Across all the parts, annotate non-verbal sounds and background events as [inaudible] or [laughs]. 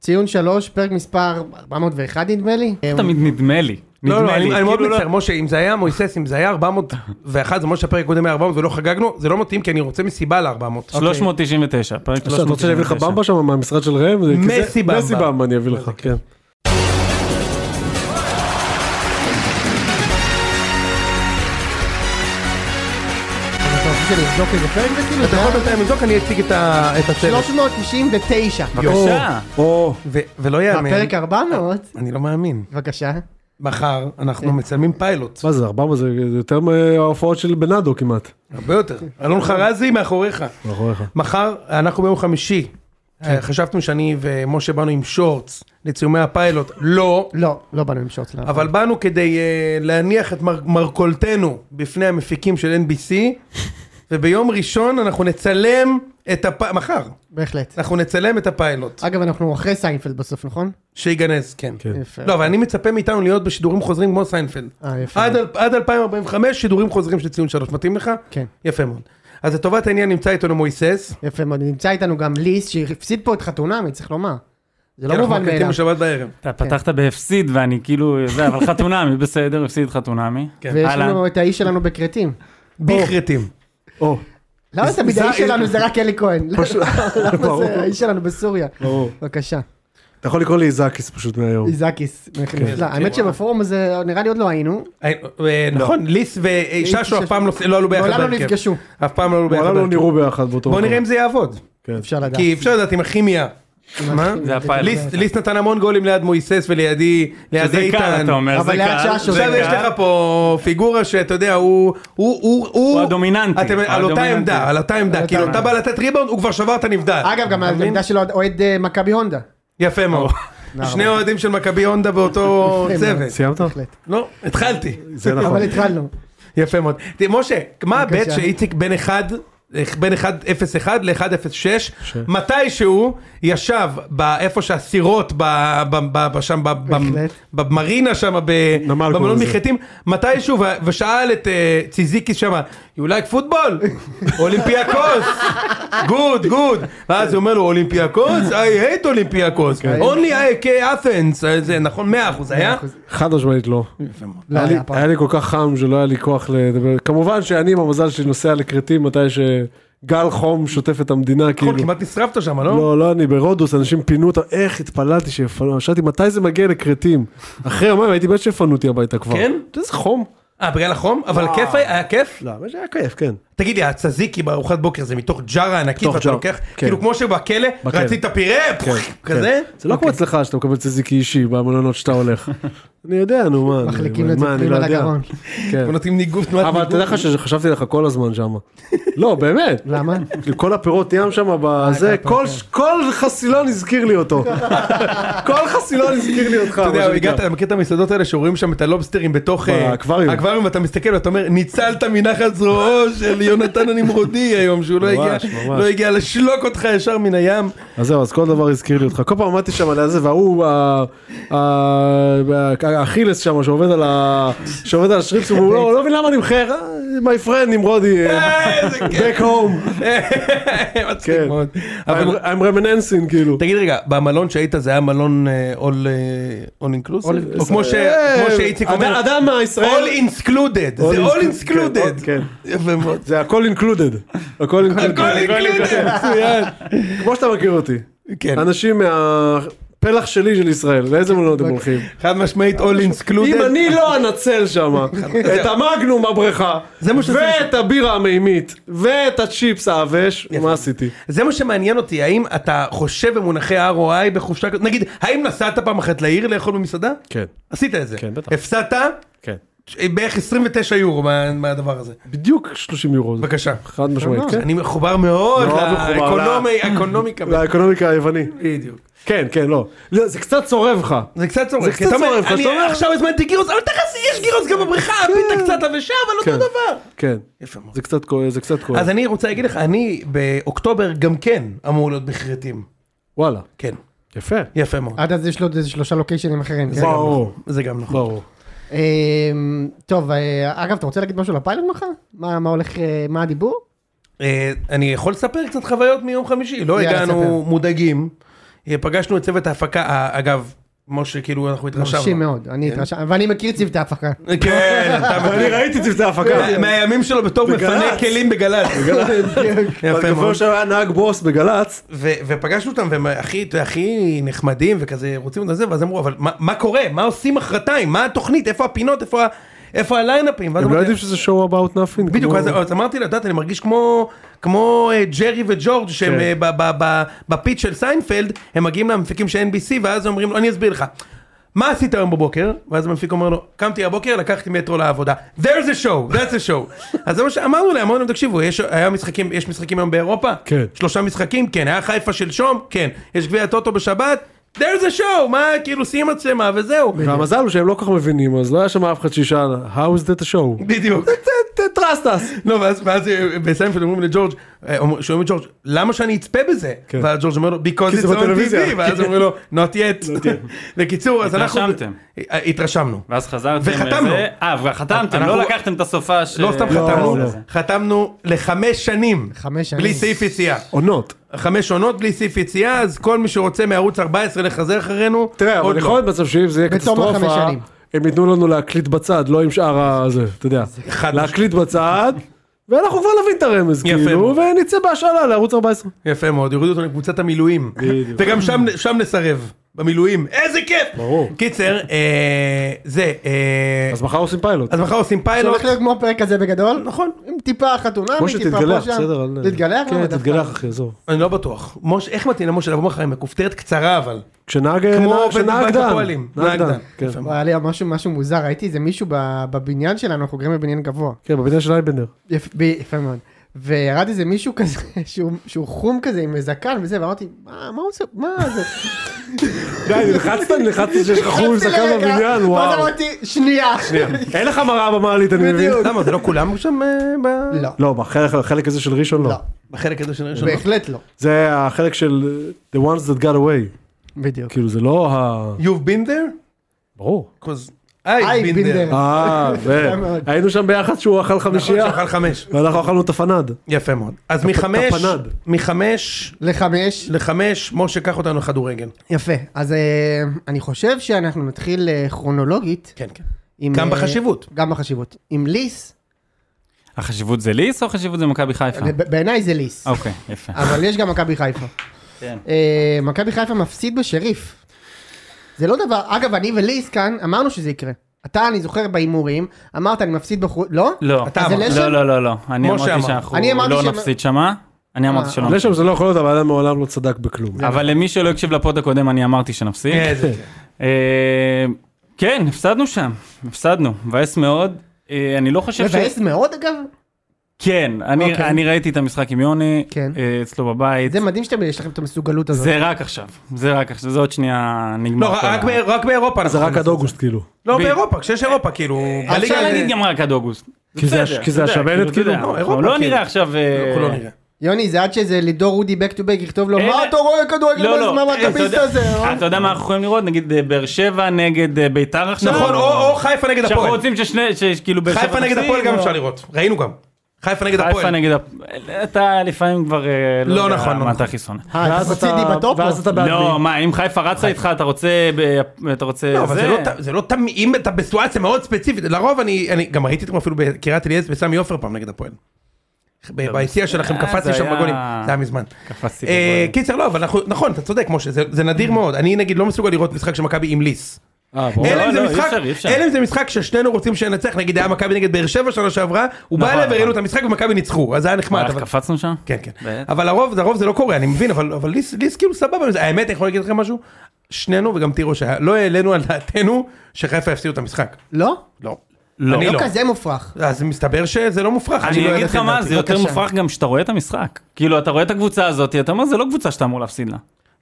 ציון שלוש, פרק מספר 401 נדמה לי. אה, תמיד נדמה לי. לא, לא, נדמה לי, אני אני מאוד כאילו לא- מצטער, משה, אם זה היה מויסס, אם זה היה 401, זה מה שהפרק הקודם היה 400 ולא חגגנו, זה לא מתאים כי אני רוצה מסיבה ל-400. אוקיי, 399, פרק עכשיו, אתה רוצה שאני אביא לך 399. במבה שם מהמשרד של ראם? זה- כי זה- מסי במבה. מסי במבה אני אביא לך, כן. אז אתה רוצה שנבדוק איזה פרק זה כאילו? אתה יכול בינתיים לבדוק, אני אציג את ה- את הצוות. 399. בבקשה. או, ו- ולא יאמן, הפרק 400. אני לא מאמין. בבקשה. מחר כן. אנחנו מצלמים פיילוט, מה זה 400 זה יותר מההופעות של בנאדו כמעט. הרבה יותר. אלון חרזי מאחוריך. מאחוריך. מחר, אנחנו ביום חמישי. כן. אה, חשבתם שאני ומשה באנו עם שורטס לציומי הפיילוט, לא, לא, לא באנו עם שוט. לא. אבל באנו כדי אה, להניח את מר- מרכולתנו בפני המפיקים של NBC, וביום ראשון אנחנו נצלם את הפיילוט, מחר, בהחלט. אנחנו נצלם את הפיילוט, אגב, אנחנו אחרי סיינפלד בסוף, נכון? שיגנז, כן. כן. יפה. לא, אבל אני מצפה מאיתנו להיות בשידורים חוזרים כמו סיינפלד. אה, יפה. עד, אל- עד 2045 שידורים חוזרים של ציון שלוש, מתאים לך? כן. לא יפה מאוד. אז לטובת העניין נמצא איתנו מויסס. יפה מאוד. נמצא איתנו גם ליס, שהפסיד פה את חתונמי, צריך לומר. זה כי לא כן, אנחנו מובן מקליטים מאליו. בשבת בערב. אתה פתחת בהפסיד ואני כאילו, זה, אבל חתונמי, בסדר, הפסיד חתונמי. כן. ויש אהלן. לנו את האיש שלנו בכרתים. [laughs] ביכרתים. [laughs] או, למה תמיד זה- האיש שלנו זה רק אלי [laughs] כהן? פשוט- [laughs] למה ברור. זה האיש שלנו בסוריה? ברור. בבקשה. אתה יכול לקרוא לי איזקיס פשוט מהיום. איזקיס. כן. נפלא. האמת וואו. שבפורום הזה נראה לי עוד לא היינו. אה, אה, נכון, ליס וששו אף פעם לא- לא עלו ביחד לא. מעולם לא בהרכב. נפגשו. אף פעם לא עלו ביחד וואלה לא בהרכב. נראו ביחד באותו... בוא נראה מקום. אם זה יעבוד. כן. אפשר לדעת. כי אפשר לדעת עם הכימיה. מה? זה הפיילוט. ליס- ליס נתן המון גולים ליד מויסס ולידי, ליד זה קל, איתן. אתה אומר, זה אבל ליד קל. שעה שזה עכשיו זה יש קל. לך פה פיגורה שאתה יודע, הוא... הוא... הוא... הוא הדומיננטי, אתם הוא על אותה הדומיננטי. עמדה, על אותה עמדה. כאילו, אתה בא לתת ריבאונד, הוא כבר שבר את הנבדל. אגב, גם אתה מבין? העמדה שלו אוהד אה, מכבי הונדה. יפה מאוד. שני אוהדים של מכבי הונדה [laughs] באותו יפה מאוד. צוות. סיימת? בהחלט. לא, התחלתי. זה נכון. אבל התחלנו. יפה מאוד. תראה, משה, מה בבקשה. הבט שאיציק בין 1, בין 1.01 ל-1.06, מתישהו ישב באיפה שהסירות, ב- ב- ב- ב- שם, ב- ב- בהחלט. במרינה שם, ב- נמל במלון קוראים לזה. מחטים, מתישהו, ו- ושאל את אה, ציזיקיס שם, you like [laughs] football? אולימפיאקוס, גוד, גוד. ואז הוא אומר לו, אולימפיאקוס? I hate אולימפיאקוס. כן. only I can Athens. אה, זה נכון, 100% היה? חד משמעית לא. לא היה לי- היה פעם. היה לי כל כך חם שלא היה לי כוח לדבר. כמובן שאני עם המזל שלי נוסע לכרתים מתי שגל חום שוטף את המדינה נכון, כאילו. כמעט נשרפת שם, לא? לא, לא, אני ברודוס, אנשים פינו אותם, איך התפללתי שיפנו, שאלתי מתי זה מגיע לכרתים. אחרי יומיים הייתי באמת שיפנו אותי הביתה כבר. כן? אתה יודע, איזה חום. אה, בגלל החום? אבל כיף היה? היה כיף? לא, האמת שהיה כיף, כן. תגיד לי, הצזיקי בארוחת בוקר זה מתוך ג'ארה ענקית, מתוך ואתה ג'ארה, לוקח, כן. כאילו כמו שבכלא, בכלא. כן, רצית פירה, פוח, כזה? אוקיי. זה לא כמו אצלך שאתה מקבל צזיקי אישי במלונות שאתה [laughs] הולך. אני יודע, נו מה. אני- מחליקים לו מה, את זה אני פנימה לא יודע. לגרון. כן. נותנים ניגוף, תנועת אבל אתה יודע לך שחשבתי עליך כל [laughs] הזמן שם. לא, באמת. [laughs] למה? כל הפירות ים שם אה, בזה, כל- כן. כל חסילון הזכיר לי [laughs] אותו. כל חסילון הזכיר לי אותך. אתה יודע, מה שנקרא. הגעת, אתה מכיר את המסעדות האלה שרואים שם את הלובסטרים בתוך... אה, באקווריום. האקווריום, ואתה מסתכל ואתה אומר, ניצלת מנחת זרועו של יונתן הנמרודי היום, שהוא לא הגיע- ממש, ממש. לא הגיע לשלוק אותך ישר מן הים. אז זהו, אז כל דבר הזכיר לי אותך. כל פעם עמדתי שם על זה, וההוא, ה- ה- האכילס שם, שעובד על ה- שעובד על השריפס, הוא לא לא מבין למה אני מחייך, my friend נמרודי, אה, איזה כיף. back home, אה, [laughs] מצחיק כן. מאוד. אבל I'm- I'm reminiscing, כאילו. תגיד רגע, במלון שהיית זה היה מלון אה, all inclusive? או כמו ש- כמו שאיציק אה, אדם- אומר, אדם all הישראל, included, All זה all included, included. כן, יפה מאוד. זה הכל included, הכל הכל included, included. מצוין. כמו שאתה מכיר אותי, כן, אנשים מהפלח שלי של ישראל, לאיזה מלונות הם הולכים? חד משמעית all אם included. אני לא אנצל שם את המגנום בבריכה, זה מה שזה- ואת הבירה המימית, ואת הצ'יפס העבש, מה עשיתי? זה מה שמעניין אותי, האם אתה חושב במונחי ROI בחופשה כזאת, נגיד, האם נסעת פעם אחת לעיר לאכול במסעדה? כן, עשית את זה. כן, בטח. הפסדת אה, כן. בערך 29 יורו מה- מהדבר הזה. בדיוק 30 יורו. זה. בבקשה. חד משמעית, כן. אה, אני מחובר מאוד מאוד מחובר, לאקונומי- האקונומיקה. לאקונומיקה היווני. בדיוק. כן, כן, לא. לא, זה קצת צורב לך. זה קצת צורם. זה קצת צורם, אתה אני אומר- עכשיו הזמנתי גירוס, אבל תכף יש גירוס גם בבריכה, פיתה קצת ושם, אבל כן. אותו דבר. כן. יפה מאוד. זה קצת כואב, זה קצת כואב. אז אני רוצה להגיד לך, אני באוקטובר גם כן אמור להיות בכרתים. וואלה. כן, יפה. יפה מאוד. עד אז יש לו עוד איזה שלושה לוקיישנים אחרים. כן? זה גם ברור. נכון, זה גם נכון. ברור. אמ, טוב, אה, אגב, אתה רוצה להגיד משהו לפיילוט מחר? מה מה הולך, אה, מה הדיבור? אה, אני יכול לספר קצת חוויות מיום חמישי, לא יאללה, הגענו ספר. מודאגים. אה, פגשנו את צוות ההפקה, אה, אגב, משה, כאילו אנחנו לא מרשים התרשמנו. מאוד, כן. אני התרשמתי, ואני מכיר צוותי הפקה. כן, אתה אבל אני מכיר. ראיתי צוותי הפקה. מה- מהימים שלו בתור בגל"צ. מפנה כלים [laughs] בגל"צ. יפה אבל מאוד. כמו שהוא היה נהג בוס בגל"צ, ו- ופגשנו אותם והם הכי, אתה יודע, הכי נחמדים וכזה רוצים את זה ואז אמרו אבל מה, מה קורה מה עושים מחרתיים מה התוכנית איפה הפינות איפה, ה- איפה הליינאפים ואז הם לא אמרתי, יודעים שזה show about nothing. בדיוק כמו- אז, אז אמרתי לה, "את יודעת אני מרגיש כמו כמו אה, ג'רי וג'ורג' שהם כן. אה, ב- ב- ב- בפיט של סיינפלד הם מגיעים למפיקים של NBC ואז אומרים לו אני אסביר לך. מה עשית היום בבוקר? ואז המפיק אומר לו, קמתי הבוקר, לקחתי מטרו לעבודה. There's a show, that's a show. [laughs] אז זה מה שאמרנו להם, אמרנו להם, תקשיבו, יש, היה משחקים, יש משחקים היום באירופה? כן. שלושה משחקים? כן. היה חיפה שלשום? כן. יש גביע הטוטו בשבת? There's a show, מה, כאילו, שים מצלמה וזהו. והמזל הוא שהם לא כל כך מבינים, אז לא היה שם אף אחד שישאל, How is that a show? בדיוק. Trust us. לא, ואז, ואז אה, בסיינפלד אומרים לג'ורג', אה, אומר- שואלים את ג'ורג', למה שאני אצפה בזה? כן. ואז ג'ורג' אומר לו, because כי it's זה on בטלוויזיה." כן. TV, ואז אומרים לו, not yet. [laughs] בקיצור, אז אנחנו... התרשמתם. אה, התרשמנו. ואז חזרתם וחתמנו. לזה. אה, וחתמתם, אנחנו- לא לקחתם את הסופה ש... לא סתם לא, חתמנו, לא. חתמנו לחמש שנים. חמש בלי שנים. סעיף יציאה. עונות. חמש עונות בלי סעיף יציאה, אז כל מי שרוצה מערוץ 14 לחזר אחרינו, תראה, עוד אבל נכון- יכול לא. להיות מצב שאם זה יהיה בתום החמש קטסטרופה, שנים. הם ייתנו לנו להקליט בצד, לא עם שאר הזה, אתה יודע. חד להקליט בצד, ואנחנו כבר נבין את הרמז, יפה כאילו, מאוד. אה. ונצא בהשאלה לערוץ 14. יפה מאוד, יורידו אותנו לקבוצת המילואים. בדיוק. וגם שם, שם נסרב, במילואים. איזה כיף! ברור. קיצר, אה, זה, אה, אז מחר עושים פיילוט. אז מחר עושים פיילוט. שהולך להיות כמו הפרק הזה בגדול, נכון, עם טיפה חתונה, משה טיפה תתגלח, פה שם. בסדר? אל- תתגלח? למה כן, דווקא? תתגלח אחי, עזוב. אני לא בטוח. משה, איך מתאים למשה לבוא מחר עם הכופתרת קצרה אבל? כשנהג כמו נהג- בן כשנהג בנק דן. הפועלים. נהג נהג דן, דן. כן. יפה. וואי, היה משהו משהו מוזר, ראיתי איזה מישהו ב- בבניין שלנו, אנחנו גרים בבניין גבוה. כן, בבניין [laughs] של אייבנדר. יפ- ב- יפה מאוד. וירד איזה מישהו כזה, [laughs] שהוא- שהוא חום כזה עם זקן וזה, ואמרתי, מה מה הוא עושה, מה זה? די, נלחצת, נלחצת שיש לך [laughs] חום נכנסתי זקן לרגע, בבניין, ואז וואו. אמרתי, שנייה. אין לך מראה במעלית, אני מבין. בדיוק. למה, זה לא כולם שם אה, ב- [laughs] לא, לא, בחלק החלק הזה של ראשון לא. לא, בחלק הזה של הראשון? בהחלט לא. זה החלק של אה, The ones that got away. בדיוק. כאילו, זה לא ה... You've been there? ברור. Because I've I've been been there. there. [laughs] אה, יפה מאוד. והיינו שם ביחד שהוא אכל חמישייה, נכון, שאכל חמש. ואנחנו אכלנו את הפנד. יפה מאוד. אז טפ- מחמש, טפנד. מחמש לחמש, לחמש, משה, קח אותנו לכדורגל. יפה. אז אה, אני חושב שאנחנו נתחיל אה, כרונולוגית. כן, כן. עם, גם אה, בחשיבות. גם בחשיבות. עם ליס, החשיבות זה ליס או החשיבות זה מכבי חיפה? ב- בעיניי זה ליס. אוקיי, יפה. אבל יש גם מכבי חיפה. כן. אה, מכבי חיפה מפסיד בשריף. זה לא דבר, אגב, אני וליס כאן אמרנו שזה יקרה. אתה, אני זוכר בהימורים, אמרת אני מפסיד בחוץ, לא? לא. אתה אז אמרת. אלשם? לא, לא, לא, לא. אני משה אמרתי אמר. שאנחנו אני אמרתי אה, לא שהם- נפסיד שמה. אני אמרתי אה. שלא. לשם זה לא יכול להיות, אבל אדם מעולם לא צדק בכלום. אבל למי שלא הקשיב לפוד הקודם, אני אמרתי שנפסיד. איזה כיף. אה, כן, הפסדנו שם. הפסדנו. מבאס מאוד. אה, אני לא חושב ש... מבאס מאוד אגב. כן, אני, אוקיי. אני ראיתי את המשחק עם יוני, כן. אה, אצלו בבית. זה מדהים שאתם, יש לכם את המסוגלות הזאת. זה רק עכשיו, זה רק עכשיו, זה עוד שנייה נגמר. לא, כל רק ה- בא- רק באירופה. זה אנחנו רק עד אוגוסט כאילו. לא, ב- באירופה, כשיש אירופה, כאילו... בליגה אפשר זה- להגיד גם רק עד אוגוסט. כי זה הש- בסדר, כי זה אתה יודע, השמנת, אתה יודע, כאילו? לא, אנחנו אירופה, לא כאילו. נראה עכשיו... אה, אנחנו לא נראה. יוני, זה עד שזה לידור אודי back to back יכתוב לו, אין- מה אתה רואה כדורגל לא, לא. בזמן אה, אתה המכביסט יודע- הזה? אה?" אתה יודע מה אנחנו יכולים לראות? נגיד אה, באר שבע נגד אה, ביתר עכשיו? נכון, או או חיפה נגד שאנחנו הפועל. רוצים ששני... שכאילו באר שבע חיפה נגד תפסיד, הפועל גם או- אפשר לראות, ראינו גם. חיפה נגד הפועל. חיפה נגד הפועל. אתה לפעמים כבר... אה, לא יודע נכון, מה לא נכון. אתה חיסון. אה, אתה ואז מוציא אתה- אותי בטופו? ואז אתה בעד לא, מי? מה, אם חיפה רצה איתך, אתה רוצה... ב- אתה רוצה... לא, אבל זה לא ת- זה לא תמיד, אם אתה בסיטואציה מאוד ספציפית, לרוב אני, אני גם ראיתי אתכם אפילו בקריית אליעז בסמי עופר פעם נגד הפועל. ב- ביציע שלכם אה, קפצתי זה שם היה- בגולים, זה היה מזמן. קפצתי אה, בגולים. Mm. קיצר לא, אבל אנחנו, נכון, אתה צודק משה, זה זה נדיר מאוד, אני נגיד לא מסוגל לראות משחק של מכבי עם ליס. אה, ברור. אלא אם זה לא, אי משחק- אפשר, אי אפשר. אלא אם זה משחק ששנינו רוצים שננצח, נגיד היה מכבי נגד באר שבע שנה שעברה, הוא בא נכון, אליי וראינו את נכון. המשחק ומכבי ניצחו, אז זה היה נחמד. מה, איך אבל- קפצנו שם? כן, כן. בטח. אבל הרוב, לרוב זה לא קורה, אני מבין, אבל, אבל ליס, ליס כאילו סבבה עם זה. האמת, אני יכול להגיד לכם משהו? שנינו וגם תירו שהיה, לא העלינו על דעתנו שחיפה יפסידו את המשחק. לא? לא. לא. אני לא לא. כזה מופרך. אז מסתבר שזה לא מופרך. לא אני אגיד לך ידעתי את מה, דעתי. זה יותר בבקשה. מופרך גם שאתה רואה את המשחק. כאילו, אתה רואה את הקבוצה הזאת, אתה אומר, זה לא קבוצה שאתה אמור להפסיד לה.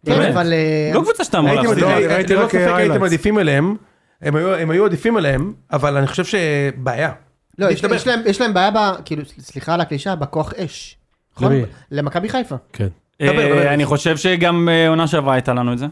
כן, באמת? אבל... אה, לא קבוצה שאתה אמור הייתי להפסיד מעדיף- לא, לה. אני ראיתי ללא רק ספק highlights. הייתם עדיפים אליהם, הם היו- הם היו עדיפים עליהם, אבל אני חושב שבעיה. לא, יש- להסתבך. יש להם- יש להם בעיה, ב- כאילו, סליחה על הקלישה, בכוח אש. נכון? למי? למכבי חיפה. כן. אה, דבר, דבר. אני חושב שגם אה, עונה שעברה הייתה לנו את זה.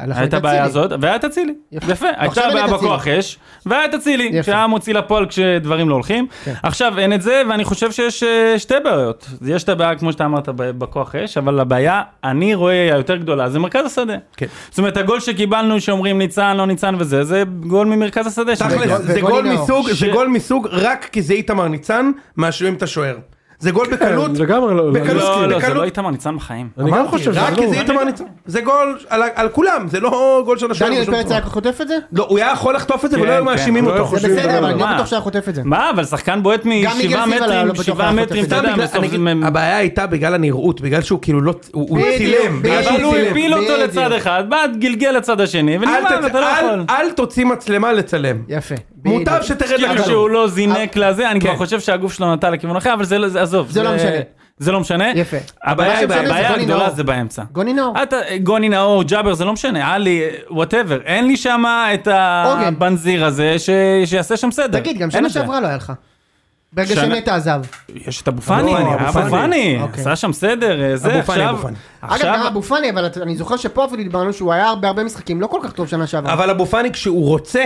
אנחנו היה את נגד הבעיה אצילי. הזאת, והיה את אצילי. יפה. יפה. עכשיו הייתה אין הבעיה את אצילי. בכוח אש, והיה את אצילי, יפה. שהיה מוציא לפועל כשדברים לא הולכים. עכשיו אין את זה, ואני חושב שיש אה, שתי בעיות. יש את הבעיה, כמו שאתה אמרת, ב- בכוח אש, אבל הבעיה, אני רואה, היותר גדולה, זה מרכז השדה. כן. זאת אומרת, הגול שקיבלנו, שאומרים ניצן, לא ניצן וזה, זה גול ממרכז השדה. תכלס, וגול- זה וגול גול נאור. מסוג, זה ש- גול מסוג רק כי זה איתמר ניצן, מאשרים את השוער. זה גול בקלות, לגמרי לא, בקלות, אני לא, מסכים. לא, זה בקלות. לא איתמר ניצן בחיים. אני גם חושב שזה רק כי לא... זה איתמר ניצן. זה גול על- על כולם, זה לא גול של השוער. דניאל בשום פרץ צורה. היה חוטף את זה? לא, הוא היה יכול לחטוף את זה כן, ולא היו כן, מאשימים לא אותו. יכול. זה חושב בסדר, שזה אבל אני לא מה? בטוח שהיה חוטף את זה. מה, אבל שחקן בועט משבעה מיגל סילבה לא מטרים, בטוח שבעה היה חוטף מטרים, את זה. אתה יודע, סתם בגלל- בסוף אני זה אגיד, מ- הבעיה הייתה בגלל הנראות, בגלל שהוא כאילו לא, הוא הוא בדיוק, צילם, בגלל בדיוק. אבל שהוא הוא צילם. הפיל אותו בדיוק. לצד אחד, בעט גלגל לצד השני, אל ונגמר, תצ- אתה לא אל- יכול. אל תוציא מצלמה לצלם. יפה. מוטב בדיוק. שתרד כאילו לכדור. שהוא לא זינק לזה, אני כן. כבר חושב שהגוף שלו נטע לכיוון אחר, אבל זה לא, זה- עזוב. אה, זה לא משנה. זה לא משנה. יפה. הבעיה הבעיה שמשנה זה הבעיה גוני הגדולה נאור. זה באמצע. גוני נאור. אתה- גוני נאור, ג'אבר, זה לא משנה, עלי, וואטאבר. אין לי שם את עוגן. הבנזיר הזה ש- שיעשה שם סדר. אוקיי. תגיד, גם אין שנה את זה. שעברה לא היה לך. ברגע שנה- שנטע עזב. יש את אבו פאני, לא, אבו אבו פאני. פאני, אוקיי. עשה שם סדר, אה, זה אבו פאני, עכשיו. אבו פאני. אגב, עכשיו, גם אבו פאני, אבל אתה- אני זוכר שפה אפילו דיברנו שהוא היה בהרבה משחקים לא כל כך טוב שנה שעברה. אבל אבו פאני כשהוא רוצה,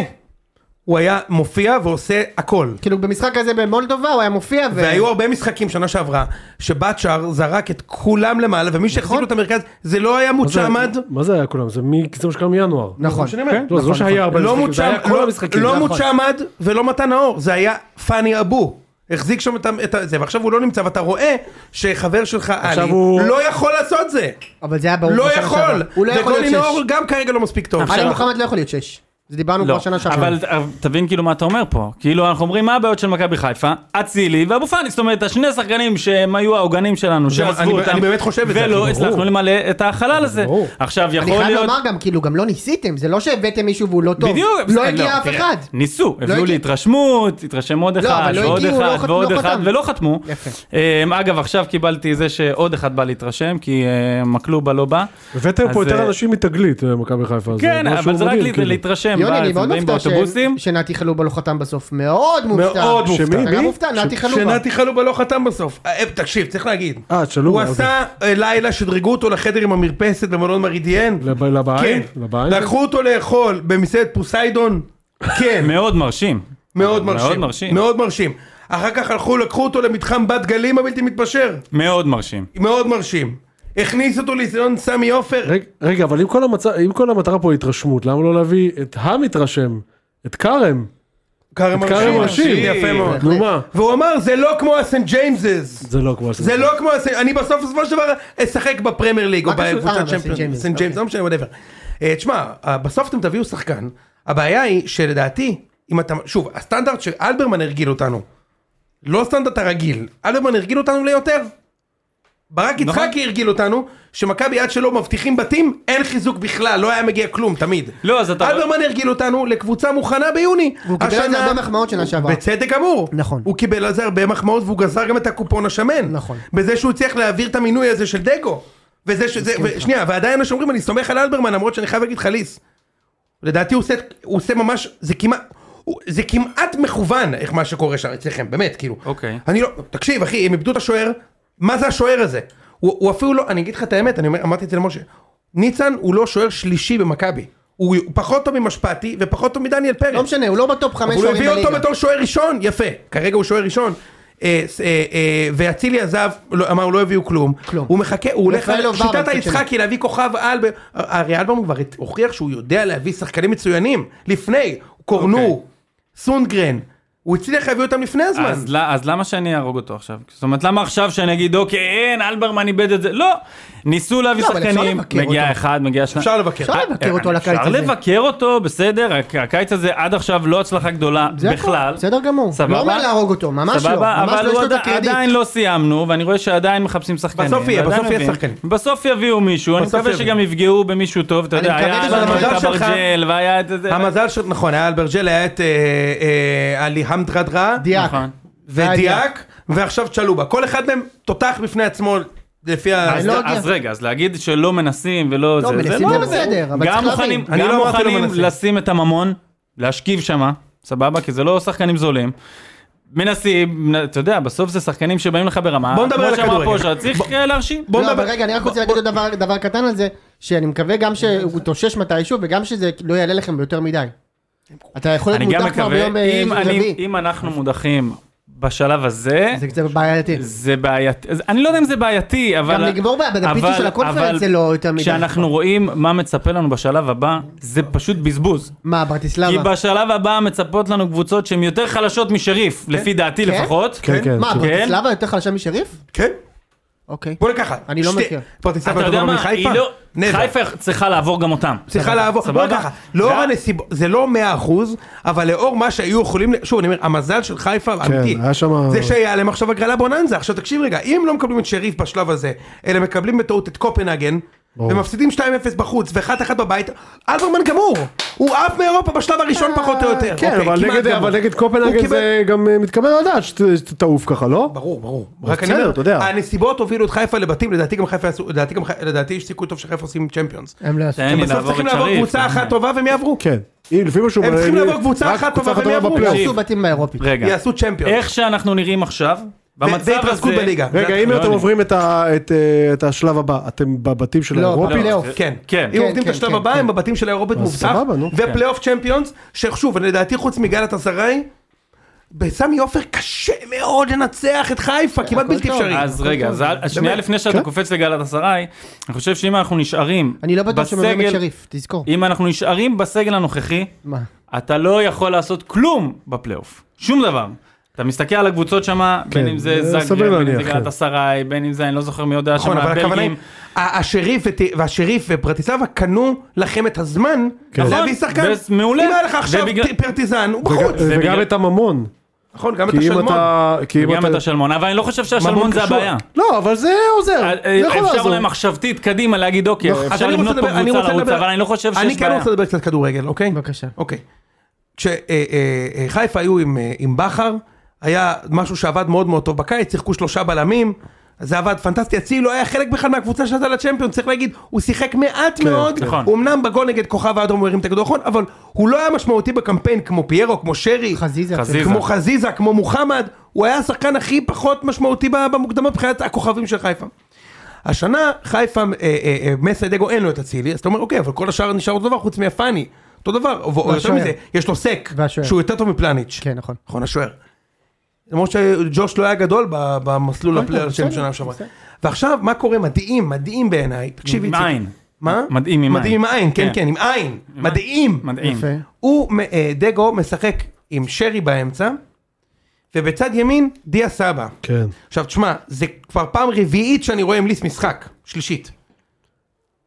הוא היה מופיע ועושה הכל. כן. כאילו במשחק הזה במולדובה הוא היה מופיע ו... והיו הרבה משחקים שנה שעברה, שבצ'אר זרק את כולם למעלה, ומי נכון. שהחזיק לו את המרכז, זה לא היה מה זה- מוצ'עמד. מה זה היה כולם? זה מי- זה מה שקרה מינואר. נכון. זה מה שאני אומר. לא, זה לא שהיה הרבה לא משחקים, זה היה מוצ'עמד, כל המשחקים. לא נכון. מוצ'עמד ולא מתן נאור, זה היה פאני אבו. החזיק שם את ה- את ה- זה, ועכשיו הוא לא נמצא, ואתה רואה שחבר שלך, עלי, הוא- לא יכול לעשות זה. אבל זה היה ברור. לא בשנה יכול. שעברה. הוא לא יכול וגולי להיות נאור שש. גם כרגע לא מספיק טוב. עלי עכשיו- מוחמד לא יכול להיות שש. זה דיברנו כבר לא, שנה שעברה. אבל אבל תבין כאילו מה אתה אומר פה. כאילו אנחנו אומרים מה הבעיות של מכבי חיפה, אצילי ואבו פאני, זאת אומרת השני השחקנים שהם היו העוגנים שלנו, זה מה- אני- שעזבו אותם, אני באמת חושב את זה, ולא אחי, הצלחנו ברור. למלא את החלל הזה. ברור. עכשיו אני יכול חייב להיות, לומר גם, כאילו, גם לא ניסיתם, זה לא שהבאתם מישהו והוא לא טוב. בדיוק, לא בסדר, הגיע אף תראה, אחד. לא ניסו, הביאו לי הגיע. התרשמות, התרשם עוד לא, אחד, אבל לא ועוד הגיעו, לא אחד, חת- ועוד לא אחד, חתם. ולא חתמו. יפה. אמ, אגב עכשיו קיבלתי זה שעוד אחד בא להתרשם, כי אה, מקלובה לא בא. הבאתם פה אז, יותר אה, אנשים מתגלית, אה, מכבי חיפה. זה כן, משהו אבל זה רק מדהים, לה- כאילו. להתרשם, יוני, אני בארץ, מאוד הם באים מופתע ש- באוטובוסים. שנתי חלובה לא חתם בסוף. מאוד מופתע. מאוד מופתע. שמי? אתה גם מי? מופתע, נתי חלובה. שנתי חלובה לא חתם בסוף. אה, אה, תקשיב, צריך להגיד. אה, תשאלו, הוא אוקיי. עשה אה, לילה, שדרגו אותו לחדר עם המרפסת במלון מרידיאן. לב- לבעין? כן. לבעין? לקחו אותו לאכול במסעדת [laughs] פוסיידון. כן. מאוד מרשים. מאוד מרשים. מאוד מרשים. מאוד מרשים. אחר כך הלכו, לקחו אותו למתחם בת גלים הבלתי מתפשר. מאוד מרשים. מאוד מרשים. הכניס אותו לאיזיון סמי עופר. רגע- רגע, אבל אם כל המצ- אם כל המטרה פה היא התרשמות, למה לא להביא את המתרשם? את כרם? קרם את קרם מרשים. יפה מאוד. נו מה? והוא אמר, זה לא כמו הסנט ג'יימסס. זה לא כמו... זה לא כמו, הסנט- אני בסוף בסופו של דבר אשחק בפרמייר ליג או מה קשור? אה, בקבוצת בסנט צ'מפיונס, ג'יימס, סנט ג'יימס, לא משנה, וואטאבר. תשמע, אה, בסוף אתם תביאו שחקן, הבעיה היא שלדעתי, אם אתה, שוב, הסטנדרט שאלברמן הרגיל אותנו, לא הסטנדרט הרגיל, אלברמן הרגיל אותנו ליותר. ברק נכון. יצחקי הרגיל אותנו, שמכבי עד שלא מבטיחים בתים, אין חיזוק בכלל, לא היה מגיע כלום, תמיד. לא, אז אתה- אלברמן הרגיל אותנו לקבוצה מוכנה ביוני. והוא קיבל על זה הרבה מחמאות שנה שעברה. בצדק גמור. נכון. הוא קיבל על זה הרבה מחמאות והוא גזר גם את הקופון השמן. נכון. כן. בזה שהוא הצליח להעביר את המינוי הזה של דגו. וזה שזה, מסכים ו... איתך. שנייה, ועדיין אנשים אומרים, אני סומך על אלברמן למרות שאני חייב להגיד לך ליס. לדעתי הוא עושה, הוא עושה ממש, זה כמעט, הוא- זה כמעט מכוון איך מה שקורה שם אצלכם, באמת, כאילו. אוקיי. אני לא, תקשיב אחי, הם איבדו את השוער, מה זה השוער הזה? הוא, הוא אפילו לא, אני אגיד לך את האמת, אני אומר, אמרתי את זה למשה, ניצן הוא לא שוער שלישי במכבי. הוא הוא פחות טוב ממשפטי ופחות טוב מדניאל פרץ. לא משנה, הוא לא בטופ חמש אבל הוא שוערים הביא בליגה. אותו בתור שוער ראשון, יפה, כרגע הוא שוער ראשון. אה, ס- אה, אה, ואצילי עזב, לא- אמר לא הביאו כלום, כלום. הוא מחכה, הוא הולך, רפאל על- עובר, שיטת אבל היצחקי להביא כוכב על, ב- הרי אלבום כבר הת- הוכיח שהוא יודע להביא שחקנים מצוינים, לפני, אוקיי. קורנו, סונגרן, הוא הצליח להביא אותם לפני הזמן, לא- אז, ל- אז למה שאני אהרוג אותו עכשיו? זאת אומרת, למה עכשיו שאני אגיד, אוקיי, אין, אלברמן איבד את זה? לא! ניסו להביא לא, אבל אפשר שחקנים, לבקר מגיע אותו. אחד, מגיע שניים. אפשר לבקר, אפשר לבקר אותו על הקיץ אפשר הזה. לבקר אותו, בסדר, הק- הקיץ הזה עד עכשיו לא הצלחה גדולה זה הכל, בכלל. בסדר גמור. סבבה? לא אומר להרוג אותו, ממש לא. סבבה, ממש אבל לא, יש הוא לו את עד- הקרדיט. עדיין לא סיימנו, ואני רואה שעדיין מחפשים שחקנים. בסוף יהיה, ועדיין בסוף יהיה מביאים. שחקנים. בסוף יביאו מישהו, אני בסוף מקווה יביאו. שגם יפגעו במישהו טוב, אתה אני יודע, מקווה היה שזה לנו את המזל שלך. אברג'ל, והיה את זה. המזל שלו, נכון, היה אלברג'ל, היה את אה, אה, עלי חמדרדרה, דיאק. נכון. ודיאק, ועכשיו צ'לובה, כל אחד מהם תותח בפני עצמו, לפי ה... אז, לא יודע. לא אז רגע, אז להגיד שלא מנסים ולא זה, לא מנסים זה בסדר, כן, אבל גם צריך מוכנים, להבין. אני גם לא אמרתי לא מוכנים מנסים. לשים את הממון, להשכיב שמה, סבבה? כי זה לא שחקנים זולים. מנסים, אתה יודע, בסוף זה שחקנים שבאים לך ברמה. בוא נדבר על כמו שאמר הכדורגל. פושע, צריך אה, להרשים. בוא לא, נדבר- אבל רגע, אני רק רוצה להגיד עוד דבר- דבר קטן על זה, שאני מקווה גם שהוא תושש מתישהו, וגם שזה לא יעלה לכם ביותר מדי. אתה יכול אני להיות גם מודח כבר מקווה, ביום אם אה, אני- רביעי. אם אנחנו מודחים בשלב הזה, זה קצת בעייתי. זה בעייתי, אז אני לא יודע אם זה בעייתי, אבל... גם לגמור ב- בדפיצו אבל- של אבל הקונפרנס זה לא יותר מדי. כשאנחנו רואים מה מצפה לנו בשלב הבא, זה פשוט בזבוז. מה, ברטיסלבה? כי בשלב הבא מצפות לנו קבוצות שהן יותר חלשות משריף, לפי דעתי כן? לפחות. כן, כן. מה, כן. ברטיסלבה יותר חלשה משריף? כן? אוקיי. בוא נקח. אני לא מכיר. אתה פרטיסטאבה יותר יודע גדולה מה, היא מחיפה? לא... נבר. חיפה צריכה לעבור גם אותם. צריכה לעבור, בוא סבבה? ככה, לאור גם- הנסיבות, זה לא 100%, אבל לאור מה שהיו יכולים, שוב אני אומר, המזל של חיפה, אמיתי, כן, היה שמה- זה שהיה להם עכשיו הגרלה בוננזה, עכשיו תקשיב רגע, אם לא מקבלים את שריף בשלב הזה, אלא מקבלים בטעות את קופנהגן, ומפסידים 2-0 בחוץ ו-1-1 בבית, אלברמן גמור, הוא עף מאירופה בשלב הראשון פחות או יותר, כן, אוקיי, אבל כמעט נגד- גמור. אבל נגד הוא קופנהגן קיבל- זה גם אה, מתקבל על הדעת שת- שתעוף ככה, לא? ברור, ברור. אז רק אני בסדר, אומר, אתה יודע. הנסיבות הובילו את חיפה לבתים, לדעתי גם חיפה עשו, לדעתי גם, חי- לדעתי יש סיכוי טוב שחיפה עושים צ'מפיונס. הם לא יעשו. תן לי בסוף לעבור צריכים את לעבור שריף. קבוצה אחת טובה והם יעברו. כן. אם- לפי מה שהוא... הם צריכים אני- לעבור קבוצה רק אחת קבוצה טובה אחת והם טובה יעברו. בפלייאוף. לא יעשו בתים באירופית. לא. רגע, יעשו צ'מפיונס. איך שאנחנו נראים עכשיו, במצב זה התרסקות הזה... בליגה. רגע, זה- אם לא אתם אני. עוברים את ה- את, אה, את השלב הבא, אתם בבתים של לא, האירופית? בפלייאוף. כן, כן. אם כן, עובדים את כן, השלב כן, הבא כן. הם בבתים של האירופית אז מובטח, סבבה, נו. כן. ופלייאוף צ'מפיונס, ששוב, לדעתי חוץ מגלת עזראי, בסמי עופר קשה מאוד לנצח את חיפה, כמעט הכל בלתי טוב. אפשרי. אז רגע, אז אל- שנייה לפני שאתה כן. קופץ לגלת אסריי, אני חושב שאם אנחנו נשארים אני לא בטוח שהם מביאים את בסגל, שריף, תזכור. אם אנחנו נשארים בסגל הנוכחי, מה? אתה לא יכול לעשות כלום בפלייאוף, שום דבר. אתה מסתכל על הקבוצות שמה, בין כן, אם זה זה זאגרב, סביר בין אם להניח, כן. זה גלת אסריי, בין אם זה, אני לא זוכר מי יודע נכון, שמה, אבל הכוונה היא, הבלגים. ה- השריף ות- והשריף ופרטיסלבה קנו לכם את הזמן נכון, להביא שחקן. וזה מעולה. אם היה לך עכשיו ובגלל- ט- פרטיזן, הוא בחוץ. וגם- בגלל- וגם את הממון. נכון, גם את כי אם השלמון. אתה... כי אם גם את אתה... השלמון, אבל אני לא חושב ממון שהשלמון זה קשור. הבעיה. לא, אבל זה עוזר. זה יכול אה, אפשר לעזור. להם מחשבתית קדימה להגיד אוקיי, אז אפשר לא, אני רוצה לבנות פה לדבר- אני קבוצה רוצה לרוץ, לדבר- אבל אני לא חושב אני שיש כן בעיה. רוצה לדבר קצת כדורגל, אוקיי? בבקשה. אוקיי. כשחיפה היו עם, אה, עם בכר, היה משהו שעבד מאוד מאוד טוב בקיץ, שיחקו שלושה בלמים, זה עבד פנטסטי, אצילי לא היה חלק בכלל מהקבוצה שעלתה לצ'מפיון, צריך להגיד, הוא שיחק מעט מאוד, כן. נכון. הוא אמנם בגול נגד כוכב האדום הוא הרים את הכדור האחרון, אבל הוא לא היה משמעותי בקמפיין כמו פיירו, כמו שרי, חזיזה. חזיזה. כמו חזיזה, כמו מוחמד, הוא היה השחקן הכי פחות משמעותי ב- במוקדמות מבחינת הכוכבים של חיפה. השנה חיפה, אה, אה, אה, מסיידגו אין לו את אצילי, אז אתה אומר אוקיי, אבל כל השאר נשאר אותו דבר חוץ מיפני, אותו דבר, או- או יותר והשוער. מזה, יש לו סק, והשוער. שהוא יותר טוב מפלניץ', כן, נכון. נכון השוער. למרות שג'וש לא היה גדול ב- במסלול נכון, הפלייאוף של בסדר, שנה שעברה. בסדר. ועכשיו מה קורה מדהים, מדהים בעיניי, תקשיב עם איציק. עין. מה? מדהים עם מדהים עם עין. עין, כן כן. כן, עם עין, מדהים. מדהים. יפה. הוא, מ- אה, דגו משחק עם שרי באמצע, ובצד ימין דיה סבא. כן. עכשיו תשמע, זה כבר פעם רביעית שאני רואה עם ליס משחק, שלישית.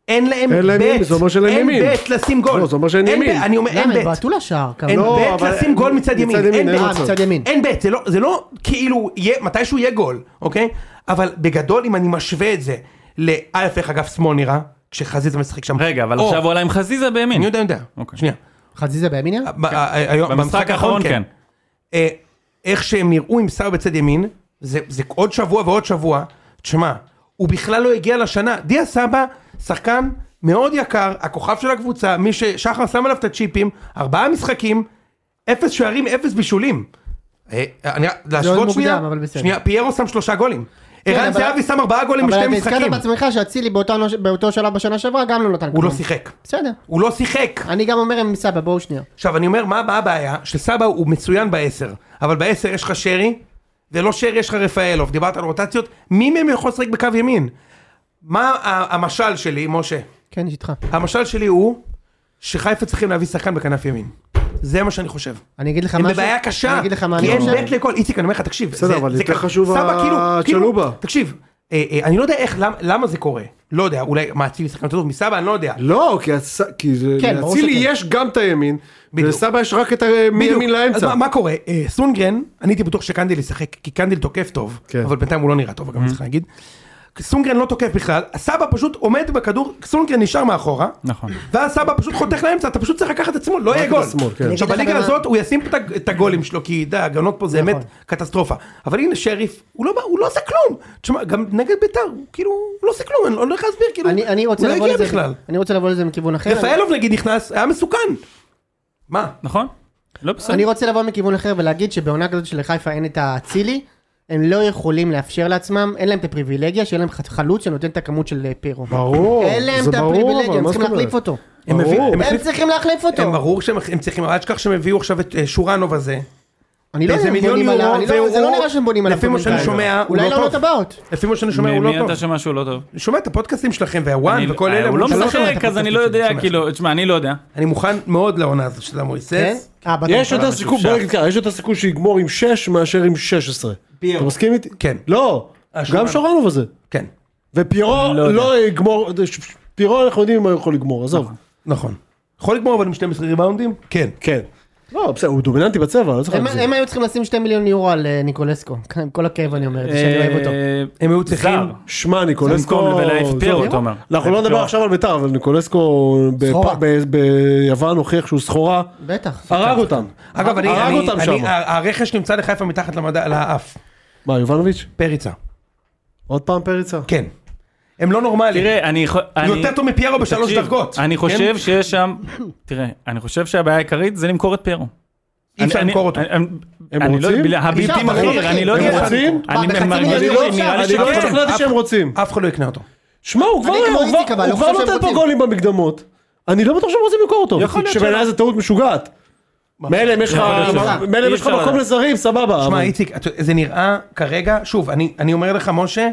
אין להם אין להם ימין, בית, זה אומר שאין להם ימין. אין בית לשים גול. לא, זה אומר שאין אין ימין. בית, אני אומר אין למה הם בית. בעטו לשער כמה? אין לא, בית אבל- לשים גול מצד מצד ימין, ימין, לא אין אין בית, מצב. אה, מצד ימין. אין בית, זה לא- זה לא כאילו, יהיה- מתישהו יהיה גול, אוקיי? אבל בגדול אם אני משווה את זה לא' איך אגף שמאל נראה, כשחזיזה משחק שם. רגע, אבל או, עכשיו הוא עלה עם חזיזה בימין. אני יודע, אני יודע, אוקיי. שנייה. חזיזה בימיניה? ב- ה- היום- במשחק האחרון כן. אה, איך שהם נראו עם שר בצד ימין, זה, זה עוד שבוע ועוד שבוע, תשמע, הוא בכלל לא הגיע לשנה, דיה סבא, שחקן מאוד יקר, הכוכב של הקבוצה, מי ששחר שם עליו את הצ'יפים, ארבעה משחקים, אפס שערים, אפס בישולים. אה, אני, להשוות מוקדם, שנייה, אבל בסדר. שנייה, פיירו שם שלושה גולים. כן, ערן אבל- זהבי שם ארבעה גולים אבל בשני אתה הזכרת משחקים, בעצמך שאצילי באותו- באותו שלב בשנה שעברה גם לא נתן כלום. הוא לא שיחק, בסדר. הוא לא שיחק. אני גם אומר עם סבא, בואו שנייה. עכשיו אני אומר מה מה הבעיה שסבא הוא מצוין בעשר אבל בעשר יש לך שרי ולא שרי יש לך רפאלוב דיברת על רוטציות מי מהם יכול לשחק בקו ימין. מה ה- המשל שלי משה כן, יש איתך. המשל שלי הוא שחיפה צריכים להביא שחקן בכנף ימין. זה מה שאני חושב. אני אגיד לך הם משהו. בבעיה קשה. אני אגיד לך מה כי אני אין חושב. בית לכל. איציק אני אומר לך תקשיב. בסדר, אבל יותר כ- חשוב סבא, כאילו- כאילו- הצ'לובה. תקשיב אה, אה, אני לא יודע איך למ- למה זה קורה. לא יודע אולי מה אצילי שחקן יותר טוב מסבא אני לא יודע. לא, כי הצ- כי זה- כן, ברור לאצילי שכן. יש גם את הימין, בדיוק. ולסבא יש רק את ה- בדיוק. מימין אז לאמצע. מה, מה קורה? אה, סונגרן, אני הייתי בטוח שקנדיל ישחק, כי קנדיל תוקף טוב, כן. אבל בינתיים הוא לא נראה טוב, גם צריך להגיד. סונגרן לא תוקף בכלל, סבא פשוט עומד בכדור, סונגרן נשאר מאחורה, נכון. ואז סבא פשוט חותך לאמצע, אתה פשוט צריך לקחת את שמאל, לא יהיה את גול. השמאל, עכשיו כן. אני אגיד לך בליגה למה- הזאת הוא ישים את ה- את הגולים שלו, כי די, ההגנות פה זה נכון. אמת קטסטרופה. אבל הנה שריף, הוא לא בא- הוא לא עושה כלום. תשמע, גם נגד ביתר, הוא כאילו, הוא לא עושה כלום, אני לא יודע איך להסביר, כאילו, אני- אני הוא רוצה לא לבוא הגיע לזה- בכלל. אני רוצה לבוא לזה מכיוון אחר. רפאלוב נגיד נכנס, היה מסוכן. מה? נכון? לא אני בסדר. רוצה לבוא מכיוון אחר ולהגיד שבעונה כזאת שלחיפה אין את האצילי, הם לא יכולים לאפשר לעצמם, אין להם את הפריבילגיה שיהיה להם ח- חלוץ שנותן את הכמות של אה, פירו. ברור, אין להם זה את ברור, הפריבילגיה, אבל הם מה צריכים זאת אומרת? להחליף אותו. הם ברור. הביאו- הם הם החליפו- צריכים להחליף הם אותו. ברור שהם הם צריכים, אל תשכח שהם הביאו עכשיו את אה, שורנוב הזה. אני לא יודע איזה אם מיליון בונים יורו, עליו, אני לא- זה לא והוא- נראה שהם בונים עליו. לפי מה שאני בינתיים. שומע, הוא אולי לא לא טוב. עונות הבאות. לפי מה שאני שומע הוא לא ממי טוב. אתה שומע שהוא לא טוב? אני שומע את הפודקאסטים שלכם והוואן אני- וכל אלה. הוא אבל לא אתה שומע את משחק, אז הפודקאסטים אני לא שלי, יודע, שומע. כאילו, תשמע, אני לא יודע. אני מוכן מאוד לעונה הזאת של כן? המויסס. אה, בטח. יש יותר סיכוי, שאפשר. בוא נגיד ככה, יש יותר סיכוי שיגמור עם 6 מאשר עם 16. אתה מסכים איתי? כן. לא, אה, גם שורנוב. שורנוב הזה. כן, ופיירו לא יודע. לא יגמור, פיירו אנחנו יודעים מה הוא יכול לגמור, עזוב. נכון. יכול לגמור אבל עם 12 ריבאונדים? כן. כן. לא, בסדר, הוא דומיננטי בצבע, לא צריך הם- להגזים. הם היו צריכים לשים שתי מיליון יורו על אה, ניקולסקו. עם כל הכאב אני אומר, את זה שאני אוהב אותו. אה, הם היו צריכים- זר. שמע, במקום ניקולסקו... לבלעיף עזוב. פירו, תומר. אנחנו לא נדבר עכשיו על בית"ר, אבל ניקולסקו בפ- סחורה. ב- ביוון הוכיח שהוא סחורה, בטח. הרג אותם. אגב, אני, הרג אני, אותם אני, שם. ה- הרכש נמצא לחיפה מתחת למדע, לאף. מה, יובנוביץ'? פריצה. עוד פעם פריצה? כן. הם לא נורמליים. תראה, אני... יכול- הוא אני- יותר טוב מפיירו בשלוש תקשיב, דרגות. אני כן? חושב שיש שם... תראה, אני חושב שהבעיה העיקרית זה למכור את פיירו. אי אפשר אני- למכור אני- אותו. אני- הם אני לא יודע, רוצים? בלה- הבלתי אפשר, אבל לא מכיר, מכיר. אני לא הם יודע. רוצים? אני- מה, בחצי הם- מיליון נראה לי יורו שהם- נראה לי אני לא שכן. השתכנעתי שהם רוצים. אף אחד לא יקנה אותו. שמע, הוא כבר אני כמו הוא כבר- איציק, אבל לא הוא כבר חושב שהם נותן פה רוצים. גולים במקדמות. אני לא בטוח שהם רוצים למכור אותו. יכול להיות שבעיניי שלא. זו טעות משוגעת. מילא אם יש לך- יכול להיות שלא. מילא אם אי יש לך אפשר מקום לדעת. לזרים, סבבה. שמע, אבל- איציק, אתה- זה נראה כרגע, שוב, אני אני אומר לך, משה,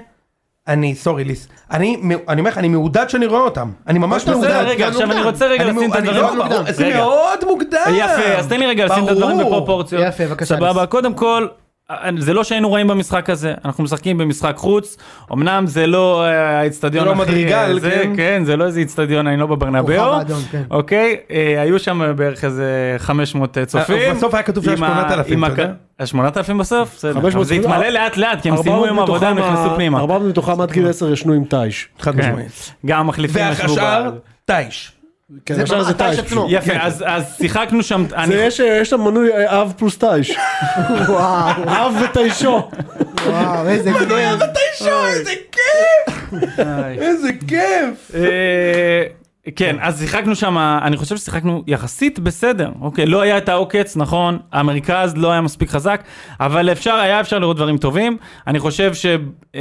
אני, סורי ליס, אני מ- אני אומר לך, אני מעודד שאני רואה אותם. אני ממש בסדר, מעודד. בסדר, רגע, עכשיו אני רוצה רגע אני לשים את מ- אני הדברים. לא- מוקדם. ברור, זה רגע. מאוד מוקדם. אה, יפה, אז תן לי רגע לשים את הדברים ברור. בפרופורציות. יפה, בבקשה, סבבה, ניס. קודם כל, אה, זה לא שהיינו רעים במשחק הזה, אנחנו משחקים במשחק חוץ, אמנם זה לא אה, האיצטדיון זה לא הכי... מדריגל, אה, זה, כן. כן, זה לא איזה איצטדיון, אני לא כוכב בברנבאו. האדום, כן. אוקיי, אה, היו שם אה, בערך איזה 500 אה, צופים. בסוף היה כתוב שהיה עם ה- 8,000, עם אתה הכ- יודע? אה, 8,000 בסוף? בסדר. 500 אבל זה צופים. התמלא לאט לאט, כי הם 400 סיימו עם עבודה, הם מתוכם אה, נכנסו ה- פנימה. 400 מתוכם עד גיל 10 ישנו עם טייש. חד כן. משמעית. גם המחליפים ישבו והשאר, כן. ב- טייש. כן, זה עכשיו ממש זה טייש. טייש עצמו. יפה, אז אז שיחקנו שם, זה אני יש- יש שם מנוי אה, אב פלוס טייש. וואו, אב וטיישו. וואו, איזה כן. גדול. תשעו, איזה כיף! [laughs] איזה כיף! אה, כן, אז שיחקנו שם, אני חושב ששיחקנו יחסית בסדר, אוקיי, לא היה את העוקץ, נכון, המרכז לא היה מספיק חזק, אבל אפשר, היה אפשר לראות דברים טובים, אני חושב ש... אה,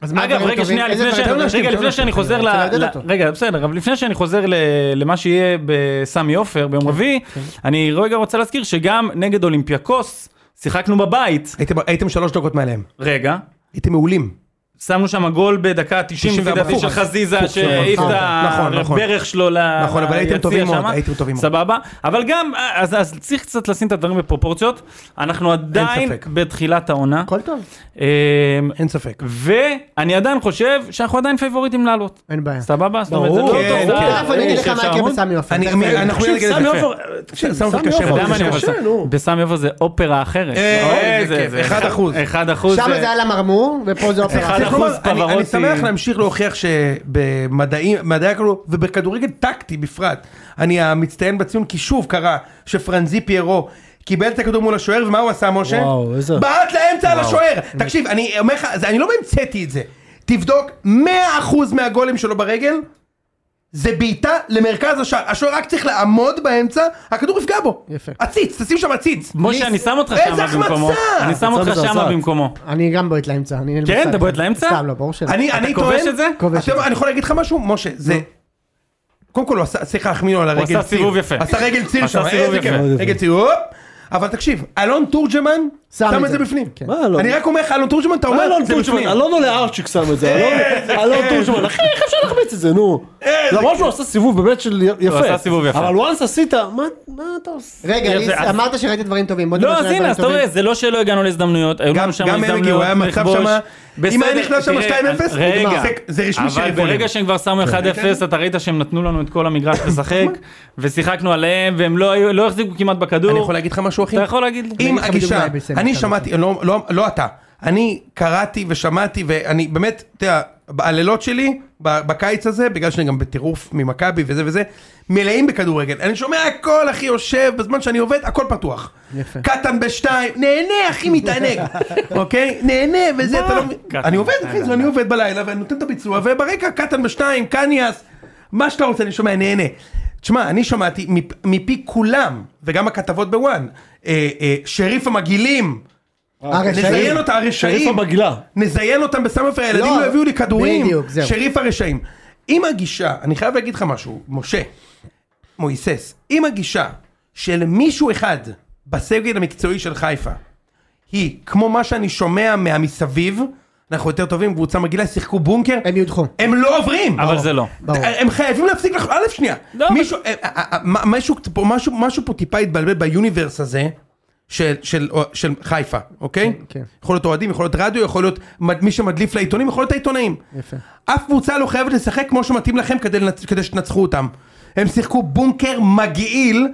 אז מה אגב, הדברים רגע, הטובים? שנייה, איזה לפני דברים ש- טובים? רגע, תן לפני לנו שאני שם, חוזר אני ל... רוצה לעודד ל- אותו. רגע, בסדר, אבל לפני שאני חוזר ל- למה שיהיה בסמי עופר כן, ביום רביעי, אני רגע רוצה להזכיר שגם נגד אולימפיאקוס, שיחקנו בבית, הייתם- הייתם שלוש דקות מעליהם. רגע, הייתם מעולים. שמנו שם גול בדקה ה-90 לפי 94, דעתי של פוך. חזיזה פוך, שהעיף את נכון, נכון, נכון. הברך שלו ל- נכון, אבל הייתם ליציע טובים מאוד, שמה. הייתם טובים מאוד. סבבה, אבל גם, אז אז צריך קצת לשים את הדברים בפרופורציות, אנחנו עדיין ספק. בתחילת העונה, הכל טוב. אמ, אין ספק. ואני עדיין חושב שאנחנו עדיין פייבוריטים לעלות, אין בעיה. סבבה? זאת אומרת, זה ברור, לא כן, תוצאה, כן. תכף אני אגיד לך שיש מה יקרה שעמום. בסמי עופר. אני- תכף אני- אנחנו נגיד תקשיב, את סמי זה. עופר, תקשיב, סמי סמי עופר קשה עופר, אתה יודע מאוד. מה אני זה אוהב קשה, בסמי? נו. בסמי עופר זה אופרה אחרת. אה, אוי, אה, זה- כיף, זה- 1%. 1%. שם זה- זה היה למרמור, ופה זה אופרה. אחד צריך אחוז לומר, אני- אני פברוטי. שמח להמשיך להוכיח שבמדעים, מדעי הכדור, ובכדורגל טקטי בפרט, אני המצטיין בציון, כי שוב קרה שפרנזי פיירו קיבל את הכדור מול השוער, ומה הוא עשה, משה? וואו, איזה- בעט לאמצע על השוער. תקשיב, אני אומר לך, זה- אני לא המצאתי את זה. תבדוק 100% מהגולים שלו ברגל, זה בעיטה למרכז השער. השוער רק צריך לעמוד באמצע, הכדור יפגע בו. יפה. עציץ, תשים שם עציץ. משה, אני שם אותך איזה שמה החמצה! במקומו. אני שם אותך החמצה שמה מזעזעת. במקומו. אני גם בועט לאמצע. אני אין לי כן, מושג. אתה בועט לאמצע? סתם, לא, ברור שלא. אני, אני טוען, כובש את זה? כובש אתם- את זה. אני יכול להגיד לך משהו? משה, זה... קודם כל הוא עשה, צריך להחמיא לו על הרגל ציר. עשה סיבוב יפה. עשה רגל ציר עשה שם, סיבוב איזה יפה. כיף. רגל ציר, הופ. אבל תקשיב, אלון תורג'מן שם את זה בפנים. כן. מה, לא? אני רק אומר לך, אלון תורג'מן, אתה אומר, אלון אה, זה בפנים. תורג'מן, אלון עולה ארצ'יק שם את זה, אלון- אלון תורג'מן, אחי איך אפשר להחמיץ את זה נו, למרות שהוא עשה סיבוב באמת של יפה, עשה סיבוב יפה. אבל once עשית, מה מה אתה עושה, רגע, ליס, אז- אמרת שראית דברים טובים. בוא לא, נדבר על אז הנה, דברים אז אתה רואה, טובים. זה לא שלא הגענו להזדמנויות, היו גם- לנו שם גם הם הזדמנויות, הגיעו, היה מצב לכבוש. שמה- אם היה בסדר, נכנס שם תראה, 2-0, רגע, זה- זה רשמי כן. אבל שריבונים. ברגע שהם כבר שמו 1-0, אתה ראית שהם נתנו לנו את כל המגרש [laughs] לשחק, ושיחקנו עליהם, והם לא היו- לא החזיקו כמעט אני בכדור. יכול להגיד לך משהו, אחי? אתה יכול להגיד לי. אם אני אגיד לך בדיוק הגישה, מה היה בסמי, אני אתה שמעתי, לא- לא- לא אתה, אני קראתי ושמעתי ואני באמת, אתה יודע, הלילות שלי ב- בקיץ הזה, בגלל שאני גם בטירוף ממכבי וזה וזה, מלאים בכדורגל. אני שומע הכל, אחי, יושב, בזמן שאני עובד, הכל פתוח. יפה. קטן בשתיים, נהנה, אחי, מתענג, [laughs] אוקיי? נהנה וזה, אתה לא... מבין. קטן אני עובד, בשתיים, אחי, זה אני עובד בלילה ואני נותן את הביצוע, וברקע קטן בשתיים, קניאס, מה שאתה רוצה, אני שומע, נהנה. תשמע, אני שמעתי מפ- מפי כולם, וגם הכתבות בוואן, אה, אה, שריף המגעילים, הרשעים. נזיין אותה, שריף הרשעים. המגעילה. נזיין אותם בסמפר, הילדים לא, לא הביאו לי כדורים. בדיוק, זהו. שריף הרשעים. עם הגישה, אני חייב להגיד לך משהו, משה, מויסס, עם הגישה של מישהו אחד בסגל המקצועי של חיפה, היא, כמו מה שאני שומע מהמסביב, אנחנו יותר טובים, קבוצה מגעילה, שיחקו בונקר, הם יודחו. הם לא עוברים! אבל זה לא. ברור. הם חייבים להפסיק לחשוב, א' שנייה, לא, מישהו, אה, אה, אה, מה- משהו פה- משהו- משהו פה טיפה התבלבל ביוניברס הזה של- של של חיפה, אוקיי? כן. יכול להיות אוהדים, יכול להיות רדיו, יכול להיות מד- מי שמדליף לעיתונים, יכול להיות העיתונאים. יפה. אף קבוצה לא חייבת לשחק כמו שמתאים לכם כדי לנצ- כדי שתנצחו אותם. הם שיחקו בונקר מגעיל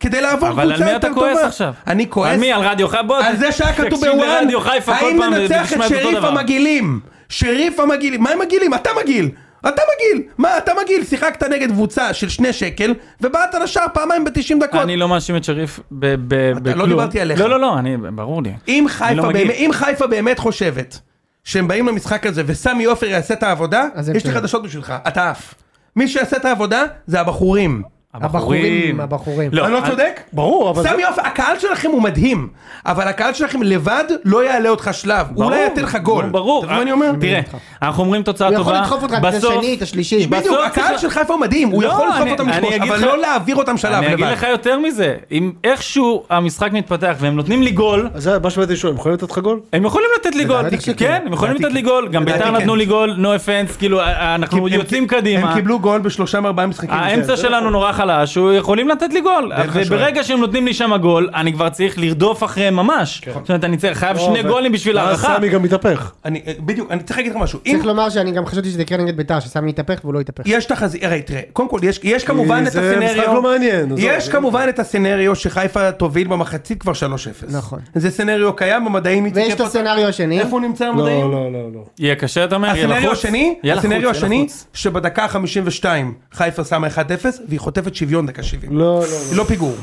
כדי לעבור קבוצה אבל יותר על מי טובה. אתה כועס עכשיו? אני על כועס מי? על רדיו חיפה? בוא, על זה שהיה כתוב תקשיב בוואן, לרדיו חיפה כל האם פעם ננצח ותשמע את את אותו שריף דבר. המגעילים? שריף המגעילים, מה הם מגעילים? אתה מגעיל! אתה מגעיל! מה, אתה מגעיל? שיחקת נגד קבוצה של שני שקל, ובעט על השער פעמיים ב-90 דקות. אני לא מאשים את שריף ב- ב- בכלום. דיברתי עליך. לא, לא, לא, אני, ברור לי. אם אני לא חיפה, מגעיל. באמת, אם חיפה באמת חושבת שהם באים למשחק הזה וסמי עופר יעשה את העבודה, אז הם יש לי טועים. חדשות בשבילך, אתה עף. מי שיעשה את העבודה זה הבחורים. הבחורים, הבחורים. אני לא צודק? ברור, אבל... זה- סמי עופר, הקהל שלכם הוא מדהים, אבל הקהל שלכם לבד לא יעלה אותך שלב, הוא אולי ברור. ייתן לך גול. נו, ברור. אה, אתה מבין מה אני אומר? תראה, אנחנו אומרים תוצאה הוא טובה. יכול לדחוף אותך את בסוף- השני, את השלישי. בדיוק. בדיוק, בסוף הקהל צריך- של חיפה הוא מדהים, הוא לא, יכול לדחוף אני- אותם אני לכבוש, אגיד אבל לך- לא להעביר אותם שלב אני אגיד לבד. לך יותר מזה, אם איכשהו המשחק מתפתח והם נותנים לי גול, אז זה מה שבאתי לשאול, הם יכולים לתת לך גול? הם יכולים לתת לי גול, לדעתי שכן. כן, הם יכולים לדעתי לתת לי כן. גול, גם לדעתי ביתר כן. נתנו לי גול, נו אפנס, כאילו א- א- אנחנו הם- יוצאים הם קדימה, אה, קיבלו גול בשלושה מארבעה משחקים. האמצע זה- שלנו נורא חלש, הוא יכולים לתת לי גול, השוער. וברגע שהם נותנים לי שם גול, אני כבר צריך לרדוף אחריהם ממש, כן. זאת אומרת אני צריך- לא, חייב שני אבל- גולים בשביל אה, ואז הערכה, סמי גם מתהפך. אני- בדיוק, אני צריך להגיד לך משהו. אם צריך לומר שאני גם חשבתי שזה יקרה נגד ביתר, שסמי התהפך והוא לא התהפך. יש תחזית, הרי תראה, קודם כל יש, יש כמובן את זה משחק הסצנריו, לא מעניין, עזוב. יש כמובן את הסצנריו שחיפה תוביל במחצית כבר 3-0. נכון. זה סצנריו קיים במדעים, איציק, ויש את איפה- הסצנריו השני. איפה הוא נמצא לא, במדעים? לא, לא, לא. יהיה קשה אתה אומר, יהיה הסצנריו לחוץ, השני, יהיה לחוץ, הסצנריו יהיה השני, לחוץ. שבדקה ה-52 חיפה שמה 1-0 והיא חוטפת שוויון דקה 70. לא, לא, היא לא פיגור.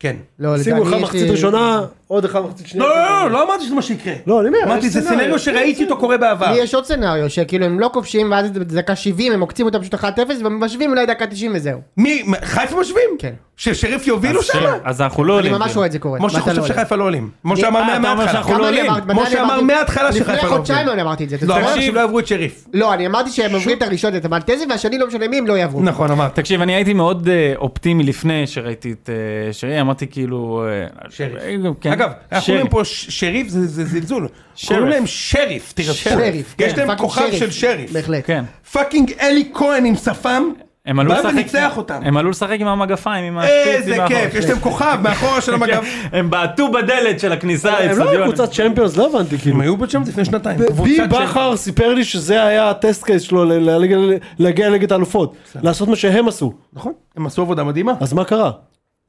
כן. לא, לדעתי שימו אחד יש מחצית לי- ראשונה, עוד אחד מחצית שנייה. לא, לא, לא, לא אמרתי שזה מה שיקרה. לא, אני אומר, אמרתי, יש זה סצנריו סצנריו. שראיתי אותו קורה בעבר. לי יש עוד סצנריו, שכאילו הם לא כובשים, ואז בדקה 70 הם עוקצים אותם פשוט 1-0, ומשווים אולי דקה 90 וזהו. מי, מה, חיפה משווים? כן. ששריף יובילו אז שם? כן, אז אנחנו לא אני עולים, ממש רואה את זה קורה. משה ואתה לא חושב עולה. שחיפה לא עולים. משה אה, אמר אתה מה- אומר מההתחלה. שאנחנו- לא כמה אני עולים. אמרתי? מתי משה אני אמר אמרתי? מההתחלה שחיפה לפני לא חודשיים עולים. אני אמרתי את זה. אתה לא, צודק. אמרתי שהם לא יעברו את שריף. לא, אני אמרתי שהם עוברים את הראשון, את המלטזי והשני לא משנה מי הם לא יעברו. נכון, אמרת. תקשיב, אני הייתי מאוד אה, אופטימי לפני שראיתי את אה, שרי, אמרתי כאילו... אה, שריף. כן, אגב, אנחנו שרי. אומרים פה ש- שריף זה זה זלזול. שריף. קוראים להם שריף, תראה. שריף. יש כן, להם פאקינג כוכב של שריף. בהחלט. כן. פאקינג אלי כהן עם שפם. הם עלו בא לשחק... וניצח אותם. הם עלו לשחק עם המגפיים, עם איזה מאחורה. כיף, יש להם כוכב מאחורה של [laughs] המגב. כן, הם בעטו בדלת של הכניסה אה, הם לא היו לאצטדיון. קבוצת צ'מפיונס, לא הבנתי, כאילו. הם היו בצ'אמפ לפני שנתיים. קבוצת בי של- בכר סיפר לי שזה היה הטסט קייס שלו ל- ל- ל- להגיע לליגת האלופות, לעשות מה שהם עשו, נכון, הם עשו עבודה מדהימה. אז מה קרה?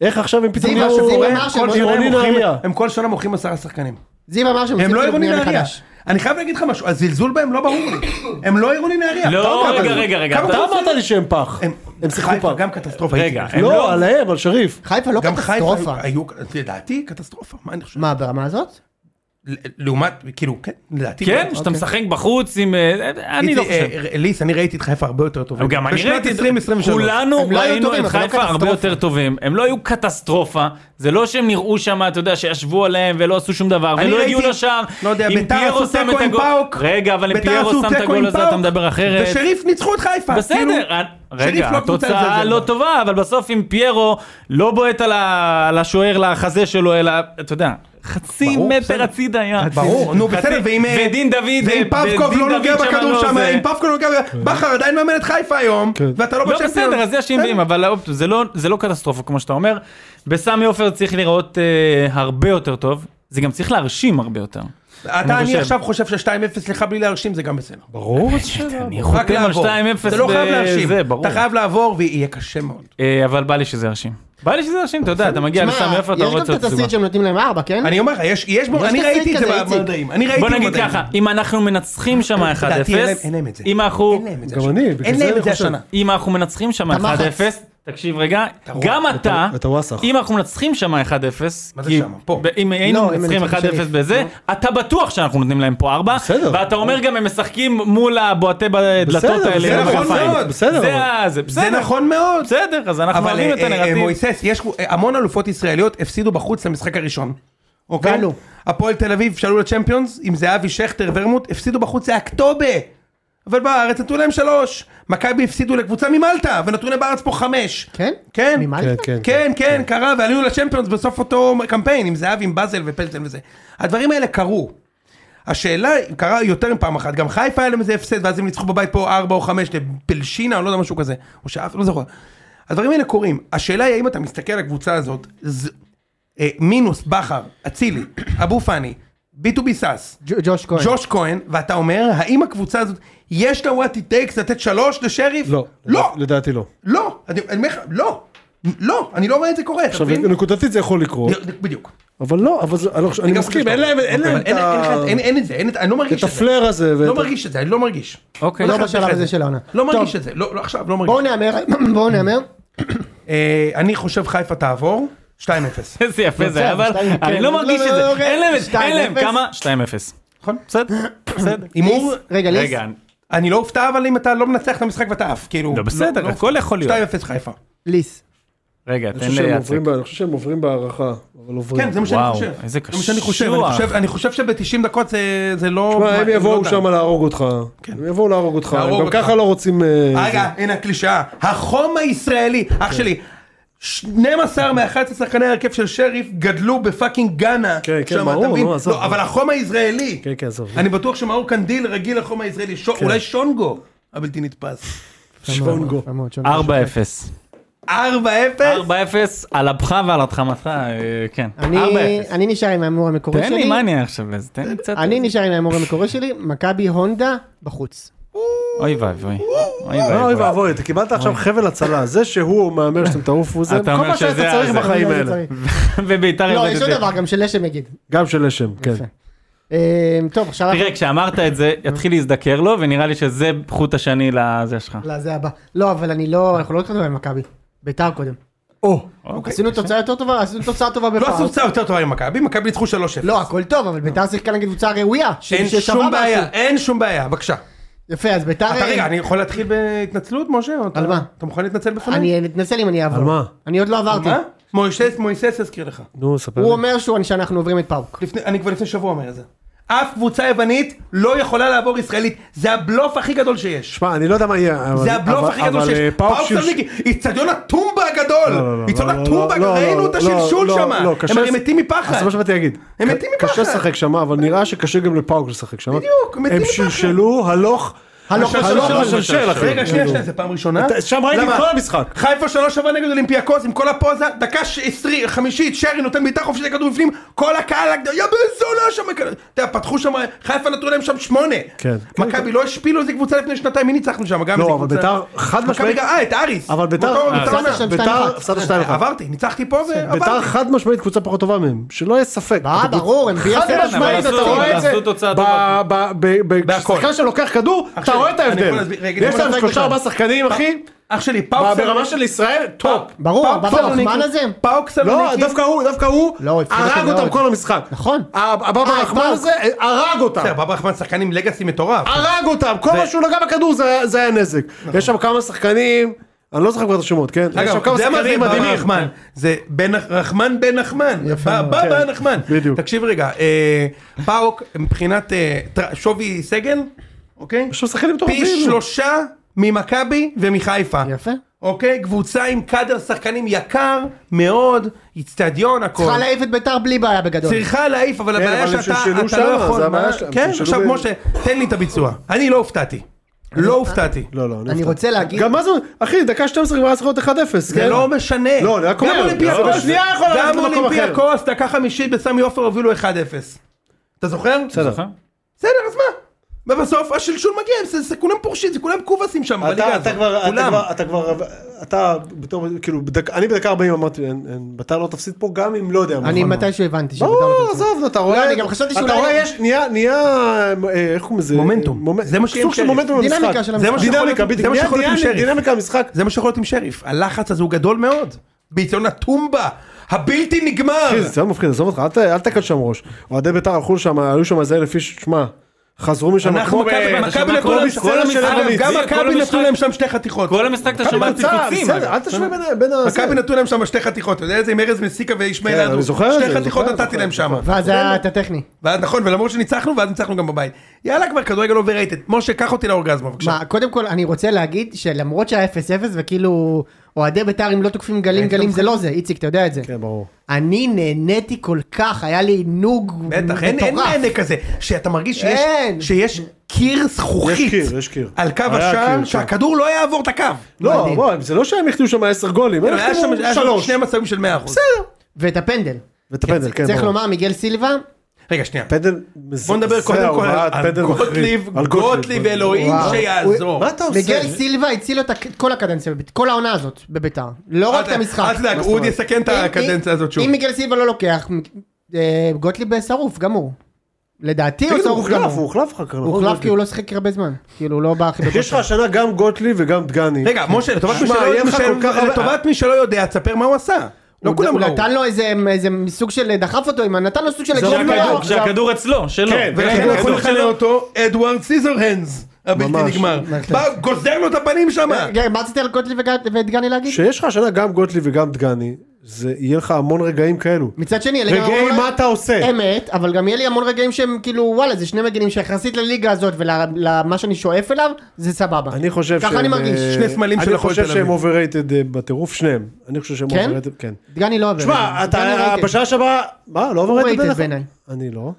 איך עכשיו הם פתאום זיו נהיו- אמר שזיו הם אמר כל שהם- עירוני הם מוכרים- נהריה? הם כל שנה מוכרים עשרה שחקנים. זיו אמר שהם הם עושים לא את עירוני הבנייה נהריה. מחדש. אני חייב להגיד לך משהו, הזלזול בהם לא ברור לי. הם לא עירוני נהריה. לא, כמה- רגע, רגע, רגע, כמה אתה קבוצות- אמרת לי שהם פח, הם שיחקו חיפה פח. גם קטסטרופה. רגע, איציק. הם לא, לא... עליהם, על שריף. חיפה לא גם חיפה היו- קטסטרופה. היו, לדעתי, קטסטרופה. מה אני חושב? מה, ברמה הזאת? ל- לעומת, כאילו, כן, לדעתי. כן, לא. שאתה משחק בחוץ עם... אה, אני לא איציק, חושב. אה, ליס, אני ראיתי את חיפה הרבה יותר טובה. אבל גם אני ראיתי, את בשנת זה. 2023. כולנו הם לא היו ראינו טובים, את אבל לא חיפה הרבה קטסטרופה. יותר טובים, הם לא היו קטסטרופה, זה לא שהם נראו שם, אתה יודע, שישבו עליהם ולא עשו שום דבר, אני ולא ראיתי- הגיעו לשער, לא יודע, אם ביתר פיירו עשו שם תיקו את עם הגול- פאוק. רגע, אבל אם ביתר פיירו עשו שם את תיקו הגול עם הזה, פאוק, אתה מדבר אחרת. ושריף ניצחו את חיפה. כאילו, בסדר, אה, שריף רגע, לא קבוצה התוצאה לזלזל לא בה. טובה, אבל בסוף אם פיירו לא בועט על ה- על השוער לחזה שלו, אלא, אתה יודע, חצי ברור, בסדר. מטר הצידה היה. ברור, נו חצי- בסדר, ואם... אה, ודין דוד, ואם אה, פאבקוב ודין לא דוד נוגע שם בכדור לא שם, זה. אם פאבקוב לא נוגע... בכר עדיין מאמן את חיפה היום, כן. ואתה לא לא בצ'מפיונס. בסדר, אז יש אם ואם, אבל האופט- זה לא- זה לא קטסטרופה כמו שאתה אומר. בסמי עופר צריך להיראות אה, הרבה יותר טוב, זה גם צריך להרשים הרבה יותר. אתה, אני חושב. עכשיו חושב ש-2-0 לך בלי להרשים זה גם בסדר. ברור. אני רק חותם על לעבור. 2-0 אתה לא חייב בזה, להרשים. ברור. אתה חייב לעבור ויהיה קשה מאוד. אה, אבל בא לי שזה ירשים. בא לי שזה ירשים, אתה יודע, אתה מגיע תשמע, לסמי עופר, אתה יש רואה את גם את התצוגה. התסריט שהם נותנים להם ארבע, כן? אני אומר לך, יש, יש בו, יש אני תסריט ראיתי את זה כזה, איציק. במדעים, אני ראיתי בוא נגיד במדעים. ככה, אם אנחנו מנצחים שם 1-0, לדעתי אין להם- אין להם את זה. אם אין אנחנו להם את זה גם השנה. אני, בגלל אין זה להם אני את זה חושב. השנה. אם אנחנו מנצחים שם 1-0, המחץ. תקשיב רגע, הרוח, גם אתה, את הווסח. אם אנחנו מנצחים שם 1-0, מה זה כי שמה? פה. ב- אם לא, היינו הם מנצחים מנצחים 1-0 שריף. בזה, אתה בטוח שאנחנו נותנים להם פה 4, בסדר. ואתה אומר גם הם משחקים מול הבועטי בדלתות בסדר, האלה, זה עם נכון הכנפיים. מאוד, בסדר, זה אבל- ה- זה זה בסדר, נכון מאוד. בסדר, אז אנחנו אבל אוהבים את אה, אה, הנרטיב. מויסס, יש המון אלופות ישראליות הפסידו בחוץ למשחק הראשון. אוקיי? ועלו. הפועל תל אביב שעלו לצ'מפיונס עם זהבי שכטר ורמוט הפסידו בחוץ זה אקטובה. אבל בארץ נתנו להם שלוש. מכבי הפסידו לקבוצה ממלטה ונתנו להם בארץ פה חמש. כן? כן. ממלטה? כן, כן, כן, קרה, ועלינו לצ'מפיונס בסוף אותו קמפיין, עם זהב, עם באזל ופלטן וזה. הדברים האלה קרו. השאלה, אם קרה יותר מפעם אחת, גם חיפה היה להם איזה הפסד, ואז הם ניצחו בבית פה 4 או 5 לפלשינה, או לא יודע, משהו כזה, או שאף, לא זוכר. הדברים האלה קורים. השאלה היא, האם אתה מסתכל על הקבוצה הזאת, ז... אה, מינוס בכר, אצילי, [coughs] אבו פאני, ביטו ביסס, ג'- ג'וש כהן. ג'וש כהן, ואתה אומר, האם הקבוצה הזאת, יש לה what it takes לתת שלוש לשריף? לא. לא. לדעתי לא. לא, אני אני אומר לך, לא, לא, אני לא רואה את זה קורה, אתה עכשיו, מבין? נקודתית זה יכול לקרות, בדיוק. אבל לא, אבל זה- אני לא חושב- אני גם מסכים, חושב אין שאתה- להם אין להם אבל את אין- אין ה- לך- אין- אין את זה, אין את- אני לא מרגיש את את זה. הפלר הזה. ואת לא ה- מרגיש את זה, אני לא מרגיש. אוקיי. לא אחד בשלב אחרי הזה של העונה. לא מרגיש טוב. את זה, לא, לא, עכשיו, לא מרגיש. בואו נהמר, [coughs] בואו נהמר. אה, אני חושב חיפה תעבור, 2-0. איזה יפה יפה, זה, היה, אבל שתיים, כן. אני לא לא, מרגיש לא, את לא, זה. אוקיי. אין להם, את- שתיים, אין להם, אפס. כמה? 2-0. נכון? בסדר, בסדר. [coughs] הימור, רגע, ליס. רגע, אני לא אופתע אבל אם אתה לא מנצח את המשחק ואתה עף, כאילו. לא, בסדר, לא- לא- הכל יכול להיות. 2-0 חיפה. ליס. רגע, אני תן חושב לי יצק. שהם עוברים ב- אני חושב שהם עוברים בהערכה, אבל עוברים. כן, זה מה שאני וואו, חושב. איזה זה מה שאני חושב, אני קשוח. חושב- אני חושב שב-90 דקות זה- זה לא... תשמע, הם זה לא יבואו די. כן. שם להרוג אותך. הם יבואו להרוג אותך, הם להרוג גם אותך. ככה לא רוצים... אה, רגע, הנה הקלישאה, החום הישראלי, כן. אח שלי. 12 מ-11 שחקני ההרכב של שריף גדלו בפאקינג גאנה. כן, כן, שם, אתה ברור, מבין? נו, עזוב. לא, אבל החום הישראלי. כן, כן, עזוב. אני בטוח שמאור קנדיל רגיל לחום הישראלי. שו- אולי שונגו הבלתי נתפס. שוונגו. יפה מאוד, שוונגו. 4-0. 4-0? 4-0 על אפך ועל התחמתך, אה, כן. 4-0. אני- אני נשאר עם ההימור המקורי תן שלי. לי, מה אני עכשיו לזה? תן לי קצת... אני נשאר עם ההימור המקורי שלי, מכבי הונדה בחוץ. אוי ואבוי. אוי לא, אוי ואבוי. ואבוי, אתה קיבלת אה. עכשיו חבל הצלה. זה שהוא מהמר שאתם תעופו, זה אתה כל אומר מה שאתה שזה צריך הזה. בחיים זה האלה. צריך. וביתר לא, יודעת יש את עוד זה. דבר, גם של לשם יגיד. גם של לשם, כן. יפה. אה, טוב, עכשיו תראה, אנחנו... כשאמרת את זה, יתחיל להזדקר לו, ונראה לי שזה חוט השני לזה שלך. לא, זה הבא. לא, אבל אני לא, אנחנו לא התחלנו במכבי. ביתר קודם. או, אוקיי. עשינו תוצאה יותר טובה, עשינו תוצאה טובה לא עשו בפעם. צער יותר טובה עם מכבי, מכבי ניצחו 3-0. לא, הכל טוב, אבל ביתר שיחקה נגד קבוצה ראויה. ש- אין ששווה שום משהו. אה, בעיה, אין שום בעיה, בבקשה. יפה, אז ביתר... אתה רגע, אני יכול להתחיל בהתנצלות, משה? אתה- על מה? אתה מוכן להתנצל בפניי? אה, אני אתנצל אם אני אעבור. על מה? אני עוד לא עברתי. מה? מויסס, מויסס אזכיר לך. נו, ספר לי. הוא אומר שהוא- שאנחנו עוברים את פאוק. לפני, אני כבר לפני שבוע אומר את זה. אף קבוצה יוונית לא יכולה לעבור ישראלית, זה הבלוף הכי גדול שיש. שמע, אני לא יודע מה יהיה. אבל- זה הבלוף אבל- הכי גדול אבל, שיש. אה, פאוק שילש- סלוניקי, איצטדיון הטומבה לא, לא, הגדול! לא, איצטדיון לא, הטומבה, לא, לא, ראינו לא, את לא, השלשול לא, שם! לא, קשה הם הרי לש- מתים מפחד! אז זה מה שבאתי להגיד. הם ק- מתים מפחד. קשה לשחק שם, אבל נראה שקשה גם לפאוק לשחק שם. בדיוק, מתים הם מפחד. שלשלו הלוך. הלוך הלוך ושלשול. ושלשל, אחי. רגע, שנייה, שנייה, זה פעם ראשונה? אתה- שם ראיתי את למה? כל המשחק. חיפה שלוש שווה נגד אולימפיאקוס עם כל הפוזה, דקה ש- עשרי, חמישית, שרי נותן בעיטה חופשית לכדור בפנים, כל הקהל, הגדול, יא בזונה שם, כאילו, אתה יודע, פתחו שם, חיפה נתנו להם שם שמונה. כן. מכבי לא השפילו איזה קבוצה לפני שנתיים, מי ניצחנו שם? גם לא, איזה אבל קבוצה. בית"ר, חד מכבי משמעית- גם- אה, את אריס. אבל ביתר, באותו- אה, באותה עונה. הפסדת שם ביתר, 2-1. הפסדת 2-1. עברתי, ניצחתי פה ביתר ועברתי. חד משמעית קבוצה פחות טובה מהם, שלא יהיה ספק. אה, ברור, הם חד ביחד אבל משמעית, עשו- אתה רואה את זה. עשו תוצאה ב- טובה. ב- ב- ב- בהכל. כששחקן שלוקח כדור, אתה שלי, רואה את אני יכול ההבדל. להסביר- רגע, יש אני להם יכול שלושה להסביר ארבעה שחקנים, אחי, אח שלי, פאוק ברמה של ישראל, טופ. ברור, פאוק, אבל טופ. הרחמן הזה? פאוק לא, סלוניקי. דווקא הוא, דווקא הוא, לא, הוא הפחיד הרג אותי אותם מאוד. כל המשחק. נכון. הבבא אה, הרחמן פאוק. הזה אה, הרג אותם. בסדר, בבא רחמן שחקן עם לגאסי מטורף. הרג אותם, כל מה שהוא נגע בכדור זה היה- זה היה נזק. יש שם כמה שחקנים, אני לא זוכר כבר את השמות, כן? יש שם אגב, כמה זה מה זה שחקנים בן מדהימים. רחמן, זה בן רחמן בן נחמן, יפה מאוד. בא כן. בן נחמן, בדיוק. תקשיב רגע, אה, פאוק מבחינת אה, טר- שווי סגל, אוקיי? יש שם שחקנים מטורפים. פי שלושה ממכבי ומחיפה, יפה. אוקיי? קבוצה עם קאדר שחקנים יקר מאוד, איצטדיון, הכל. צריכה להעיף את ביתר בלי בעיה בגדול. צריכה להעיף, אבל כן, הבעיה אבל הם שאתה שלשלו אתה שמה, לא יכול... זה הבעיה מה? שלהם, כן, שלשלו עכשיו ב- משה, תן לי את הביצוע. אני לא הופתעתי. לא הופתעתי. לא, לא, אני רוצה להגיד... גם מה זה, אחי, דקה 12 כבר היה צריך להיות 1-0, זה כן? לא משנה. לא, אני רק גם אומר, אבל אולימפיאקוס, שנייה יכול ללכת גם למקום אחר. אולימפיאקוס, דקה חמישית בסמי עופר הובילו 1-0. אתה זוכר? בסדר. זוכר? בסדר, אז מה? ובסוף השלשול מגיע, זה- זה כולם פורשים, זה כולם קובסים שם בליגה אתה, הזאת. אתה כבר, אתה כולם. כבר, אתה כבר, אתה בתור, כאילו, בדק, אני בדקה 40 אמרתי, אין, אין, ביתר לא תפסיד פה גם אם לא יודע מה. נכון. אני מתישהו הבנתי שביתר ברור, לא תצא. עזוב, אתה רואה, אני גם חשבתי שאולי- אתה רואה, יש, נהיה, נהיה, אה, איך קוראים לזה? מומנטום. מומנ- זה מה שיהיה סוג עם של שרי. מומנטום במשחק. דינמיקה של המשחק. זה מה שיכול דינמיקה, להיות- בדיוק. זה מה נהיה- שיכול להיות עם נהיה- שרי. דינמיקה במשחק. זה מה שיכול להיות עם שריף. הלחץ הזה הוא גדול מאוד. ביציון הטומבה. הבלתי נגמר. אחי, זה מאוד מפחיד, עזוב אותך, אל ת- אל תקל שם ראש. אוהדי ביתר הלכו שם, היו שם איזה אלף איש, שמע, חזרו משם אנחנו כמו... מכבי, ב- בשנה מכבי נתנו להם הקודמת, שתי כל חתיכות. המשחק, אגב, גם כל מכבי המשחק- נתנו להם שם שתי חתיכות. כל המשחק אתה מכבי שומע בצד, פיצוצים. בסדר, אגב. אל תשווה בין ה- בין ה... מכבי נתנו להם שם שתי חתיכות, אתה יודע את זה עם ארז מסיקה וישמעאל כן, אדו. אני זוכר את זה, שתי אני חתיכות זוכר, נתתי זוכר. להם שם. ואז היה את הטכני. ואז נכון, ולמרות שניצחנו, ואז ניצחנו גם בבית. יאללה כבר, כדורגל אוברייטד. משה, קח אותי לאורגזמה בבקשה. מה, קודם כל אני רוצה להגיד שלמרות שהיה 0-0 וכאילו אוהדי בית"ר אם לא תוקפים גלים היית גלים גם- זה לא זה, איציק אתה יודע את זה. כן, ברור. אני נהניתי כל כך, היה לי ענוג בטח, אין אין מטורף. מענה כזה, שאתה מרגיש שיש- אין. שיש קיר זכוכית. יש קיר, יש קיר. על קו היה השער, קיר, כן. שהכדור לא יעבור את הקו. לא, מדהים. בוא, זה לא שהם החטיאו שם 10 גולים, הם היה שם- החטיאו היה שם שלוש. שני כן, מצבים של 100%. ואת הפנדל. ואת הפנדל, כן, צריך ברור. לומר מיגל סילבה, רגע, שנייה. פנדל מזעזע, בוא נדבר קודם כל הובלת על פנדל מחריד. גוטליב, על כן. גוטליב אלוהים וואו. שיעזור. מה אתה עושה? מיגל סילבה הציל אותה כ- כל הקדנציה, בבית- כל העונה הזאת בבית"ר. לא רק את אל- המשחק. אל תדאג, מה זאת הוא עוד אומרת? יסכן את אם- הקדנציה אם- הזאת שוב. אם מיגל סילבה לא לוקח, אה, גוטליב שרוף, גמור. לדעתי הוא תגיד, כאילו, הוא שרוף הוחלף, הוא גמור. הוחלף אחר כך. הוא הוחלף כי הוא לא שיחק הרבה זמן. כאילו הוא לא בא הכי יש לך השנה גם גוטליב וגם דגני. רגע, משה, לטובת מי שמע, שלא- יהיה לך מי כל כך שלא- הרבה- לטובת מי שלא יודע, תספר מה הוא עשה. לא כולם הוא ראו. נתן לו איזה איזה סוג של, דחף אותו, עם- נתן לו סוג של אגרוף כשהכדור- מרוח. כשהכדור אצלו, שלו. כן, ולכן הוא יכול הכדור לכנות שלו. אותו אדוארד סיזר הנדס, הבלתי ממש. נגמר. בהחלט. בא, גוזר לו את הפנים שם. רגע, כן, מה רצית על גוטליב וגד- ואת גני להגיד? שיש לך השנה גם גוטליב וגם דגני, זה יהיה לך המון רגעים כאלו. מצד שני, אלה גם רגעי המון- מה אתה עושה? אמת, אבל גם יהיה לי המון רגעים שהם כאילו וואלה זה שני מגנים שיחסית לליגה הזאת ולמה שאני שואף אליו זה סבבה. אני חושב שהם... ככה אני מרגיש. אה, שני סמלים של אני הפועל חושב תל שהם אביב. אוברייטד אה, בטירוף, שניהם. אני חושב שהם כן? אוברייטד, כן. דגני לא עובר. תשמע, אתה- דגני רייטד. בשעה שבה... מה, לא אוברייטד overrated בעיניך? בעיניי. אני לא.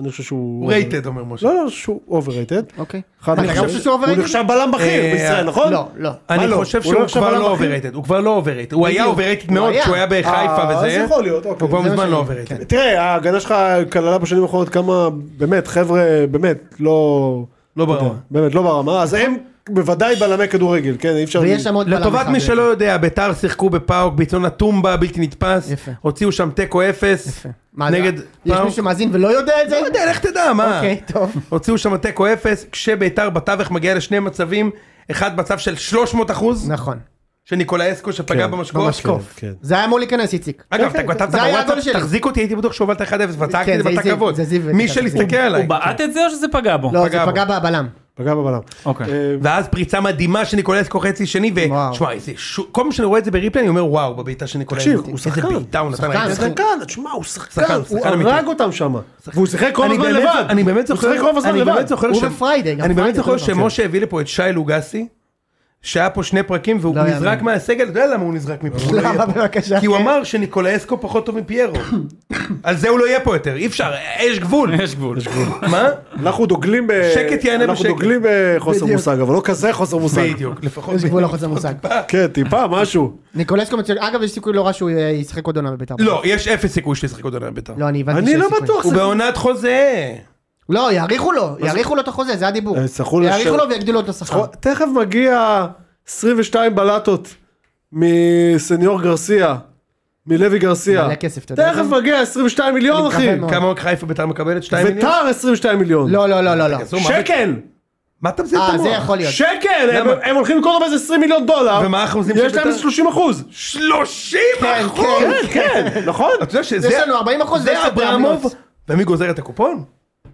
אני חושב שהוא... הוא רייטד אומר משה. לא, לא, שהוא אוברייטד. אוקיי. אחד, אתה אני גם חושב- חושב שהוא הוא overrated? נחשב בלם בכיר אה, בישראל, נכון? לא, לא. מה אני לא? חושב הוא לא שהוא נחשב כבר בלם לא בכיר? אוברייטד, הוא כבר לא אוברייטד, הוא היה בדיוק. אוברייטד הוא מאוד היה. כשהוא היה בחיפה אה, וזה, אז יכול להיות, אוקיי. הוא כבר זה מה מזמן שאני- לא אוברייטד. תראה, ההגנה שלך כללה בשנים האחרונות כמה, באמת, חבר'ה, באמת, לא... לא ברמה. באמת, לא ברמה, אז הם בוודאי בלמי כדורגל, כן, אי אפשר... ויש שם עוד בלם לטובת אחד. מי שלא יודע, ביתר שיחקו בפאוק, בעיתון הטומבה הבלתי נתפס, יפה. הוציאו שם תיקו אפס, יפה. מה, נגד יש פאוק. מישהו שמאזין ולא יודע את זה? לא יודע, לך תדע, מה. אוקיי, טוב. הוציאו שם תיקו אפס, כשביתר בתווך מגיע לשני מצבים, אחד מצב של 300 אחוז, נכון. של ניקולאסקו שפגע כן, במשקוף. במשקוף. אוקיי, כן, כן. זה היה אמור להיכנס איציק. אגב, אתה כתבת זה היה הגול בוואטסאפ, שלי. תחזיק אותי, הייתי בטוח שהובלת 1-0, וצעקתי כן, את זה זה בתא זיו, כאילו כבוד. זה זיו מי ותקע, זה שהסתכל זיו. עליי. הוא בעט את זה או שזה פגע בו? לא, זה פגע פגע בבלם. פגע בבלם. אוקיי. אה, ואז פריצה מדהימה של ניקולסקו חצי שני, וואו. ושמע, איזה ש... כל פעם שאני רואה את זה בריפלי, אני אומר וואו, בבעיטה של ניקולסקו. תקשיב, הוא שחקן. איזה בעיטה הוא נתן שחקן, להם. שחקן. שחקן, תשמע, הוא שחקן, שחקן, הוא שחקן אמיתי. הרג אותם שם. והוא שיחק כל אני הזמן באמת- לבד. אני באמת הוא זוכר, שיחק כל הזמן אני לבד. באמת זוכר, הוא ש- ופריידי, גם אני באמת פריידי, זוכר אותו דבר. שמשה הביא לפה את שי לוגסי, שהיה פה שני פרקים והוא לא נזרק יאמן. מהסגל, אתה יודע למה הוא נזרק מפה? הוא לא יהיה למה, פה. בבקשה? כי הוא אמר שניקולסקו פחות טוב מפיירו. על זה הוא לא יהיה פה יותר, אי אפשר, יש [laughs] גבול. יש גבול. מה? אנחנו דוגלים ב... שקט יענה אנחנו בשקט. דוגלים בחוסר בדיוק. מושג, אבל לא כזה חוסר מושג. בדיוק, לפחות. יש גבול לחוסר מושג. כן, טיפה, משהו. ניקולסקו מצוין. אגב, יש סיכוי לא רע שהוא אה, ישחק עוד עונה בביתר. לא, יש אפס סיכוי שישחק עוד עונה בית"ר. לא, אני הבנתי אני שיש לא סיכוי. בטוח. הוא זה- בעונת חוזה. לא, יאריכו לו, יאריכו לו את החוזה, זה הדיבור. אה, יצטרכו יאריכו לאשר. לו ויגדילו לו את השכר. תכף מגיע 22 בלטות מסניור גרסיה, מלוי גרסיה. מלא כסף, אתה יודע. תכף מגיע 22 מיליון, אני אחי. מקווה מאוד. כמה חיפה בית"ר מקבלת? 2 מיליון? ביתר 22 מיליון. לא, לא, לא, לא, לא. תעשו מה- שקל! מה אתה מזיז את אה, המוח? זה יכול להיות. שקל! הם- למה? הם הולכים למכור אותו באיזה 20 מיליון דולר. ומה האחוזים של יש להם בית"ר? 30 אחוז. 30 כן, אחוז! כן. כן, נכון? אתה יודע שזה... יש לנו 40 אחוז, זה אברמוב. ומי גוזר את הקופון?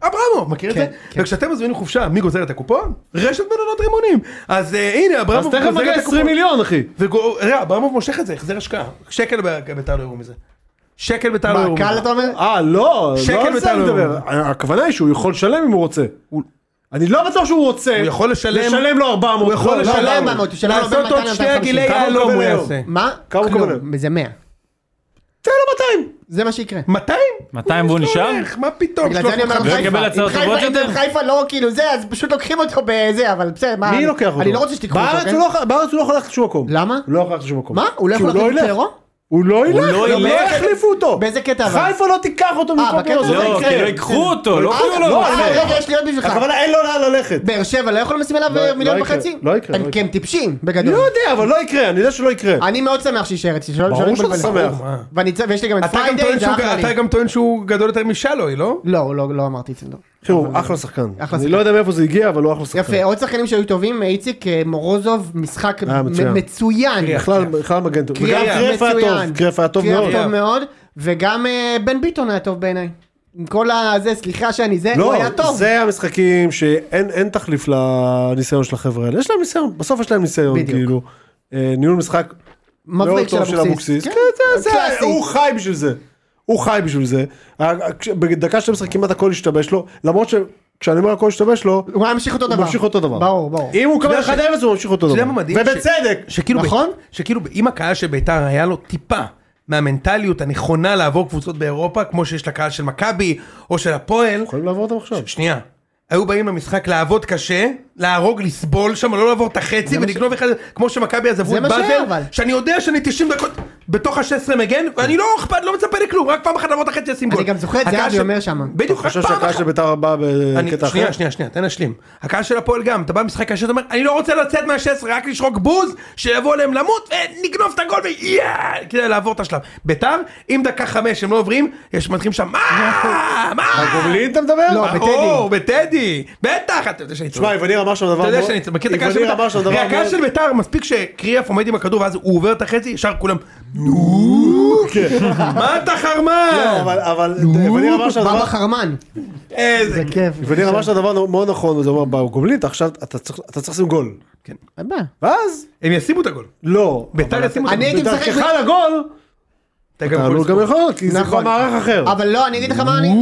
אברמוב, מכיר את כן, זה? וכשאתם מזמינים חופשה, מי גוזר את הקופון? רשת מלונות רימונים. אז אה, הנה, אז אברמוב תכף גוזר מגיע את 20 הקופון. מיליון, אחי. וגו- ראה, אברמוב מושך את זה, החזר השקעה. שקל ב- בית"ר לא יראו מזה. שקל בית"ר לא מה, יראו מזה. קל אתה אומר? אה, לא, שקל לא על זה בית"ר אני לא מדבר. יאומן. הכוונה היא שהוא יכול לשלם אם הוא רוצה. אני לא בטוח שהוא רוצה. הוא יכול לשלם- לשלם לו 400. הוא יכול לא, לא, לשלם, לא, אמרתי, שלם לו בין לעשות עוד 200, שני 250. עגילי כמה הוא יהלום הוא מקבל היום? יעשה. מה? כמה הוא כלום. מקבל? זה 100. תן לו 200. זה מה שיקרה. 200? 200 והוא הוא נשאר? הולך, מה פתאום? בגלל זה אני אומר 350. חיפה. הוא יקבל אם הצעות חיפה- טובות אם יותר? חיפה לא כאילו זה, אז פשוט לוקחים אותו בזה, אבל בסדר, מה... מי לוקח אותו? אני לא רוצה שתיקחו אותו, בארץ כן? הוא לא יכול- בארץ הוא לא יכול ללכת לשום מקום. למה? הוא לא יכול ללכת לשום מקום. מה? הוא לא כי יכול להחליף את ילך. פיירו? הוא לא ילך, לא גם לא ילך. יחליפו אותו. באיזה קטע אבל? אה, חיפה לא תיקח אותו במקום בקטע הזה פלוס. לא, יקרה. כי לא ייקחו אותו, לא אה, כאילו לא... לא, רוצה. אני- רגע, יש לי עוד בשבילך. הכוונה אין לו לאן ללכת. באר שבע לא יכול לשים עליו לא- מיליון לא יקרה, וחצי? לא יקרה, הם- לא כי הם טיפשים, לא בגדול. יודע, אבל לא יקרה, אני יודע שלא יקרה. אני מאוד שמח שיישאר אצלי, שלא- שלא ברור שאתה נתבלבל. שמח. ואני צ- ויש לי גם את אתה גם פריידי, טוען זה שהוא- אחלה לי. אתה גם טוען שהוא גדול יותר משלוי, לא? לא, לא לא אמרתי את זה. לא. תראו, הוא אחלה שחקן. אחלה אני שחקן. לא יודע מאיפה זה הגיע, אבל הוא אחלה שחקן. אוקיי. יפה, אוקיי, עוד שחקנים שהיו טובים, איציק אה, מורוזוב, משחק היה מ- אה, מצוין. מצוין. בכלל, בכלל מגן טוב. וגם קריאף קריאף היה מצוין. טוב, קריאף היה טוב קריאף מאוד. מאוד, וגם אה, בן ביטון היה טוב בעיניי. עם כל הזה, סליחה שאני זה, הוא לא, היה טוב. זה המשחקים שאין אין תחליף לניסיון של החבר'ה האלה. יש להם ניסיון, בסוף יש להם ניסיון, בדיוק. כאילו. אה, ניהול משחק מאוד מבריק טוב של אבוקסיס. כן, זה- זה- קלאסי. הוא חי בשביל זה. הוא חי בשביל זה. ה- כש- בדקה 12 כמעט הכל השתבש לו, למרות שכשאני אומר הכל השתבש לו, הוא היה ממשיך אותו הוא דבר. ממשיך אותו דבר. ברור, ברור. אם הוא אתה קבל יודע 1-0 הוא ממשיך אותו אתה דבר. יודע מה מדהים? ובצדק. שכאילו, נכון? נכון? שכאילו אם הקהל של ביתר היה לו טיפה מהמנטליות הנכונה לעבור קבוצות באירופה, כמו שיש לקהל של מכבי או של הפועל, יכולים לעבור אותם עכשיו. אה, שנייה, היו באים למשחק לעבוד קשה, להרוג, לסבול שם, לא לעבור את החצי ולגנוב אחד, כמו שמכבי אז עברו זה את מה שהיה, באזל, אבל. שאני יודע שאני 90 דקות בתוך ה-16 מגן, ואני לא אכפת, לא מצפה לכלום, רק פעם אחת לעבור את החצי לשים אני גול. גם זוכר את הקהל זהבי של- אומר שמה. בדיוק, אני רק חושב פעם שהקהל אחת. של ביתר בא אני- בקטע אחר. שנייה, שנייה, שנייה, תן להשלים. הקהל של הפועל גם, אתה בא במשחק קשה, אתה אומר, אני לא רוצה לצאת מה-16, רק לשרוק בוז, שיבוא עליהם למות, ונגנוב את הגול, ויאה, כדי לעבור את השלב. ביתר, אם דקה חמש הם לא עוברים, יש מתחילים שם, מה? מה? בלי אה, אתה מדבר? לא, בטדי. ברור, בטדי, בטח, אתה יודע שאני תשמע, צודק. איווניר אמר שם דבר... אתה יודע מאוד- שאני צודק, מכיר את הקהל של איווניר אמר שם ביתר? דבר... הרי הקהל מאוד- של ביתר, מספיק שקריאף עומד עם הכדור, ואז הוא עובר את החצי, ישר כולם, נו, כן. מה אתה אה. לא, חרמן? אבל- אבל איווניר אמר שם דבר... בבא חרמן. איזה זה כן- כיף. איווניר אמר שם דבר מאוד נכון, וזה אומר, בגובלין אתה עכשיו, אתה צריך אתה צריך לשים גול. אין בעיה. ואז, הם ישימו את הגול. לא. ביתר אבל- ישימו את אני הייתי לא משחק... בדרכך ב- לגול, אתה אתה יכול עלול גם לספור. יכול, כי זה כבר נכון. מערך אחר. אבל לא, אני אגיד לך מה אני...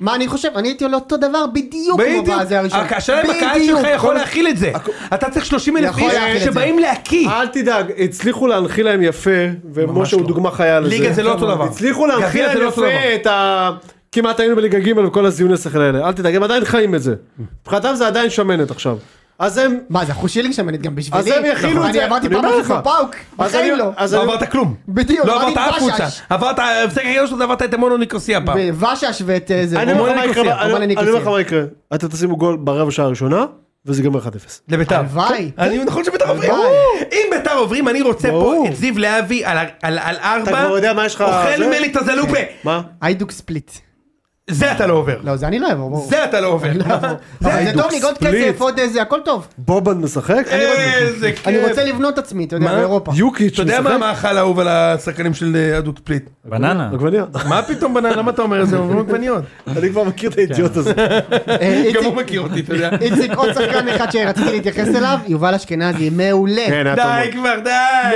מה אני חושב, אני הייתי עולה אותו דבר בדיוק כמו בדיוק, בזה הראשון. אה, רק השאלה אם הקהל בדיוק. שלך יכול כל- להכיל את זה. אתה צריך 30 אלף יכול להכיל איש את זה. אה, שבאים להקיא. אל תדאג, הצליחו להנחיל להם יפה, ומשה הוא לא. דוגמה חיה לזה. ליגה זה לא אותו דבר. הצליחו להנחיל גביע זה להם לא אותו דבר. יפה את ה... כמעט היינו בליגה ג' וכל הזיוני שכל האלה. אל תדאג, הם עדיין חיים את זה. מבחינתם זה עדיין שמנת עכשיו. אז הם... מה, זה אחוז שלי שמנת גם בשבילי. נכון, אז הם יכילו את זה. אני עברתי אני פעם אומר אחת לך. בפאוק, אז בחיים אני- לא. אז לא אני- עברת כלום. בדיוק, לא אמרתי עברת אף פשש. קבוצה. עברת, בסגר הראשון שלך עברת את מונו ניקוסי הפעם. ושש ואת אה, זה. אני אומר לך מה הומני יקרה, כוסיה, הומני אני- אני אומר לך כוסיה. מה יקרה. אתם תשימו גול ברבע שעה הראשונה, וזה ייגמר 1-0. לביתר. הלוואי. אני נכון שביתר עוברים. ברור. אם ביתר עוברים, אני רוצה פה ברור. את זיו להבי על- על על ארבע. כבר יודע מה יש לך, אוכל זה? מלי את הזלופה. מה? היידוק ספליט. זה אתה לא עובר. לא, זה אני לא אעבור. ברור. זה אתה לא עובר. לא אעבור. אבל זה טוב, נגעות ספליט. כן. כסף, עוד איזה, הכל טוב. בובן משחק? אה, אני רואה- איזה כיף. אני רוצה לבנות עצמי, אתה יודע, מה? באירופה. יוקיץ' אתה יודע מה משחק? המאכל האהוב על השחקנים של אה, הדוד פליט? בננה. עגבניה. מה פתאום בננה? למה אתה אומר את זה? אומרים עגבניות. אני כבר מכיר את האידיוט הזה. אה, איציק- גם הוא מכיר אותי, [laughs] אתה יודע. איציק, עוד שחקן אחד שרציתי להתייחס אליו, יובל אשכנזי, מעולה. כן, היה טוב. די מאוד. כבר, די.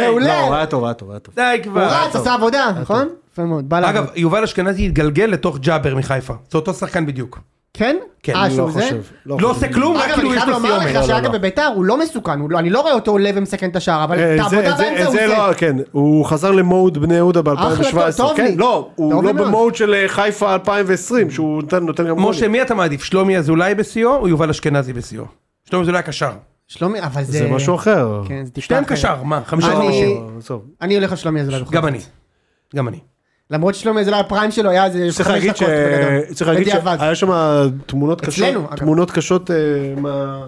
מעולה. לא, הוא היה טוב, היה טוב, היה טוב. די הוא כבר. רץ, עשה עבודה, אה, נכון? יפה מאוד, בא לעבוד. אגב, יובל אשכנזי התגלגל לתוך ג'אבר מחיפה. זה אותו שחקן בדיוק. כן? כן, אה, אני לא שהוא זה? חושב. לא עושה כלום, רק אגב, כאילו אני יש חייב לו לומר סיומת. לך שאגב לא. בביתר הוא לא מסוכן, הוא לא- אני לא רואה אותו עולה ומסכן את השער, אבל את אה, זה- העבודה זה- באמצע הוא זה לא, עושה. כן, הוא חזר למוד בני יהודה אחלה, ב-2017, טוב לי. כן, לא, טוב הוא לי לא מאוד. במוד של אה, חיפה 2020, שהוא נותן- נותן גם גולים. משה, מי אתה מעדיף? שלומי אזולאי בשיאו או יובל אשכנזי בשיאו? שלומי אזולאי הקשר. שלומי, אבל זה... זה משהו אחר. כן, זה טיפה שתיהם אחרת. קשר, מה? חמישה אני- חמישים. לא, עזוב. אני הולך על שלומי אזולאי. בכל גם זאת. אני. גם אני. למרות ששלומי אזולאי הפריים שלו היה איזה חמש צריך להגיד ש... דקות. בגדול. צריך להגיד בדיעבד. שהיה שם תמונות קשות, אצלנו, אגב. תמונות קשות אה, מה-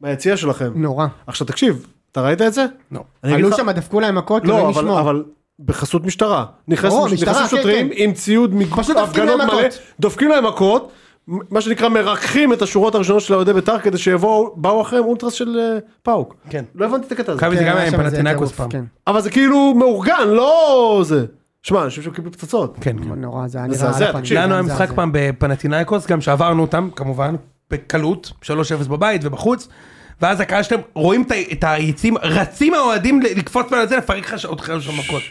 מהיציע שלכם. נורא. עכשיו תקשיב, אתה ראית את זה? לא. אני אגיד עלו לך- שם, דפקו להם מכות, אלוהים לא, אבל- ישמור. אבל בחסות משטרה. נכנסו ברור, משטרה, נכנסו כן, שוטרים כן. עם ציוד פשוט דופקים הפגנות להם מלא, מכות. דופקים להם מכות, מה שנקרא מרככים את השורות הראשונות של אוהדי בית"ר כדי שיבואו, באו אחריהם אולטרס של אה, פאוק. כן. לא הבנתי את הקטע הזה. חייב- אבל זה כן, גם היה היה שם איזה פנתינאיקוס טירוף, פעם. כן. אבל זה כאילו מאורגן, לא זה. שמע, אני חושב שהם קיבלו פצצות. כן. נורא, זה היה נראה... מזעזע, על הפנים. תקשיב. לנו היה מזעזע. משחק פעם בפנטינאיקוס, גם שעברנו אותם, כמובן, בקלות, 3-0 בבית ובחוץ, ואז הקהל שלהם, רואים את ה- את היצים, רצים האוהדים ל- לקפוץ מעל זה, לפרק לך אותך שם מכות.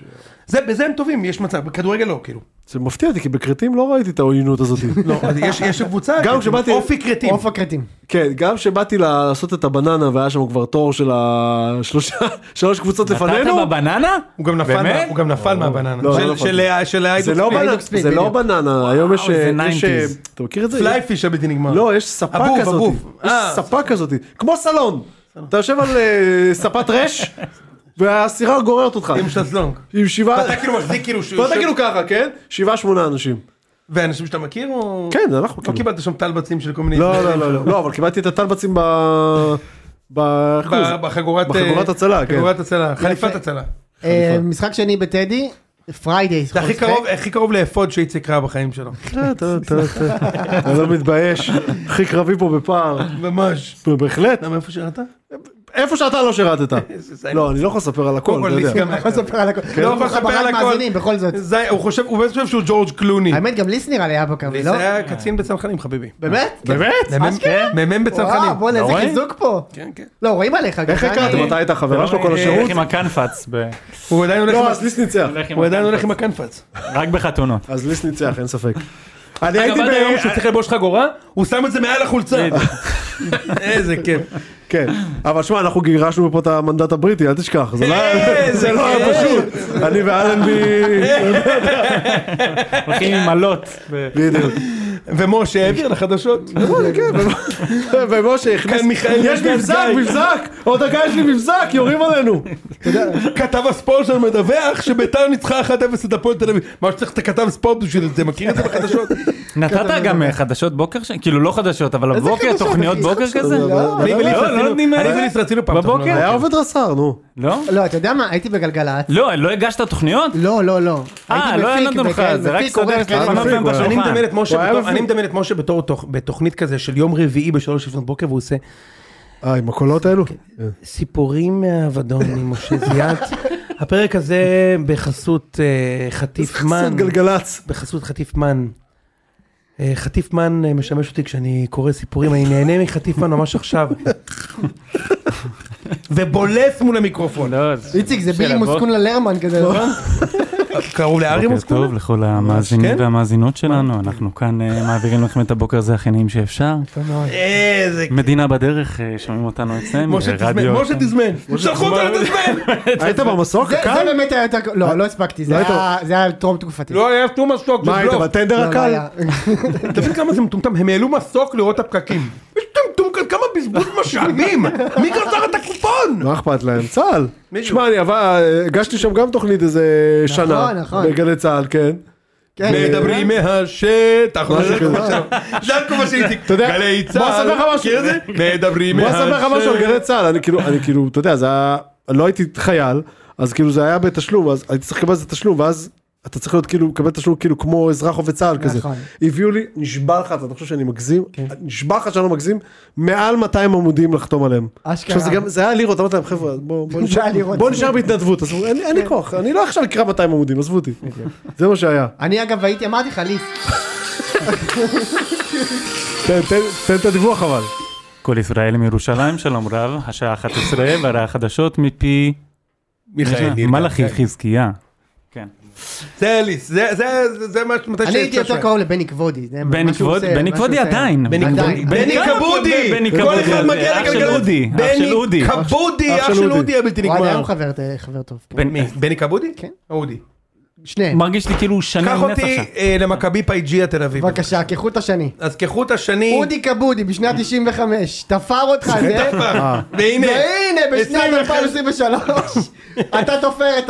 זה, בזה הם טובים, יש מצב, בכדורגל לא, כאילו. זה מפתיע אותי, כי בכרתים לא ראיתי את העוינות הזאת. לא, אז יש- יש קבוצה, גם כשבאתי- אופי כרתים. עוף הכרתים. כן, גם כשבאתי לעשות את הבננה והיה שם כבר תור של השלושה, שלוש קבוצות נתת לפנינו, בבננה? הוא גם נפל, באמת? מה- הוא גם נפל מהבננה. לא, של- לא נפל. של ה- של זה האיידוס לא בדיוק, בננה, בדיוק, זה לא בדיוק. בננה, היום יש, אה, זה יש, 90s. אתה מכיר את זה? פלייפיש הבלתי נגמר. לא, יש ספה הבוב, כזאת, הבוב. יש אה, ספה כזאת, כמו סלון, אתה יושב על אה, ספת רש, והסירה גוררת אותך, עם שזלונג. עם שבעה, ואתה כאילו מחזיק כאילו שהוא... ואתה כאילו ככה, כן? שבעה שמונה אנשים, ואנשים שאתה מכיר או... כן, זה אנחנו לא כאילו, קיבלת שם טלבצים של כל מיני... לא, לא, לא, לא, לא, אבל קיבלתי את הטלבצים ב... ב... איך קוראים לזה? ב- בחגורת... בחגורת הצלה, כן. חגורת הצלה, חליפת הצלה. אה, משחק שני בטדי, פריידי. זה הכי קרוב, הכי קרוב לאפוד שאיציק ראה בחיים שלו. טה, טה, טה, טה. אני לא מתבייש, הכי קרבי פה בפער. ממש. בהחלט. למה איפה שירת? איפה שאתה לא שירתת. לא, אני לא יכול לספר על הכל, קודם כל, אתה יודע. ליסקה לא יכול לספר על הכל. לא יכול לספר על חברת הכל. מאזינים, בכל זאת. זה- הוא חושב, הוא באמת חושב שהוא ג'ורג' קלוני. האמת, גם ליס נראה לי היה בקרבי, לא? זה היה קצין בצנחנים חביבי. באמת? באמת? מ"מ- כן. אשכרה? מ"מ וואו, בצנחנים. בוא'נה, איזה רואים? חיזוק פה. כן, כן. לא, רואים עליך. איך גם, הכרתם? אני- אתה היית חברה שלו לא כל אה, השירות? הולך עם הקנפץ, ב- הוא עדיין הולך לא, עם- אז ליס ניצח. הולך עם הוא עדיין הקנפץ. הולך עם הקנפץ. רק בחתונות. אז ליס ניצח, אין ספק. אני אגב, הייתי עד היום ביום שהוא צריך לבוש חגורה, הוא שם את זה מעל החולצה. [laughs] איזה כיף. כן, אבל שמע, אנחנו גירשנו פה את המנדט הבריטי, אל תשכח. זה לא היה- איזה זה לא היה כיף. פשוט. אני ואלנבי... הולכים עם מלות. בדיוק. ומשה העביר לחדשות. [laughs] ומשה הכניס... כאן כן, מיכאל יש גן מבזק, גיא. מבזק! עוד דקה יש לי מבזק, יורים עלינו. כתב הספורט שלנו מדווח שביתר ניצחה 1-0 את הפועל תל אביב. מה שצריך את הכתב ספורט בשביל זה, מכיר את זה בחדשות? נתת גם אה, חדשות בוקר? ש- כאילו לא חדשות, אבל איזה בבוקר, חדשות, תוכניות אחי? בוקר חדשות, כזה? לא. אני וליס לא, לא רצינו- נותנים- אני וליס רצינו פעם. בבוקר? תוכניות. היה עובד רס"ר, נו. לא? לא, אתה יודע מה? הייתי בגלגלצ. לא, לא הגשת תוכניות? לא, לא, לא. אה, הייתי לא היה מפיק נותן לך, וכאלה, כאילו. זה רק לא מפיק, עורך, סדר כאלה. אה, מפיק, הוא היה- אני מדמיין את משה הוא היה בתור- מפיק. אני מדמיין את משה בתור תוך- בתוכנית כזה של יום רביעי בשלוש לפנות בוקר והוא עושה אה, עם הקולות האלו? כן. סיפורים מהאבדון עם משה זיאת. [laughs] הפרק הזה בחסות אה, חטיף מן. חסות גלגלצ. בחסות חטיף מן. אה, חטיף מן אה, משמש אותי כשאני קורא סיפורים, אני נהנה מחטיף מן ממש [laughs] עכשיו. ובולף מול המיקרופון. לא, זה- איציק, זה של בילי הבוקר. מוסקונה לרמן כזה, לא? קראו לארי בוקר מוסקונה? טוב לכל המאזינים כן? והמאזינות שלנו, אנחנו כאן אה, מעבירים לכם את הבוקר הזה הכי נעים שאפשר. איזה... מדינה בדרך, אה, שומעים אותנו אצלנו, משה תזמן, רדיו. משה תזמן, שלחו [laughs] אותנו לתזמן! היית [laughs] במסוק? זה זה הקל? באמת היה יותר... לא, לא הספקתי, זה לא היית- היה- זה היה טרום תקופתי. לא היה שום מסוק, זה מה היית בלוף. בטנדר לא, לא הקל? היה. אתה מבין כמה זה מטומטם? הם העלו מסוק לראות את הפקקים. יש מטומטם כמה בזבוז משעמים! מי גזר את הקופון? מה לא אכפת להם? צה"ל. מישהו. שמע, אני אבל אה, הגשתי שם גם תוכנית איזה שנה. נכון. בגלי צה"ל, כן. כן. מדברים מהשטח, משהו כזה. נכון. זה התקופה של איציק, אתה יודע, גלי צה"ל, בוא אספר לך משהו. מכיר את זה? מדברים בוא אספר לך משהו על מהשטח, גלי צה"ל, אני כאילו, אני כאילו, אתה יודע, זה היה, לא הייתי חייל, אז כאילו זה היה בתשלום, אז הייתי צריך לקבל את זה תשלום, ואז אתה צריך להיות כאילו, לקבל תשלום כאילו כמו אזרח עובד צה"ל כזה. נכון. כן. הביאו לי, נשבע לך, אתה חושב שאני מגזים? נשבע לך שאני לא מגזים, מעל 200 עמודים לחתום עליהם. אשכרה. עכשיו זה גם, זה היה לירות, אמרתי להם, חבר'ה, [laughs] בוא- בוא נשאר- לירות." בוא נשאר בהתנדבות, עזבו, אין כן. אין לי כוח, אני לא עכשיו אקרא 200 עמודים, עזבו אותי. זה מה שהיה. אני אגב הייתי, אמרתי לך, ליס. תן- תן- תן את הדיווח אבל. כל ישראל מירושלים, שלום רב, השעה 11 והחדשות מפי... מיכאל ניר. מלאכי חזקיה. כן. זה אליס, זה- זה- זה- זה מה מתי אני הייתי יותר קרוב לבני כבודי. זה מה בני שהוא כבוד- עושה, בני מה שהוא כבודי עושה. עדיין. בני עדיין. כבודי. בני בני כבודי! בני כל כבודי, אחד זה מגיע אח של לגלגלות. אודי, אח בני אה, של אודי. אה, כבודי, אח של אודי הבלתי הוא עדיין נגמר. חבר חבר טוב. פה. בן- מי? בני כבודי? כן. אודי. שניהם. מרגיש לי כאילו שנים קח נצח אותי שם. אה, למכבי פייג'יה תל אביב. בבקשה, כחוט השני. אז כחוט השני, אודי כבודי בשנת 95, תפר אותך זה, תפר. והנה, והנה בשנת 2023 אתה תופר את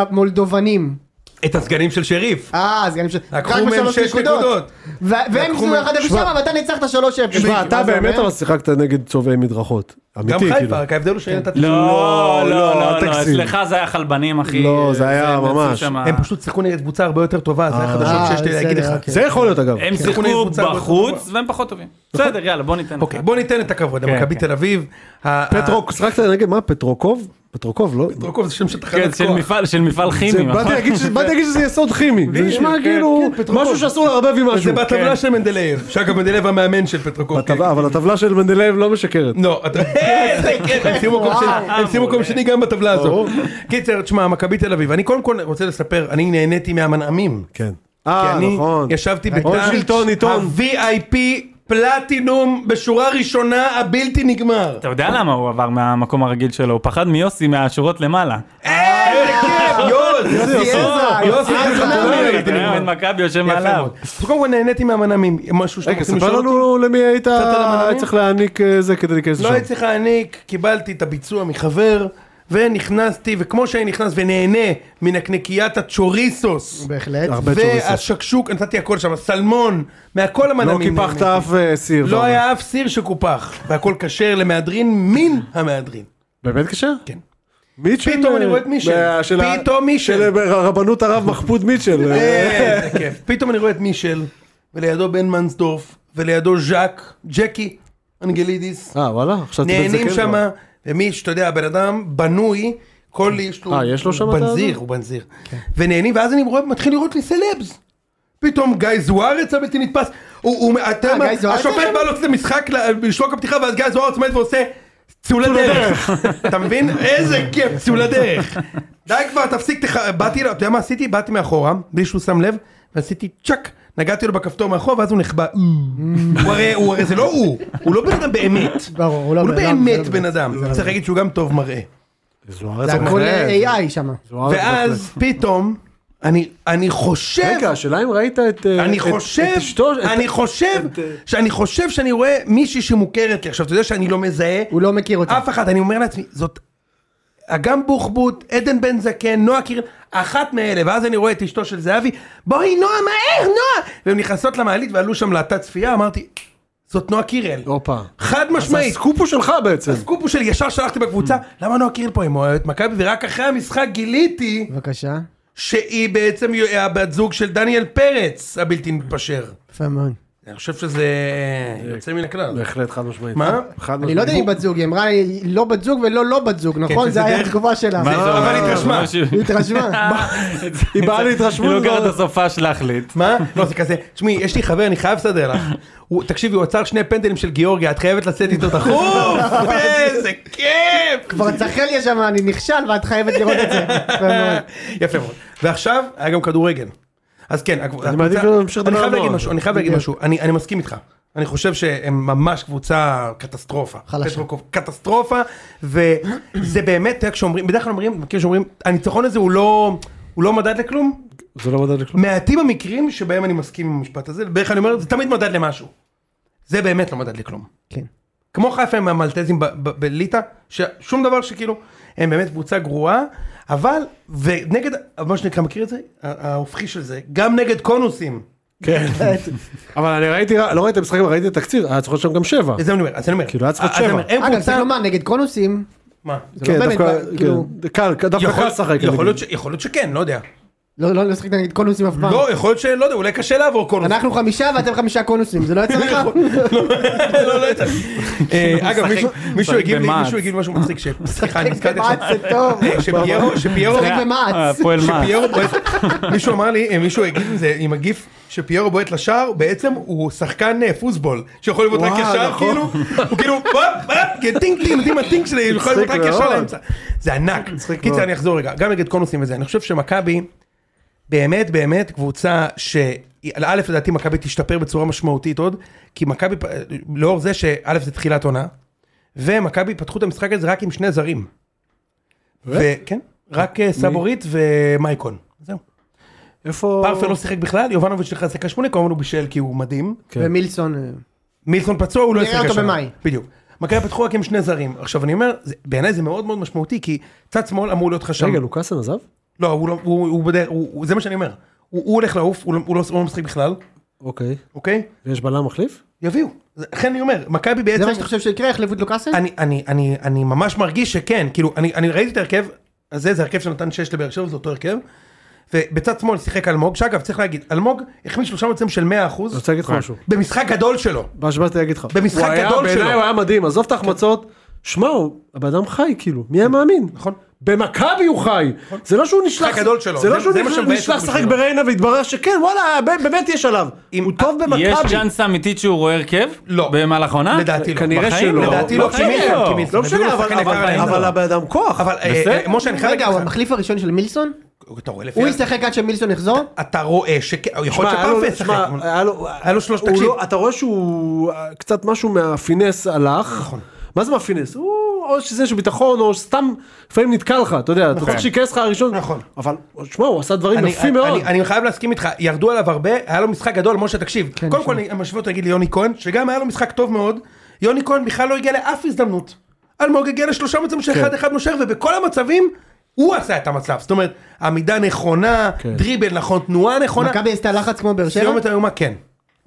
המולדובנים. את הסגנים של שריף. אה, אז גם ש... לקחו רק מהם בשלוש שש נקודות. ו- והם ניצחו לקחו מהם- 1-0 שם, אבל אתה ניצחת 3-0. תשמע, אתה מה זה באמת אומר? אבל שיחקת נגד צובעי מדרכות. גם אמיתי, כאילו. חיפה, רק ההבדל הוא שאין את לא, התשלום. לא, לא, לא, אל לא, תגזים. אצלך זה היה חלבנים, אחי. לא, זה היה הם יצאו ממש. שם- הם פשוט שיחקו נגד קבוצה הרבה יותר טובה, זה החדשות אה, שיש לי להגיד לך. בסדר, אוקיי. זה יכול להיות אגב. כן. הם שיחקו נגד שיחקו קבוצה הרבה יותר בחוץ והם פחות טובים. בסדר, יאללה, בוא ניתן לך. אוקיי, בוא ניתן את הכבוד למכבי כן. תל אביב. ה- אה, פטרוק, שחקת נגד מה? פטרוקוב? פטרוקוב, לא? פטרוקוב זה שם של כן, תחנת של כוח. מפעל- של מפעל זה- כימי. באתי נכון? להגיד ש- באתי להגיד שזה יסוד כימי. זה בדיוק, נשמע כן, כאילו כן, פטרוקוב. משהו שאסור לערבב עם זה משהו. כן. בטבלה כן. של מנדלייב, שאגב מנדלייב המאמן של פטרוקוב. כן. בטבלה, אבל הטבלה של מנדלייב לא משקרת. לא, [laughs] אתה- איזה כיף, הם סיימו מקום שני- הם סיימו מקום שני גם בטבלה הזו. ברור. קיצר, תשמע, מכבי תל אביב, אני קודם כל רוצה לספר, אני נהניתי מהמנעמים. כן. כי אה, אני נכון. ישבתי הון בתא שלטון, עיתון. ה-VIP פלטינום בשורה ראשונה הבלתי נגמר. אתה יודע למה הוא עבר מהמקום הרגיל שלו? הוא פחד מיוסי מהשורות למעלה. איזה כיף, יוז! יוסי עזרא, יוסי עזרא, עזרא. לא ראיתי אתה אוהד מכבי יושב יפה מעליו. מאוד. אז קודם כל נהניתי מהמנעמים, משהו שאתם רגע, רוצים אוקיי, ספר לשאול אותי? לנו למי היית על המנעמים? צריך להעניק אה, זה כדי להיכנס לא לשם. הייתי צריך להעניק, קיבלתי את הביצוע מחבר, ונכנסתי, וכמו שאני נכנס ונהנה מנקנקיית הצ'וריסוס, בהחלט. הרבה צ'וריסוס. והשקשוק, נתתי הכל שם, סלמון, מהכל לא המנעמים. קיפחת נהניתי. אף אה, סיר. לא אבל. היה אף סיר שקופח, והכל כשר למהדרין מן המהדרין. באמת קשה? כן. מיטשל? פתאום אני רואה את אה, מישל. אה, של ה- פתאום מישל. של רבנות הרב מחפוד מיטשל. אה, איזה כיף. פתאום אני רואה את מישל, ולידו בן מנסדורף, ולידו ז'אק, ג'קי, אנגלידיס. אה, וואלה? חשבתי בן נהנים זקן כבר. שם, מי שאתה יודע, הבן אדם בנוי, כל יש לו, אה, יש לו שם כן. הוא את הזה? בנזיר, הוא בנזיר. ונהנים, ואז אני רואה, מתחיל לראות לי סלבס. פתאום גיא זוארץ הבלתי נתפס, הוא, הוא, אתה, אה, גיא זוארץ השופט היה בא לו לפני משחק ל- לשלוק הפתיחה ואז גיא זוארץ עומד ועושה צאו לדרך, [laughs] אתה מבין? איזה כיף, [laughs] צאו לדרך. די כבר, תפסיק, תח... באתי לו, אתה יודע מה עשיתי? באתי מאחורה, בלי שהוא שם לב, ועשיתי צ'אק, נגעתי לו בכפתור מאחור ואז הוא נחבא. הוא הרי, הוא הרי זה לא הוא, הוא לא בן אדם באמת. ברור, הוא לא הוא לא בן אדם, זה לא באמת בן בן אדם, צריך להגיד שהוא גם טוב מראה. זוארץ זה הכל בהחלט. AI שם. זוארץ בהחלט. ואז פתאום, אני, אני חושב, רגע, השאלה אם ראית את... אה, אני את- חושב, את אשתו... את- אני חושב, את, אה, שאני חושב שאני רואה מישהי שמוכרת לי, עכשיו אתה יודע שאני לא מזהה, הוא לא מכיר אותה. אף אחד, אני אומר לעצמי, זאת אגם בוחבוט, עדן בן זקן, נועה קירל, אחת מאלה, ואז אני רואה את אשתו של זהבי, בואי נועה, מהר, נועה! והן נכנסות למעלית ועלו שם לתת צפייה, אמרתי, זאת נועה קירל. לא. הופה. חד זה משמעית. הסקופ הוא שלך בעצם. הסקופ הוא שלי, ישר שלחתי בקבוצה, למה נועה קירל פה עם אוהדת מכבי, ורק אחרי המשחק גיליתי בבקשה. שהיא בעצם הבת זוג של דניאל פרץ, הבלתי מתפשר. יפה מאוד. אני חושב שזה יוצא מן הכלל. בהחלט, חד משמעית. מה? חד אני לא יודע אם היא בת זוג, היא אמרה לי, לא בת זוג ולא לא בת זוג, נכון? שזה זה היה דרך- התגובה שלה. מה זה אומר? התרשמה. זה אומר שהיא- היא התרשמה. היא באה להתרשמות, היא לוקחת אבל- את הסופה של להחליט. מה? [laughs] לא, זה כזה, תשמעי, יש לי חבר, אני חייב לסדר לך. הוא- תקשיבי, הוא עצר שני פנדלים של גיאורגיה, את חייבת לצאת איתו תחוף! איזה כיף! כבר צחליה שם, אני נכשל ואת חייבת לראות [laughs] את זה. יפה מאוד. יפה מאוד. ועכשיו, היה גם כדורגל. אז כן, הקבוצה- אני מעדיף להמשיך כן. לדבר אני חייב על להגיד נוער. משהו, אני חייב להגיד משהו, אני אני מסכים איתך. אני חושב שהם ממש קבוצה קטסטרופה. חלשה. פטרוקוב, קטסטרופה, וזה באמת, אתה יודע, כשאומרים, בדרך כלל אומרים, מכיר שאומרים, הניצחון הזה הוא לא, הוא לא מדד לכלום, זה לא מדד [laughs] לכלום. מעטים המקרים שבהם אני מסכים עם המשפט הזה, בדרך כלל אני אומר, זה תמיד מדד למשהו. זה באמת לא מדד לכלום. כן. כמו חיפה עם המלטזים ב- ב- בליטא, ששום דבר שכאילו, הם באמת קבוצה גרועה, אבל, ונגד, מה שנקרא, מכיר את זה? ה- ההופכי של זה, גם נגד קונוסים. כן. [laughs] אבל אני ראיתי, לא ראיתי את המשחקים, ראיתי את התקציב, היה צריך להיות שם גם שבע. אז זה אני אומר, אז אני אומר. כאילו, היה צריך אז אני אומר, שבע. הם אגב, צריך קבוצה, לומר, נגד קונוסים, מה? זה כן, לא באמת, דווקא, בא- כאילו, כן, קל, דווקא יכול- קל לשחק. יכול נגיד. להיות ש- יכול להיות שכן, לא יודע. לא לא לשחק נגד קונוסים אף פעם. לא, יכול להיות שלא יודע, אולי קשה לעבור קונוסים. אנחנו חמישה ואתם חמישה קונוסים, זה לא יצא לך? נכון. [laughs] לא, לא יצא. אה, אגב, מישהו- מישהו משחק הגיב לי, במעץ. מישהו הגיב לי משהו מצחיק, ש- סליחה, אני נזכרתי במעץ עכשיו. זה טוב. כן. אה, שפיירו, שפיירו, משחק במעץ. אה, הפועל מעץ. שפיירו בועט, מישהו אמר לי, אה, מישהו הגיב עם זה, עם הגיף, שפיירו בועט לשער, בעצם הוא שחקן אה, פוסבול, שיכול לבעוט רק וואו, ישר, נכון. כאילו, הוא כאילו, הופ, הופ, כן, טינג טינג, נותנים הטינג שלי, הוא יכול לבעוט רק מצחיק ישר מאוד. לאמצע. זה ענק. מצחיק קיצר, מאוד. אני אחזור רגע, גם נגד קונוסים וזה, אני חושב שמכבי, באמת באמת קבוצה ש... א' לדעתי מכבי תשתפר בצורה משמעותית עוד, כי מכבי, פ- לאור זה שא' זה תחילת עונה, ומכבי פתחו את המשחק הזה רק עם שני זרים. וכן, רק אה, סבורית ומייקון. זהו. איפה... פרפה לא שיחק בכלל, יובנוביץ' נכנס לקה שמונה, כמובן הוא בישל כי הוא מדהים. כן. ומילסון, אה, מילסון פצוע, הוא לא נראה ישחק אותו השנה. במאי. בדיוק. מכבי פתחו רק עם שני זרים. עכשיו אני אומר, זה- בעיניי זה מאוד מאוד משמעותי, כי צד שמאל אמור להיות לך שם. רגע, לוקאסן עזב? לא, הוא לא, הוא, הוא בדרך, הוא, הוא, זה מה שאני אומר. הוא, הוא הולך לעוף, הוא לא, הוא לא, הוא לא משחק בכלל, אוקיי. אוקיי? ויש בלם מחליף? יביאו. זה- לכן אני אומר, מכבי בעצם... זה מה שאתה חושב שיקרה, יחלבו את לוקאסן? אני, אני, אני, אני ממש מרגיש שכן, כאילו, אני, אני ראיתי את ההרכב הזה, זה הרכב שנתן 6 לבאר שבע, זה אותו הרכב. ובצד שמאל שיחק אלמוג, שאגב, צריך להגיד, אלמוג החמיץ שלושה מצבים של 100% אני רוצה להגיד לך משהו. במשחק גדול שלו. מה שבאתי להגיד לך. במשחק הוא היה- גדול שלו. כן. בעיניי הוא היה מדהים, עזוב את ההחמצות. שמע, הוא- הבן אדם חי כאילו, מי היה מאמין? נכון. במכבי הוא חי. זה לא שהוא נשלח... משחק גדול שלו. זה זה- לא שהוא זה מה נשלח- שמבאס נשלח אותי לשחק שלו. בריינה והתברר שכן, וואלה, ב- באמת יש עליו. אם- אה, הוא טוב יש במכבי. צ'אנס אמיתית שהוא רואה הרכב? לא. במהלך העונה? לדעתי לא. כנראה בחיים שלא. לדעתי לא, כי בחיים מילסון, כי לא מילסון. הביאו משנה, אבל- לשחקן יקר אבל עליהם. אבל הבן אדם כוח. אבל אה, אה, בסדר. משה, אני כן. חייב רגע, להגיד הוא לך, המחליף הראשון של מילסון? אתה רואה לפי... הוא ה- ישחק עד שמילסון יחזור? אתה רואה שכן, יכול שמע, להיות היה לו- שפרפה שמע, ישחק. היה לו- היה לו שלוש, הוא תקשיב. לא- אתה רואה שהוא אה, קצת משהו מהפינס הלך. נכון. מה זה מהפינס? הוא או שזה איזשהו ביטחון או סתם לפעמים נתקע לך, אתה יודע, אתה צריך שייכנס לך הראשון. נכון. אבל שמע, הוא עשה דברים אני- יפים אני- מאוד. אני- אני חייב להסכים איתך, ירדו עליו הרבה, היה לו משחק גדול, משה תקשיב. קודם כל אני משווה אותו נגיד ליוני כהן, שגם היה לו משחק טוב מאוד, יוני כהן בכלל לא הגיע לאף הזדמנות. אלמוג הגיע לשלושה מצבים של אחד אחד נושר, ובכל המצבים... הוא עשה את המצב, זאת אומרת, עמידה נכונה, כן. דריבל נכון, תנועה נכונה. מכבי עשתה לחץ כמו באר שבע? סיומת איומה, כן.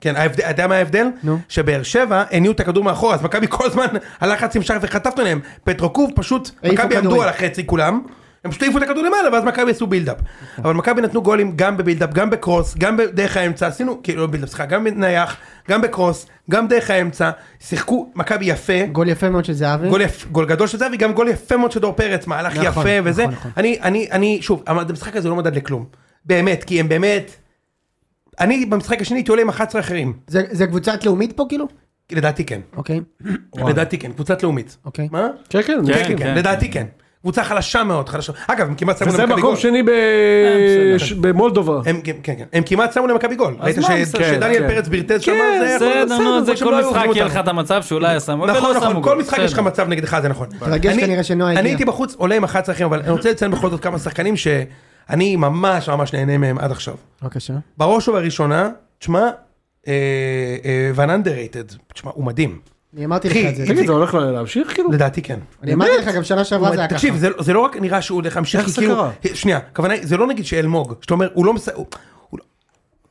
כן, ההבדל- אתה יודע מה ההבדל? נו. שבאר שבע הניעו את הכדור מאחורה, [laughs] אז מכבי כל הזמן הלחץ נמשך וחטפנו להם. פטרוקוב פשוט, העיפו מכבי עמדו כדורים. על החצי כולם, הם פשוט העיפו את הכדור למעלה, ואז מכבי עשו בילדאפ. אבל מכבי נתנו גולים גם בבילדאפ, גם בקרוס, גם בדרך האמצע, עשינו, כאילו לא בילדאפ, סליחה, גם בנייח, גם בקרוס, גם דרך האמצע, שיחקו מכבי יפה, גול יפה מאוד של זהבי. גול, יפ, גול גדול של זהבי, גם גול יפה מאוד של דור פרץ, מהלך נכון, יפה נכון, וזה. נכון. אני, אני, אני, שוב, אמרתי, המשחק הזה לא מדד לכלום. באמת, כי הם באמת... אני במשחק השני הייתי עולה עם 11 אחרים. זה זה קבוצת לאומית פה כאילו? לדעתי כן. אוקיי. לדעתי כן, קבוצת לאומית. אוקיי. מה? כן, כן, כן, כן, כן, לדעתי כן. קבוצה חלשה מאוד, חלשה. אגב, הם כמעט שמו וזה למכבי מקום גול. שני ב- ש- במולדובה. הם, כן, כן, כן. הם כמעט שמו למכבי גול. ראית מה, ש- בסדר, שדניאל כן. פרץ בירטז שם, כן, אה, בסדר, נו, זה לא כל משחק יהיה לך את המצב שאולי ישמו, גול ולא נכון, שמו נכון, גול, כל משחק יש לך בסדר. מצב נגדך, זה נכון. תרגש אני- כנראה שנועה אני הגיע. הייתי בחוץ עולה עם 11 אחים, אבל אני רוצה לציין בכל זאת כמה שחקנים שאני ממש ממש נהנה מהם עד עכשיו. בבקשה. בראש ובראשונה, תשמע, אה, ון אנדררייטד, תשמע, הוא מדהים. אני אמרתי לך את זה. אחי, תגיד, זה הולך להמשיך כאילו? לדעתי כן. אני אמרתי לך גם שנה שעברה הוא- זה היה ככה. תקשיב, זה, זה לא רק נראה שהוא הולך להמשיך, איך כי זה כאילו, קרה? שנייה, הכוונה היא, זה לא נגיד שאלמוג, שאתה אומר, הוא לא מס... הוא, הוא, לא-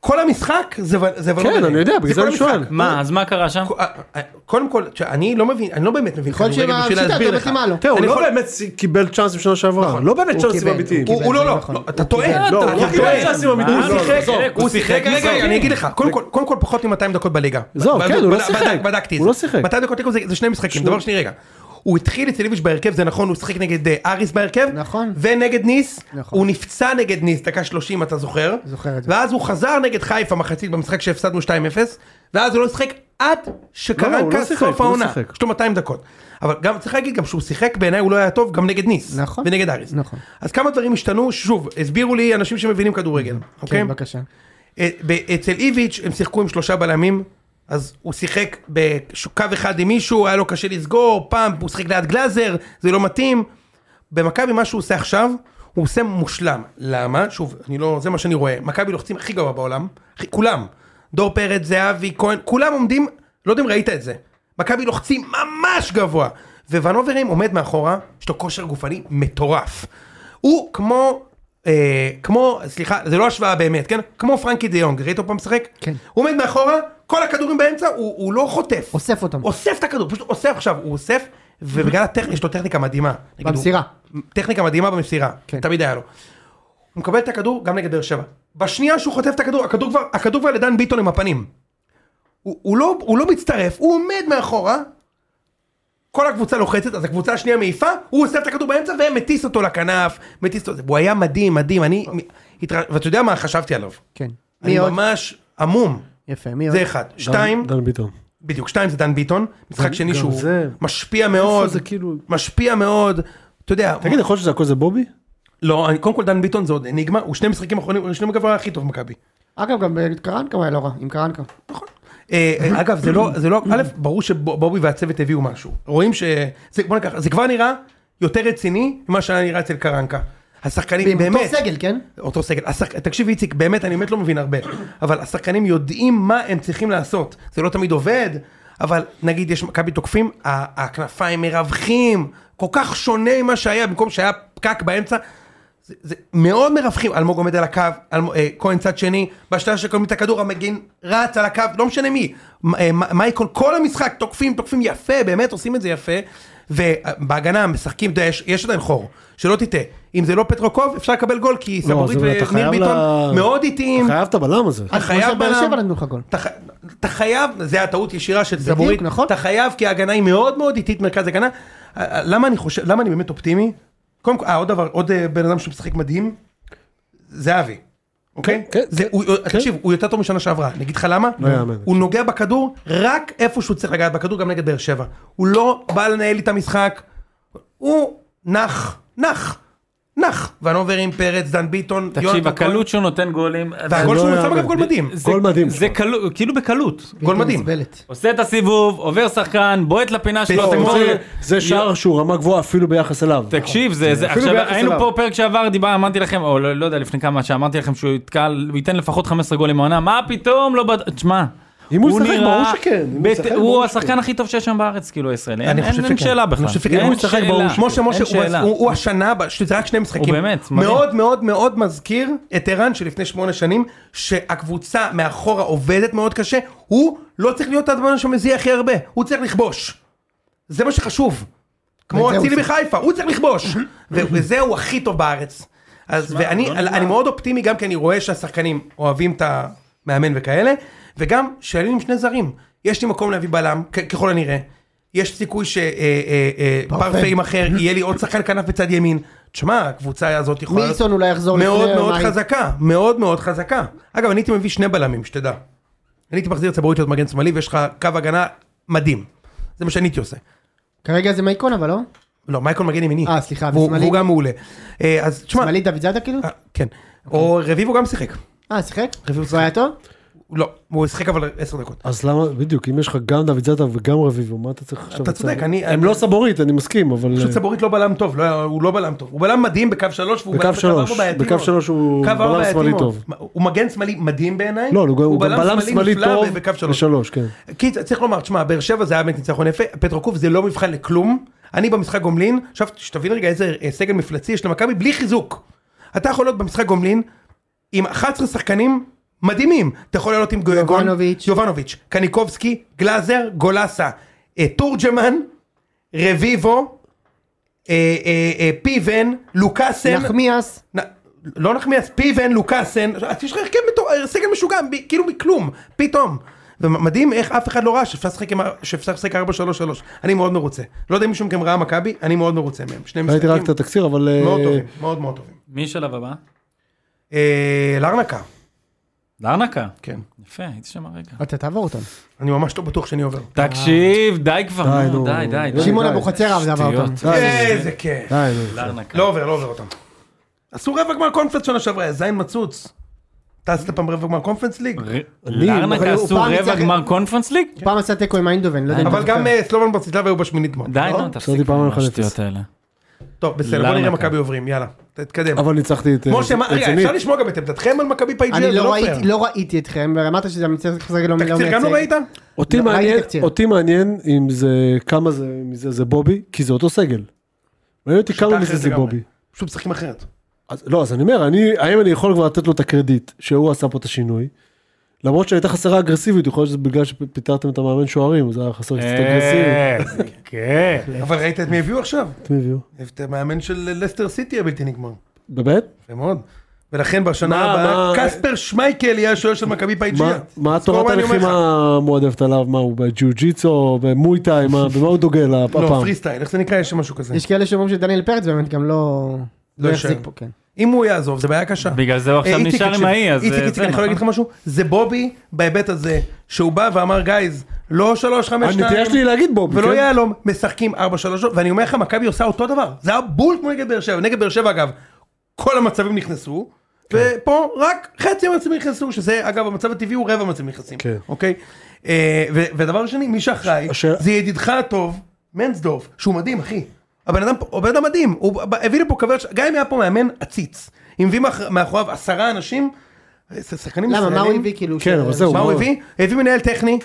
כל המשחק זה ו- זה כן, ולנדרי. אני יודע, בגלל זה כל אני שואל. המשחק. מה, אז מה קרה שם? כל- אה, אה, קודם כל, תשמע, אני לא מבין, אני לא באמת מבין, יכול להיות כדורגל בשביל שהשיטה להסביר יותר לך. מתאימה לו. תראה, הוא אני לא יכול- באמת קיבל צ'אנסים שנה שעברה. לא באמת הוא צ'אנסים קיבל, אמיתיים. הוא הוא הוא לא, לא, נכון. לא, אתה טועה, הוא אתה קיבל. אתה טועה, כן, הוא לא קיבל צ'אנסים הוא אמיתיים. עזוב, שיחק, אה, עזוב, הוא הוא שיחק, שיחק רגע, גזעני. רגע, אני אגיד לך, קודם כל, קודם כל פחות מ-200 דקות בליגה. עזוב, ב- כן, ב- הוא לא בד- שיחק. בדק- בדקתי את הוא לא זה. שיחק. 200 דקות דקות זה- זה שני משחקים, דבר שני רגע. הוא התחיל אצל איביץ' בהרכב, זה נכון, הוא שיחק נגד אה, אריס בהרכב, נכון. ונגד ניס, נכון. הוא נפצע נגד ניס, דקה 30 אתה זוכר, זוכר את זה. ואז הוא חזר נגד חיפה מחצית במשחק שהפסדנו 2-0, ואז הוא לא שיחק עד לא, הוא לא שקרנקה שיחק, סוף הוא לא העונה, שיחק. יש לו 200 דקות. אבל גם צריך להגיד גם שהוא שיחק בעיניי הוא לא היה טוב גם נגד ניס, נכון. ונגד אריס. נכון. אז כמה דברים השתנו, שוב, הסבירו לי אנשים שמבינים כדורגל, אוקיי? כן, בבקשה. אה, ב- אצל איביץ' הם שיחקו עם שלושה בלמים, אז הוא שיחק בקו אחד עם מישהו, היה לו קשה לסגור, פעם הוא שיחק ליד גלאזר, זה לא מתאים. במכבי מה שהוא עושה עכשיו, הוא עושה מושלם. למה? שוב, אני לא, זה מה שאני רואה. מכבי לוחצים הכי גבוה בעולם, הכי, כולם. דור פרץ, זהבי, כהן, כולם עומדים, לא יודע אם ראית את זה. מכבי לוחצים ממש גבוה. ווונוברים עומד מאחורה, יש לו כושר גופני מטורף. הוא כמו, אה, כמו, סליחה, זה לא השוואה באמת, כן? כמו פרנקי דה יונג, ראית אותו פעם משחק? כן. הוא עומד מאחורה, כל הכדורים באמצע, הוא, הוא לא חוטף. אוסף אותם. אוסף את הכדור, פשוט אוסף עכשיו, הוא אוסף, ובגלל הטכניקה, יש לו טכניקה מדהימה. נגיד, הוא- במסירה. טכניקה מדהימה במסירה, כן. תמיד היה לו. הוא מקבל את הכדור גם נגד באר שבע. בשנייה שהוא חוטף את הכדור, הכדור כבר, הכדור כבר לדן ביטון עם הפנים. הוא, הוא, לא, הוא לא מצטרף, הוא עומד מאחורה, כל הקבוצה לוחצת, אז הקבוצה השנייה מעיפה, הוא אוסף את הכדור באמצע ומטיס אותו לכנף, מטיס אותו, הוא היה מדהים, מדהים, אני, התרא- ואתה יודע מה חשבתי עליו? כן. מי אני עוד? ממש המום, יפה, מי עוד? זה אחד. שתיים, דן ביטון. בדיוק, שתיים זה דן ביטון, משחק גם- שני גם שהוא זה. משפיע מאוד, זה כאילו- משפיע מאוד, אתה יודע, תגיד, יכול להיות שזה הכל זה בובי? לא, אני, קודם כל דן ביטון זה עוד אניגמה, הוא שני משחקים אחרונים, הוא שני מגבר הכי טוב במכבי. אגב, גם קרנקה הוא היה לא רע, עם קרנקה. אה, אה, אגב, זה לא, זה לא, א', ברור שבובי והצוות הביאו משהו. רואים ש... זה, בוא ניקח, זה כבר נראה יותר רציני ממה שהיה נראה אצל קרנקה. השחקנים, ועם באמת, אותו סגל, כן? אותו סגל. השחק... תקשיב איציק, באמת, אני באמת לא מבין הרבה, אבל השחקנים יודעים מה הם צריכים לעשות. זה לא תמיד עובד, אבל נגיד יש מכבי תוקפים, ה- הכנפיים מרווחים, כל כך שונה ממה שהיה, במקום שהיה פקק באמצע. זה, זה מאוד מרווחים, אלמוג עומד על הקו, אל, אה, כהן צד שני, בשלב שקוראים את הכדור המגן רץ על הקו, לא משנה מי, מ- אה, מ- מייקון, כל המשחק תוקפים, תוקפים יפה, באמת עושים את זה יפה, ובהגנה משחקים, אתה יודע, יש, יש עדיין חור, שלא תטעה, אם זה לא פטרוקוב אפשר לקבל גול, כי לא, סבורית זה- אתה וניר חייב ביטון ל- מאוד איטיים, אתה חייב את הבלם הזה. אתה אה, כמו חייב שבאר שבע בלם, נתנו לך גול. אתה חי- אתה חייב, זה הטעות ישירה של סבורית, נכון. אתה חייב כי ההגנה היא מאוד מאוד איטית מרכז הגנה. אה, אה, למה אני חושב, למה אני באמת אופטימי? קודם כל, אה, עוד דבר, עוד אה, בן אדם שמשחק מדהים, זהבי. אוקיי? כן, זה- הוא- הוא- תקשיב, הוא יותר טוב משנה שעברה, אני אגיד לך למה? לא יאמן. הוא נוגע בכדור רק איפה שהוא צריך לגעת בכדור, גם נגד באר שבע. הוא לא בא לנהל את המשחק, הוא נח, נח, נח. ונוברים, פרץ, דן ביטון, תקשיב, יונתן כהן. הקלות שהוא נותן גולים, אה, והגול לא שהוא יאמן. שם אגב גול מדהים. זה- גול מדהים. זה קלו- כאילו בקלות. גול בלתי מדהים. נסבלת. עושה את הסיבוב, עובר שחקן, בועט לפינה שלו, פתאום אתם זה- רואים- לא, זה שער שהוא רמה גבוהה אפילו ביחס אליו. תקשיב, זה, זה, אפילו עכשיו, ביחס היינו אליו. פה פרק שעבר, דיבר, אמרתי לכם, או לא, לא יודע לפני כמה, שאמרתי לכם שהוא יתקל, הוא ייתן לפחות 15 גולים העונה, מה פתאום, לא בד... תשמע. אם הוא ישחק, ברור שכן. אם הוא בת- ישחק, הוא ברור השחקן הכי טוב שיש שם בארץ, כאילו, הישראלי. אין, אני חושב אין, אין שכן. שאלה בכלל. אני חושב שכן, הוא משחק שאלה. ברור. משה משה אין הוא- שאלה. הוא הוא השנה, ב- שזה רק שני משחקים. הוא באמת, מדהים. מאוד מאוד מאוד מזכיר את ערן שלפני שמונה שנים, שהקבוצה מאחורה עובדת מאוד קשה, הוא לא צריך להיות הדבר שמזיע הכי הרבה, הוא צריך לכבוש. זה מה שחשוב. כמו את זה הוא אצילי עושה. בחיפה, הוא צריך [coughs] לכבוש. וזה הוא הכי טוב בארץ. אז ואני אני מאוד אופטימי גם כי אני רואה שהשחקנים אוהבים את המאמן וכאלה, וגם שעלינו עם שני זרים. יש לי מקום להביא בלם, כ- ככל הנראה. יש סיכוי אה, שפרפה יימכר, יהיה לי עוד שחקן כנף בצד ימין. תשמע, הקבוצה הזאת יכולה... להיות מילסון אולי יחזור מאוד מאוד יומיים. חזקה, מאוד מאוד חזקה. אגב, אני הייתי מביא שני בלמים, שתדע. אני הייתי מחזיר צבורית להיות מגן שמאלי, ויש לך קו הגנה מדהים. זה מה שאני הייתי עושה. כרגע זה מייקון אבל לא? לא, מייקל מגן ימיני. אה, סליחה, והוא- ושמאלי? והוא גם מעולה. אה, אז תשמע, שמאלי דוד זאדה כאילו? אה, כן. אוקיי. או רביבו גם שיחק. אה, שיחק? הוא היה טוב? לא, הוא שיחק אבל עשר דקות. אז למה, בדיוק, אם יש לך גם דוד זאדה וגם רביבו, מה אתה צריך עכשיו... אתה לצלם? צודק, אני- הם אני- לא סבורית, אני מסכים, אבל... אה, פשוט סבורית לא בלם טוב, לא, הוא לא בלם טוב. הוא בלם מדהים בקו שלוש, והוא בקו בלם ארבע שלוש, בעייתי בקו מאוד. שלוש הוא קו ארבע בלם בעייתי שמאלי מאוד. טוב. הוא מגן שמאלי מדהים בעיניי. לא, הוא גם- הוא גם בלם שמאלי נפלא טוב בקו שלוש. בשלוש, כן. כי צריך לומר, תשמע, באר שבע זה היה באמת ניצחון יפה, פטרוקוף זה לא מבחן לכלום. אני במשחק גומלין, עכשיו שתבין רגע איזה אה, סגל מפלצי יש למכבי בלי חיזוק. אתה יכול להיות במשחק גומלין עם 11 שחקנים מדהימים. אתה יכול לעלות עם גויגון, יובנוביץ'. יובנוביץ', קניקובסקי, גלאזר, גולסה, אה, תורג'מן, רביבו, אה, אה, אה, פיבן, לוקאסן, נחמיאס. נ- לא נחמיאס, פיבן, לוקאסן, אז יש לך הרכב מטור- סגל משוגע, ב- כאילו מכלום, פתאום. ומדהים איך אף אחד לא ראה שאפשר לשחק עם ה- שאפשר לשחק 4-3-3. אני מאוד מרוצה. לא יודע אם מישהו מכם ראה מכבי, אני מאוד מרוצה מהם. שני ראיתי משחקים רק את התקציר, אבל... אה, מאוד טובים, מאוד מאוד טובים. מי שלב הבא? אה, לארנקה, לארנקה. כן. יפה, הייתי שם הרגע. אתה תעבור אותם. אני ממש לא בטוח שאני עובר. תקשיב, די כבר, די, נו, נו. די, די, לא, די. שמעון די. אבוחצירא זה עבר אותם. שטויות. איזה כיף. די, נו. לארנקה. לא עובר, לא עובר אותם. עשו רבע גמר קונפרנס שנה שעברה, יא זין מצוץ. אתה עשית פעם רבע גמר קונפרנס ליג? ר- אני- לארנקה הוא עשו פעם רבע הצליח- גמר קונפרנס ליג? פעם עשה תיקו עם איינדובן, לא יודע אם אתה אבל זוכר. גם אה, סלובן ברציסלב היו בשמינית גמר. די, לא? נו, עשיתי תפסיק פעם עם אחת אפס. השטויות האלה. טוב, בסדר, בוא נראה לארנקה. מכבי עוברים, יאללה, תתקדם. אבל ניצחתי את... אה, משה, מה- רגע, רצינית. אפשר לשמוע גם את עמדתכם על מכבי פייג'יה? אני זה לא לא פייר. ראיתי- לא ראיתי אתכם, ואמרת שזה המצב כרגע לא לא תקציר מייצג. גם לא ראית? אותי לא, ראיתי מעניין, תקציר. אותי מעניין אם זה, כמה זה מזה זה בובי, כי זה אותו סגל. מעניין אותי כמה אחרת מזה זה לגמרי. בובי. פשוט משחקים אחרת. אז, לא, אז אני אומר, אני, האם אני יכול כבר לתת לו את הקרדיט שהוא עשה פה את השינוי? למרות שהייתה חסרה אגרסיביות, יכול להיות שזה בגלל שפיטרתם את המאמן שוערים, אז היה חסר קצת אה. אגרסיביות. כן. אבל ראית את מי הביאו עכשיו? את מי הביאו? את המאמן של לסטר סיטי הבלתי נגמר. באמת? יפה מאוד. ולכן בשנה מה, הבאה, מה- קספר שמייקל יהיה השוער של מכבי מה- פייג'יה. מה תזכור תורת אני אומר לך. הלחימה המועדפת עליו? מה, הוא בג'יוג'יצו, במויטאי, מה- [laughs] במה הוא דוגל הפ- לא, הפעם? פרי סטייל, איך זה נקרא? יש שם משהו כזה. יש כאלה שאומרים שדניאל פרץ באמת גם לא... לא יישאר. יחזיק פה, כן. אם הוא יעזוב, זה בעיה קשה. בגלל זה הוא עכשיו אה, איציק, נשאר עם תקשיב, ההיא, אז... איציק, אה, איציק, זה, אני יכול נכון? להגיד לך משהו? זה בובי בהיבט הזה, שהוא בא ואמר, גייז, לא 3 5 הנטייה שלי היא להגיד בובי, ולא כן? יהלום, משחקים 4-3, ואני אומר לך, מכבי עושה אותו דבר. זה היה בול כמו נגד באר שבע. נגד באר שבע, אגב, כל המצבים נכנסו, ופה רק חצי המצבים נכנסו, שזה, אגב, המצב הטבעי הוא רבע מצבים נכנסים. כן. אוקיי? אה, ו- ודבר שני, מי שאחראי, השאלה- זה ידידך הטוב, מנסדורף, שהוא מדהים, אחי. הבן אדם, פה- הוא בן אדם מדהים, הוא ב- הביא לפה קוורץ', גם אם היה פה מאמן עציץ, אם הביא מאח- מאחוריו עשרה אנשים, זה שחקנים למה, מה הוא ישראלים. הביא כאילו? כן, ש- אבל זהו. מה הוא מאוד. הביא? הביא מנהל טכני,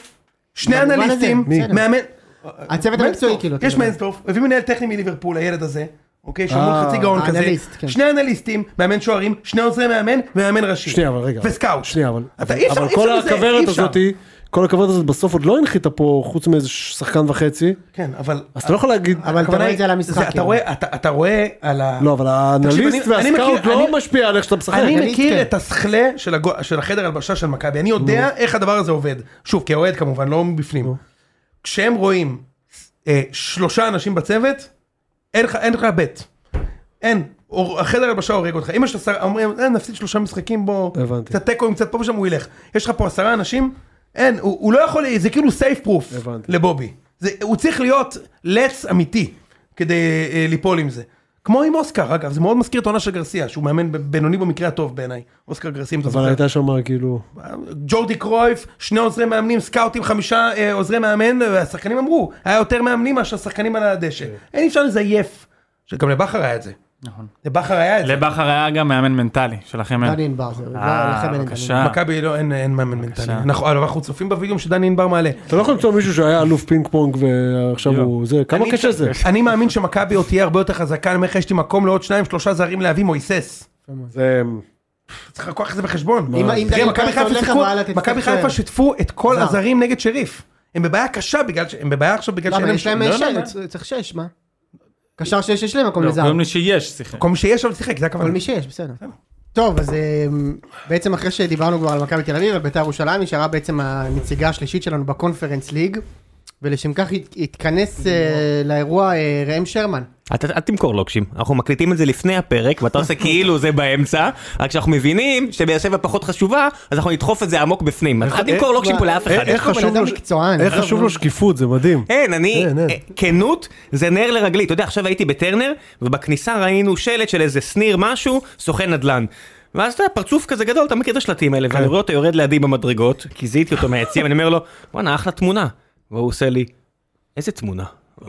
שני במובן הזה, אנליסטים, מי? מאמן. הצוות המקצועי מנסדורף, כאילו. יש אתה אומר. מנסדורף, הביא מנהל טכני מליברפול, הילד הזה, אוקיי, שהוא מול אה, חצי גאון כזה, האנליסט, כן. שני אנליסטים, מאמן שוערים, שני עוזרי מאמן ומאמן ראשי, שנייה, אבל רגע. וסקאוט, שנייה, אבל... אתה אי אפשר, אבל אי כל אפשר לזה, אי הכוורת אפשר. הזאתי, כל הכוורת הזאת בסוף עוד לא הנחית פה, חוץ מאיזה שחקן וחצי. כן, אבל, אז אתה לא יכול להגיד, אבל אתה הכוונה רואה את זה על היא- המשחק, אתה כאילו. רואה, אתה אתה רואה על ה... לא אבל האנליסט אה, תקשיב, אני- אני והסקאוט מכיר- לא אני- משפיע על איך שאתה משחק. אני אני מכיר כן. את השכלה של הגו- של החדר הלבשה של מכבי, אני יודע איך הדבר הזה עובד. שוב, כאוהד כמובן, לא מבפנים. כשהם רואים אה, שלושה אנשים בצוות, אין לך- אין לך בית. אין. אור- החדר הלבשה הורג אותך. אם יש לך עשרה, אומרים, "אה, נפסיד שלושה משחקים, בוא, הבנתי. קצת תיקו, עם קצת פה ושם, הוא ילך. יש לך פה עשרה אנשים, אין, הוא הוא לא יכול, זה כאילו סייף פרוף הבנתי. לבובי. זה- הוא צריך להיות לץ אמיתי כדי אה, ליפול עם זה. כמו עם אוסקר, אגב, זה מאוד מזכיר את העונה של גרסיה, שהוא מאמן ב- בינוני במקרה הטוב בעיניי. אוסקר גרסיה, אם אתה אבל זוכר. הייתה שם כאילו, אה, ג'ורדי קרויף, שני עוזרי מאמנים, סקאוטים, חמישה אה, עוזרי מאמן, והשחקנים אמרו, היה יותר מאמנים מאשר שחקנים על הדשא. אין אפשר לזייף. שגם לבכר היה את זה. נכון. לבכר היה את זה. לבכר היה גם מאמן מנטלי, שלכם אין. דני ענבר. זה- לא, אה, לכם אין את בבקשה. דני. לא, מכבי לא, אין אין מאמן מנטלי. בבקשה. אנחנו אבל אנחנו צופים בווידאו שדני ענבר מעלה. אתה לא יכול למצוא מישהו שהיה אלוף פינג פונג ועכשיו יואו. הוא זה, כמה אני- קשה זה. אני מאמין שמכבי עוד תהיה הרבה יותר חזקה, אני אומר לך, יש לי מקום לעוד שניים, שלושה זרים להביא מויסס. זה- צריך לקחת את זה אם- בחשבון. אם תראה, דניאל כן, מכבי פרץ חיפה הולך, שיחקו- אבל כן, אתה תצטרך מכבי שוער. חיפה שיתפו את כל זר. הזרים נגד שריף. הם בבעיה קשה בגלל ש... הם בבעיה עכשיו בגלל לא, אבל יש שהם- להם לא, לא, שש, לא. צריך שש, מה? קשר שיש, יש להם מקום לא, לזר. קוראים לי שיש שיחק. מקום שיש אבל שיחק, זה כל הכוונה. מי שיש, בסדר. טוב, אז אמ, בעצם אחרי שדיברנו כבר על מכבי תל אביב, על בית"ר ירושלים, נשארה בעצם הנציגה השלישית שלנו בקונפרנס ליג, ולשם כך הת- התכנס אה, לאירוע אה, ראם שרמן. אתה- אל תמכור לוקשים, אנחנו מקליטים את זה לפני הפרק ואתה עושה כאילו זה באמצע, רק שאנחנו מבינים שבאר שבע פחות חשובה, אז אנחנו נדחוף את זה עמוק בפנים. אז אל תמכור לוקשים פה לאף אחד. איך איך הוא בן חשוב אדם לו ש- מקצוען. איך חשוב לו שקיפות, זה מדהים. אין, אני, אין, אין. אה, כנות זה נר לרגלי, אתה יודע, עכשיו הייתי בטרנר, ובכניסה ראינו שלט של איזה שניר משהו, סוכן נדל"ן. ואז אתה יודע, פרצוף כזה גדול, אתה מכיר את השלטים האלה, ואני רואה אותו יורד לידי במדרגות, כי זיהיתי אותו מהיציע, ואני אומר לו, וואנה, אחלה תמונה. והוא עושה לי, איזה תמונה?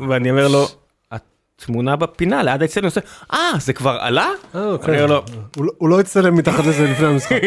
ואני אומר לו, התמונה בפינה ליד היציע, אני עושה, אה, זה כבר עלה? אני אומר לו, הוא לא- הוא לא יצטלם מתחת לזה לפני [laughs] המשחק.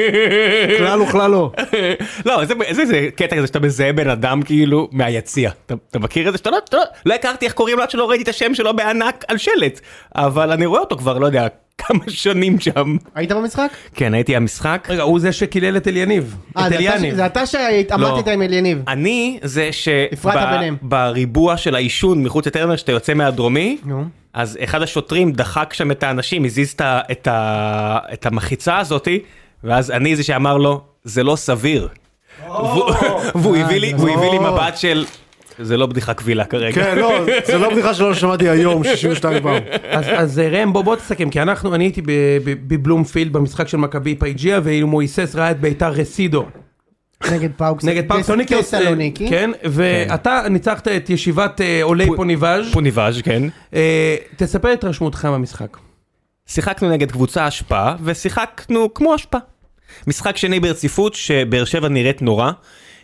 כלל וכלל לא. [laughs] לא, איזה- איזה זה קטע כזה שאתה מזהה בן אדם כאילו מהיציע. אתה אתה מכיר את זה שאתה לא, אתה לא- לא הכרתי איך קוראים לו עד שלא ראיתי את השם שלו בענק על שלט. אבל אני רואה אותו כבר, לא יודע, [laughs] כמה שנים שם. היית במשחק? כן, הייתי המשחק. רגע, הוא זה שקילל את אליניב. אה, את זה אתה- אליניב. זה אתה שהתעמדת לא. איתה עם אליניב. אני זה ש... הפרעת ב- ביניהם. בריבוע של העישון מחוץ לטרנר, שאתה יוצא מהדרומי, נו. אז אחד השוטרים דחק שם את האנשים, הזיז את ה- את ה- את המחיצה הזאתי, ואז אני זה שאמר לו, זה לא סביר. והוא- והוא הביא לי- והוא הביא לי מבט של... זה לא בדיחה קבילה כרגע. כן, לא, זה לא בדיחה שלא שמעתי היום, 62 פעם. אז- אז אה, ראם, בוא בוא תסכם, כי אנחנו, אני הייתי ב- ב- בבלומפילד במשחק של מכבי פייג'יה, ואילו מויסס ראה את ביתר רסידו. נגד פאוקס. נגד פרסוניקי. טסלוניקי. כן, ואתה ניצחת את ישיבת אה, עולי פו- פוניבז'. פוניבז', כן. אה, תספר את התרשמותך מהמשחק. שיחקנו נגד קבוצה אשפה, ושיחקנו כמו אשפה. משחק שני ברציפות, שבאר שבע נראית נורא.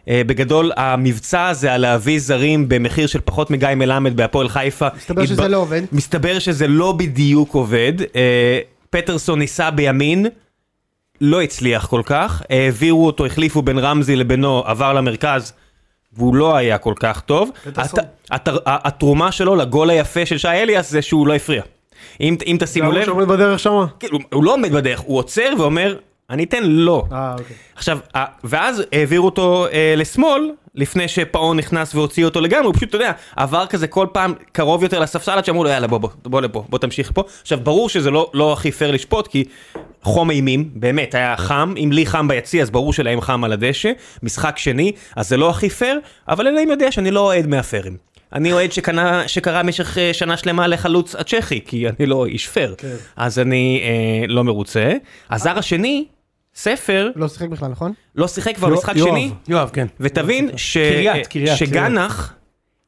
אה, בגדול, המבצע הזה על להביא זרים במחיר של פחות מגיא מלמד בהפועל חיפה. מסתבר שזה התב- לא עובד. מסתבר שזה לא בדיוק עובד. אה, פטרסון ניסה בימין, לא הצליח כל כך. העבירו אותו, החליפו בין רמזי לבינו, עבר למרכז. והוא לא היה כל כך טוב, פטרסון. הת- הת- התרומה שלו לגול היפה של שי אליאס זה שהוא לא הפריע. אם, אם תשימו הוא לב, שעומד בדרך שמה? כאילו, הוא לא עומד בדרך, הוא עוצר ואומר, אני אתן לו. אה, אוקיי. עכשיו, ה- ואז העבירו אותו אה, לשמאל, לפני שפאון נכנס והוציא אותו לגמרי, הוא פשוט, אתה יודע, עבר כזה כל פעם קרוב יותר לספסל, עד שאמרו לו, יאללה, בוא, בוא, בוא לפה, בוא תמשיך פה. עכשיו, ברור שזה לא, לא הכי פייר לשפוט, כי חום אימים, באמת, היה חם, אם לי חם ביציע, אז ברור שלהם חם על הדשא, משחק שני, אז זה לא הכי פייר, אבל אלוהים יודע שאני לא אוהד מהפיירים. אני אוהד שקנה, שקרא במשך אה, שנה שלמה לחלוץ הצ'כי, כי אני לא איש פייר, כן. אז אני אה, לא מרוצה. הזר השני, ספר, לא שיחק בכלל, נכון? לא שיחק כבר יו- משחק יואב. שני, יואב, כן. ותבין ש... קריית, קריית, שגנח,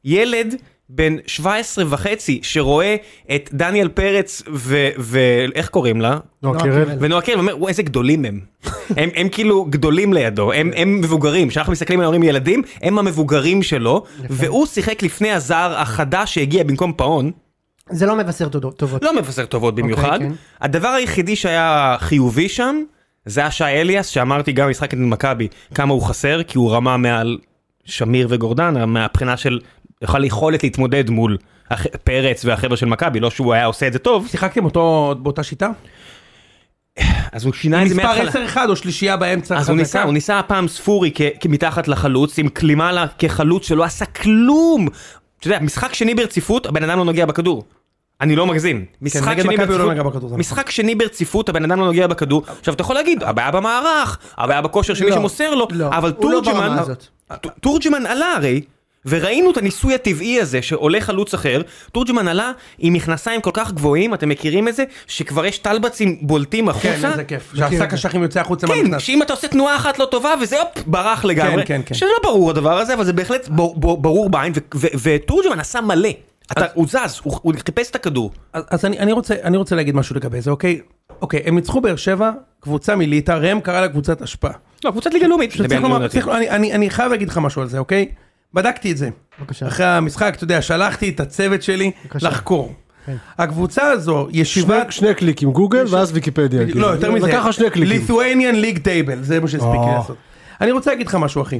ילד בן 17 וחצי, שרואה את דניאל פרץ ו... ואיך קוראים לה? נו, קירל. קירל. ונועה קירל, ואומר, וואי, איזה גדולים הם. הם, הם כאילו גדולים לידו, הם, הם מבוגרים, כשאנחנו מסתכלים עליהם אומרים ילדים, הם המבוגרים שלו, והוא שיחק לפני הזר החדש שהגיע במקום פאון. זה לא מבשר תודו- טובות. לא מבשר טובות במיוחד. כן. הדבר היחידי שהיה חיובי שם, זה היה שי אליאס, שאמרתי גם במשחק נגד מכבי, כמה הוא חסר, כי הוא רמה מעל שמיר וגורדנה, מהבחינה של יכולה יכולת להתמודד מול הח- פרץ והחבר'ה של מכבי, לא שהוא היה עושה את זה טוב, שיחקתם אותו באותה שיטה? אז הוא שינה את זה מספר מההתחלה. 10-1 או שלישייה באמצע. אז הוא חזקה? ניסה, הוא ניסה הפעם ספורי כ- כמתחת לחלוץ, עם קלימלה כחלוץ שלא עשה כלום. אתה יודע, משחק שני ברציפות, הבן אדם לא נוגע בכדור. אני לא מגזים. משחק נגד שני מכבי הוא לא ברציפות- נגע בכדור, זה נכון. משחק שני ברציפות, הבן אדם לא נוגע בכדור. עכשיו, אתה יכול להגיד, הבעיה במערך, הבעיה בכושר של מי לא, שמוסר לו, לא, אבל הוא לא ברמה תורג'מן, הזאת. ט- תורג'מן עלה הרי, וראינו את הניסוי הטבעי הזה שעולה חלוץ אחר, תורג'מן עלה עם מכנסיים כל כך גבוהים, אתם מכירים את זה? שכבר יש טלבצים בולטים כן, החוצה, איזה כיף. שהשק אשכים יוצא החוצה כן, מהמכנס. שאם אתה עושה תנועה אחת לא טובה וזה הופ, ברח לגמרי. כן, כן. שזה לא ברור הדבר הזה, אבל זה בהחלט בור- בור- ברור בעין, ו- ו- ותורג'מן עשה מלא. אתה- הוא זז, הוא הוא חיפש את הכדור. אז, אז אני, אני, רוצה, אני רוצה להגיד משהו לגבי זה, אוקיי? אוקיי, הם ניצחו באר שבע, קבוצה מליטא, ראם קרא לה קבוצת אשפה. לא, קבוצת ליגה לאומית. פשוט צריך לומר, צריך, אני, אני, אני חייב להגיד לך משהו על זה, אוקיי? בדקתי את זה. בבקשה. אחרי המשחק, אתה יודע, שלחתי את הצוות שלי בבקשה. לחקור. הקבוצה הזו, ישיבת... שני- שני קליקים, גוגל ואז ויקיפדיה. בדיוק, לא, כאילו. יותר מזה. לקח לך שני קליקים. אה. לית'ואניאן ליג טייבל, זה מה שהספיק לי לעשות. אני רוצה להגיד לך משהו, אחי.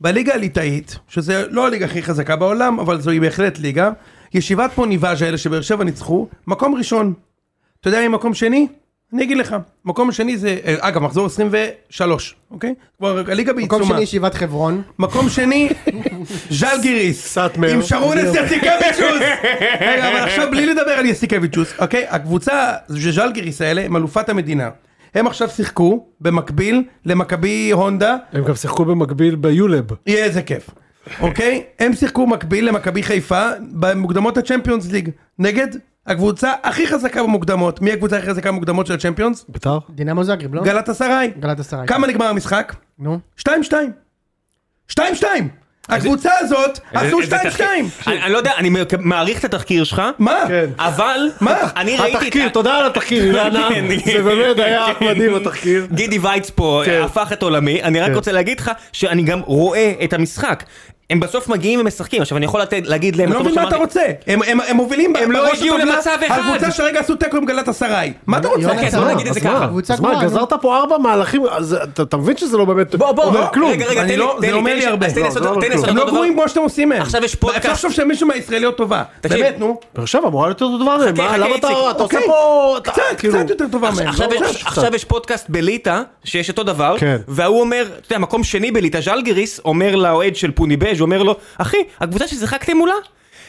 בליגה הליטאית, שזה לא הליגה הכי חזקה בעולם, אבל זוהי בהחלט ליגה, ישיבת פוניבז' האלה שבאר שבע ניצחו, מקום ראשון. אתה יודע מי מקום שני? אני אגיד לך, מקום שני זה, אה, אגב, מחזור 23, אוקיי? כבר הליגה בעיצומה. מקום שני ישיבת חברון. מקום שני, ז'אל גיריס. סאטמר. עם שרונס יסיקביצ'וס. רגע, אבל עכשיו בלי לדבר על יסיקביצ'וס, אוקיי? הקבוצה של ז'אל גיריס האלה הם אלופת המדינה. הם עכשיו שיחקו במקביל למכבי הונדה. הם גם שיחקו במקביל ביולב. יהיה איזה כיף. אוקיי? הם שיחקו מקביל למכבי חיפה במוקדמות הצ'מפיונס ליג. נגד הקבוצה הכי חזקה במוקדמות. מי הקבוצה הכי חזקה במוקדמות של הצ'מפיונס? ביתר? דינמו זאגריב, לא? גלת אסריי. גלת אסריי. כמה נגמר המשחק? נו. 2-2. 2-2. הקבוצה הזאת עשו 2-2. אני אני לא יודע, אני מק- מעריך את התחקיר שלך, מה? כן. אבל מה? אני ראיתי... התחקיר, תודה על [laughs] התחקיר, אילנה. כן, זה באמת היה מדהים [laughs] התחקיר. גידי וייץ פה כן. הפך את עולמי, אני רק כן. רוצה להגיד לך שאני גם רואה את המשחק. הם בסוף מגיעים ומשחקים, עכשיו אני יכול לתת- להגיד להם... אני לא אותו מבין מה אתה שאמרתי- רוצה. הם- הם הם מובילים הם לא בראש הגיעו הטבלה. למצב אחד. הקבוצה שרגע עשו תיקו עם גלת אסריי. מה אתה רוצה? אוקיי, אז בוא נגיד את זה אז מה? ככה. קבוצה אז מה, גרועה, נו. גזרת פה ארבע מהלכים, אז אתה- אתה מבין שזה לא באמת... בוא, בוא, אומר בוא. כלום. רגע, רגע, אני תן לי, לא- תן זה לי, אומר תן לי לי הרבה. לעשות- לא, תן זה לא אומר לי לעשות כלום. הם אותו לא דבר. גרועים כמו שאתם עושים מהם. עכשיו יש פודקאסט. אפשר לחשוב שמישהו מהישראליות טובה. תקשיב. באמת, נו. באר שבע אמורה להיות אותו דבר, מה? חכה, למה אתה איציק. אתה עושה אוקיי. פה... אתה- קצת, כאילו- קצת יותר טובה מהם. עכשיו לא, יש- ממש קצת. עכשיו יש פודקאסט בליטא שיש אותו דבר, כן. והוא אומר, אתה יודע, מקום שני בליטא, ז'לגיריס אומר לאוהד של פוניבז', הוא אומר לו, אחי, הקבוצה ששיחקתם מולה?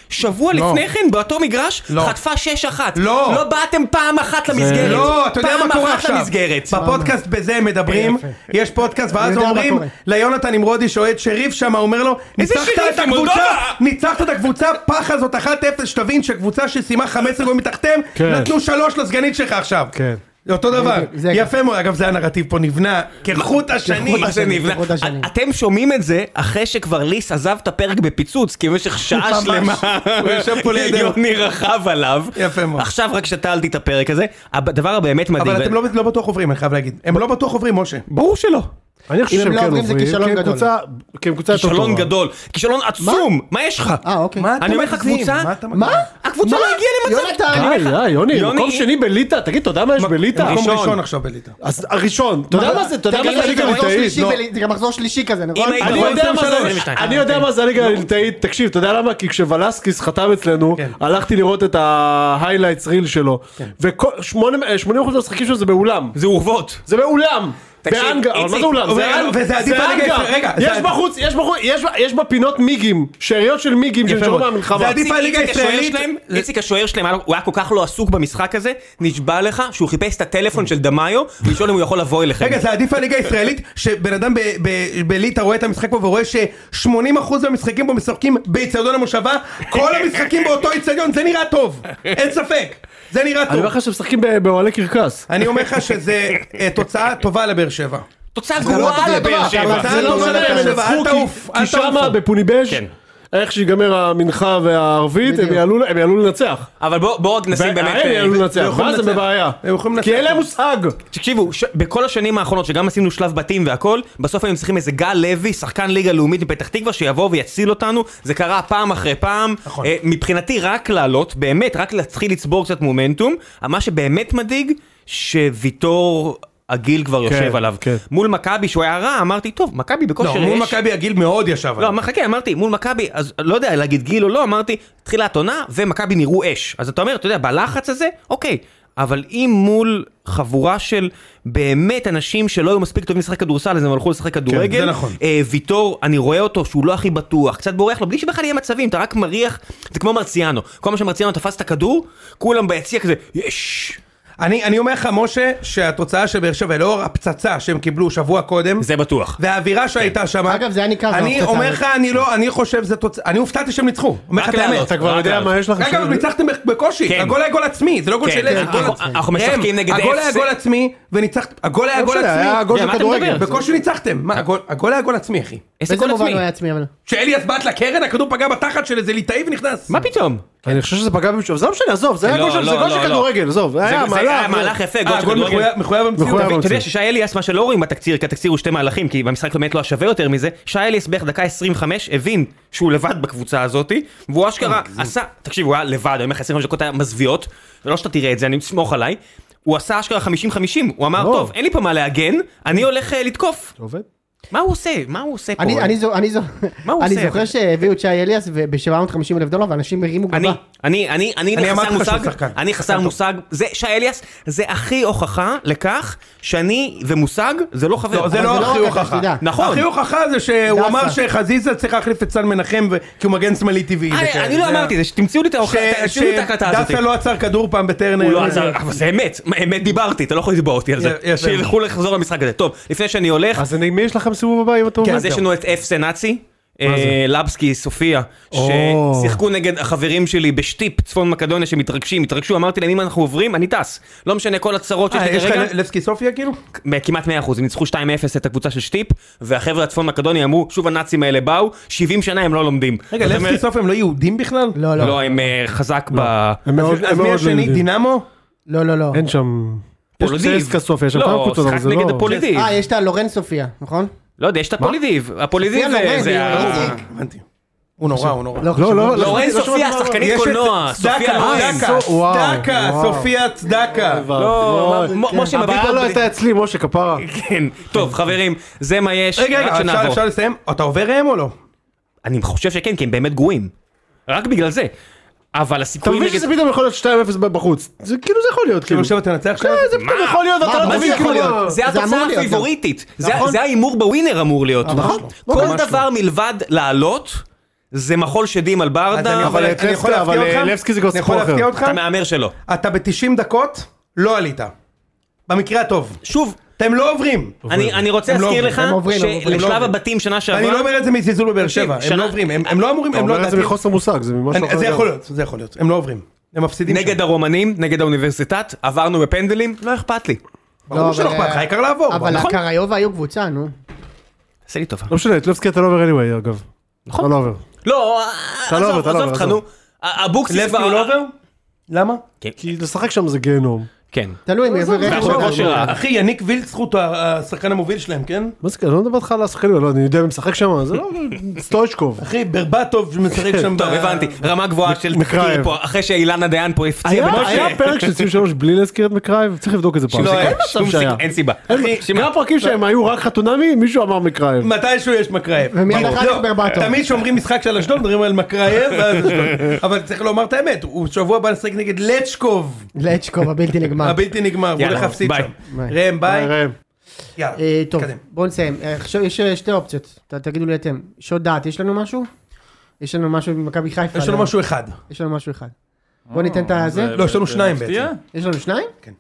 שבוע לא. לפני כן, באותו מגרש, לא. חטפה 6-1. לא. לא באתם פעם אחת למסגרת. לא, אתה יודע מה קורה עכשיו. פעם אחת למסגרת. בפודקאסט בזה הם מדברים, יש פודקאסט, ואז יודע מה אומרים קורה. ליונתן נמרודי שאוהד שריף שם, אומר לו, איזה ניצחת שריף? את הקבוצה, מולדובה!" ניצחת את הקבוצה, פחה זאת 1-0, שתבין שקבוצה שסיימה 15 גולים מתחתיהם, כן. נתנו 3 לסגנית שלך עכשיו. כן. זה אותו דבר. זה- יפה מאוד, אגב זה הנרטיב פה נבנה, כחוט השני. מה זה השני, נבנה? כחוט השני. אתם שומעים את זה אחרי שכבר ליס עזב את הפרק בפיצוץ, [laughs] כי במשך שעה ממש. שלמה הוא ישב פה לידינו. יוני רכב עליו. יפה מאוד. עכשיו רק שתלתי את הפרק הזה. הדבר הבאמת מדהים. אבל אתם לא- לא בטוח עוברים, אני חייב להגיד. הם לא בטוח עוברים, משה. ברור שלא. אני חושב אם הם שהם לא כן עוברים, זה עוברים, כישלון כי הם גדול. קבוצה- כי הם קבוצה יותר טובה. כישלון גדול. כישלון עצום. מה יש לך? אה, אוקיי. מה אתה אני אומר לך, מגזים? קבוצה- מה אתה מה? מגזים? הקבוצה לא הגיעה למצב... יונתן, אני אומר לך, די, די, יוני, יוני- מקום שני בליטא, תגיד, אתה יודע מה יש בליטא? מקום ראשון. ראשון עכשיו בליטא. אז הראשון, אתה יודע מה זה, אתה יודע מה תגיד, זה זה הליגה מחזור הליטאית? שלישי לא. בלי- זה גם מחזור שלישי כזה, נכון? אם היית- אני נכון, יודע מה זה, 22. אני יודע מה זה הליגה הליטאית, תקשיב, אתה יודע למה? כי כשוולסקיס חתם אצלנו, כן. הלכתי לראות את ההיילייטס ריל שלו, ו-80% מהמשחקים שלו זה באולם, זה אורוות. זה באולם. תקשיב, באנגר, אבל מה איציק, זה אולם? וזה- זה אנ- וזה זה עדיף הליגה אנגר. הישראלית- רגע, זה יש עדיף- בחוץ, יש בחוץ, יש- יש בפינות מיגים, שאריות של מיגים יפה שנשארו מאוד. זה מהמלחמה. עדיף הליגה איציק השוער הישראלית. שלהם- איציק השוער שלהם, הוא היה כל כך לא עסוק במשחק הזה, נשבע לך שהוא חיפש את הטלפון של דמאיו, לשאול אם הוא יכול לבוא אליכם. רגע, זה עדיף הליגה הישראלית, שבן אדם ב- ב- בליטא רואה את המשחק פה ורואה ש-80% מהמשחקים פה משחקים באיצטדיון המושבה, כל המשחקים באותו איצטדיון, זה נראה טוב, אין ספק, זה נראה אני אומר טוב. לך שמשחקים ב- באוהלי קרקס. אני אומר לך שזה אה, תוצאה טובה לבאר שבע. תוצאה לא גרועה טובה, לבאר אבל שבע. אתה זה לא טוב, משנה, אתה הם טוב. אל ינצחו תעוף, כי- אל כי שמה תעוף. בפוניבז' כן. איך שיגמר המנחה והערבית הם יעלו הם יעלו לנצח. אבל בוא- בואו רק נשים באמת... הם אה, יעלו לנצח, יכולים ואז הם לנצח. בבעיה. הם יכולים כי לנצח. אין להם מושג. תקשיבו, ש... בכל השנים האחרונות שגם עשינו שלב בתים והכל, בסוף היינו צריכים איזה גל לוי, שחקן ליגה לאומית מפתח תקווה, שיבוא ויציל אותנו, זה קרה פעם אחרי פעם. נכון. אה, מבחינתי רק לעלות, באמת, רק להתחיל לצבור קצת מומנטום. מה שבאמת מדאיג, שוויטור... הגיל כבר כן, יושב עליו. כן. מול מכבי שהוא היה רע, אמרתי, טוב, מכבי בכושר לא, יש. מול מכבי הגיל מאוד ישב לא, עליו. מה חכה, אמרתי, מול מכבי, אז לא יודע להגיד גיל או לא, אמרתי, תחילת עונה ומכבי נראו אש. אז אתה אומר, אתה יודע, בלחץ הזה, אוקיי. אבל אם מול חבורה של באמת אנשים שלא היו מספיק טובים לשחק כדורסל, אז הם הלכו לשחק כדורגל. זה נכון. אה, ויטור, אני רואה אותו שהוא לא הכי בטוח, קצת בורח לו, בלי שבכלל יהיה מצבים, אתה רק מריח, זה כמו מרציאנו. כל מה שמרציאנו תפס את הכדור, כולם ביציע כזה, יש! אני אני אומר לך, משה, שהתוצאה של באר שבע, לאור הפצצה שהם קיבלו שבוע קודם, זה בטוח. כן. והאווירה שהייתה שם, אגב, זה היה ניכר, זה אני הפצצה. אומר לך, אני לא, אני חושב שזה תוצאה, אני הופתעתי שהם ניצחו, אומר לך רק את האמת. לעלות. אתה כבר יודע מה יש לך. אגב, אבל ניצחתם בקושי, כן. הגול היה גול עצמי, זה לא גול כן, של כן, אש, גול אנחנו- עצמי. אנחנו משחקים הם, נגד הגול היה אפס. גול עצמי, וניצחתם, הגול היה גול לא משנה, היה עצמי, גול כן, של מה אתה כדורגל. מדבר? בקושי ניצחתם, מה, הגול- הגול היה גול עצמי, אחי. באיזה איזה גול מובן עצמי. הוא היה עצמי אבל? כשאליאס בעט לקרן, הכדור פגע בתחת של איזה ליטאי ונכנס. מה פתאום? אני חושב שזה פגע במישהו, אבל זה לא משנה, עזוב, זה היה לא, גול של- זה לא, גול לא, של לא. כדורגל, עזוב, זה היה זה- זה היה מהלך מהלך. יפה, גול אה, של גול כדורגל. מחויב- מחויב המציאות. מחויב. אתה רוצה. יודע ששי אליאס, מה שלא רואים בתקציר, כי התקציר הוא שתי מהלכים, כי במשחק באמת לא השווה יותר מזה, שי אליאס בערך דקה 25 הבין שהוא לבד בקבוצה הזאתי, והוא אה, אשכרה עשה, תקשיב, הוא היה לבד, אני אומר לך 25 דקות היה מזוויעות, לא שאתה תראה את זה, אני מסמוך עליי, הוא עשה אשכרה 50-50, הוא אמר, לא. טוב, אין לי פה מה להגן, אני הולך אה, לתקוף. עובד? מה הוא עושה? מה הוא עושה פה? אני- אני זו- אני זו- מה הוא אני עושה? זוכר שהביאו את שי אליאס ב-750 אלף דולר ואנשים הרימו אני, גבה. אני, אני, אני, אני אמרתי חסר לך שהוא מושג, שחקן. אני חסר מושג, זה, שי אליאס, זה הכי הוכחה לכך שאני ומושג זה לא חבר. לא, זה אבל זה לא לא הכי רק הוכחה. אתה, שתדע. נכון. הכי הוכחה זה שהוא דסה. אמר שחזיזה צריך להחליף את סל מנחם ו- כי הוא מגן שמאלי טבעי. אני- וכאלה. אני לא זה- אמרתי את זה, שתמצאו לי את ש- ההוכחה, תמצאו לי אוקיי, את ההקלטה הזאת. שדסה לא עצר כדור פעם בטרנר. אה, הוא לא עזר, אבל זה אמת, אמת דיברתי, אתה לא יכול לתבוע אותי על י- זה. יפה. אה, שילכו לחזור למשחק הזה. טוב, לפני שאני הולך, אז אני- מי יש לכם סיבוב הבא אם אתה כן, אומר? כן, אז יש לנו את אפס נאצי, אה, לבסקי, סופיה, או. ששיחקו נגד החברים שלי בשטיפ, צפון מקדוניה, שמתרגשים, התרגשו, אמתי להם אם אנחנו עוברים, אני טס. לא משנה כל הצרות שיש אה, לי יש כרגע. אה. לך לבסקי סופיה כאילו? בכמעט 100%, הם ניצחו 2-0 את הקבוצה של שטיפ, והחבר'ה הצפון מקדוני אמרו, שוב הנאצים האלה באו, 70 שנה הם לא לומדים. רגע, זאת לבסקי אומרת- סופיה הם לא יהודים בכלל? לא, לא, לא, הם אה, חזק ב... הם מאוד- אז הם מי מאוד לא השני? יהודים. דינמו? לא, לא, לא. אין שם... יש פולודיב. צייסקה סופיה, יש שם לא, כמה קבוצות, אבל שחק זה נגד לא... הפולין. אה, יש את הלורן סופיה, נכון? לא יודע, יש את הפולידיב, הפולידיב סופיה זה- לורן, אה, זה... ה- איציק. הבנתי. הוא נורא, הוא נורא. חשוב. לא, לא. לורן שמעתי סופיה, דבר. שחקנית יש את קולנוע, צדקה, סופיה לא לורן. צדקה, וואו, צדקה, וואו. סופיה צדקה. לא, כן. מ- משה מביא הבעיה פה- לא הייתה אצלי, משה כפרה. כן, טוב חברים, זה מה יש, רגע, רק רגע, אפשר- שנעבור. אפשר לסיים? אתה עובר ראם או לא? אני חושב שכן, כי הם באמת גרועים. רק בגלל זה. אבל אתה הסיכויים מבין נגד... שזה פתאום יכול להיות 2-0 בחוץ. זה כאילו זה יכול להיות, כאילו. כאילו עכשיו תנצח כן, שלנו? זה פתאום יכול להיות, אתה מה לא זה מבין יכול כאילו להיות? מה. זה זה אמור התוצאה להיות גם. הפיבוריטית, זה- נכון. זה ההימור בווינר אמור להיות. נכון. כל ממש דבר מלבד לעלות, זה מחול שדים על אז אני ברדה, יכול- אבל אני לבסקי- יכול להפתיע אבל, אותך? לבסקי זה כבר אני יכול סיפור אחר. להפתיע אותך? אתה מהמר שלא. אתה ב-90 דקות לא עלית. במקרה הטוב. שוב, אתם לא עוברים. אני אני רוצה הם לא להזכיר עוברים, לך הם עוברים, הם עוברים, הם לא שלשלב עוברים. הבתים שנה אני לא שעברה, אומר את זה מזלזול בבאר תקשיב, שבע. הם שנה- לא עוברים. הם הם לא אמורים, אתה הם לא אומר את זה לדעתי. מחוסר מושג, זה ממשהו אני- אחר. זה יכול לגמרי. להיות, זה יכול להיות. הם לא עוברים. הם מפסידים. נגד שם. הרומנים, נגד האוניברסיטת, עברנו בפנדלים, לא אכפת לי. ברור לא, שלא אבל- אכפת לך, העיקר לעבור. אבל נכון? הקריובה היו קבוצה, נו. עשה לי טובה. לא משנה, את לבסקי אתה לא עובר anyway, אגב. נכון. אתה לא עובר. לא, אתה לא עובר, עזוב, אתה לא עזוב כאילו עובר, אותך, נו. עזוב. אבוקסיס לבסקי כבר... הוא לא עובר? למה? כי לשחק שם זה גיהנום. כן. תלוי אם יביא רכש. והכל או לא. כושר ה- אחי, יניק וילצחוט הוא השחקן המוביל שלהם, כן? מה זה, אני לא מדבר איתך על השחקנים, לא, אני יודע מי משחק שם, זה לא... סטויצ'קוב. אחי, ברבטוב משחק [laughs] שם. טוב, ב- אה, הבנתי. רמה גבוהה של תחקיר מקרייב. פה, אחרי שאילנה דיין פה הפציעה. היה במשה. היה פרק של 23 בלי להזכיר את מקרייב, צריך לבדוק את זה פעם. לא, אין אין מצב שום שהיה. סיכוי, אין סיבה. אחי, גם שמע, הפרקים שהם היו רק חתונמי, מישהו אמר מקרייב. מתישהו יש מקרייב. ומיד ברור. אחר כך לא, ברבטוב. תמיד כשאומרים משחק של אשדוד, מדברים על מקרייב, ואז [laughs] אשדוד. אבל צריך לומר את האמת, הוא שבוע הבא נשחק נגד לצ'קוב, לאצ'קוב הבלתי נגמר. הבלתי נגמר, הוא יאללה, הולך להפסיד ביי. שם. ביי. ראם, ביי. ראם. יאללה, אה, טוב, תתקדם. בואו נסיים. אה, עכשיו יש אה, שתי אופציות, ת- תגידו לי אתם. שעות דעת, יש לנו משהו? יש לנו משהו ממכבי חיפה. יש לנו לא? משהו אחד. יש לנו משהו אחד. בואו ניתן את הזה. לא, יש לנו שניים מפתיע. בעצם. יש לנו שניים? כן.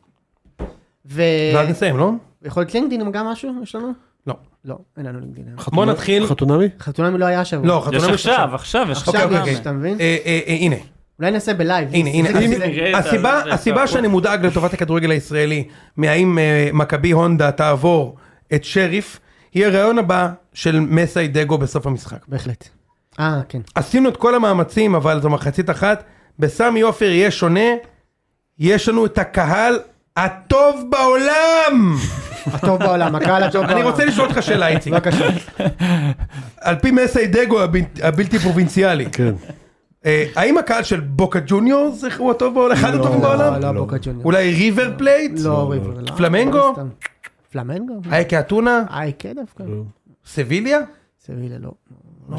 ואז ויכול נסיים, לא? להיות לינקדאין גם משהו? יש לנו? לא. לא, אין לנו לינקדאין. בוא נתחיל. חתונמי? חתונמי לא היה השבוע. לא, חתונה יש עכשיו, משחק. עכשיו, יש אוקיי, עכשיו. אוקיי, למה? אוקיי. אתה מבין? אה, אה, אה, הנה. אולי נעשה בלייב. הנה, הנה, זה- הנה, זה- נראה את ה- אוקיי. הסיבה, זה- הסיבה זה- שאני מודאג לטובת הכדורגל הישראלי, מהאם אה, מכבי הונדה תעבור את שריף, היא הרעיון הבא של מסי דגו בסוף המשחק. בהחלט. אה, כן. עשינו את כל המאמצים, אבל זו מחצית אחת, בסמי עופר יהיה שונה, יש לנו את הקהל הטוב בעולם! הטוב בעולם, הקהל הטוב בעולם. אני רוצה לשאול אותך שאלה, איציק. בבקשה. על פי מסי דגו הבין- הבלתי פרובינציאלי, כן. אה, האם הקהל של בוקה ג'וניורס הוא הטוב בעולם, אחד הטובים לא, בעולם? לא, בוקה ג'וניור. אולי ריבר פלייט? לא, ריבר. לא. פלמנגו? סתם. פלמנגו? אייקה אתונה? איי, כן דווקא. לא. סביליה? סבילה לא.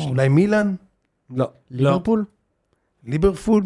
אולי מילאן? לא. ליברפול? ליברפול?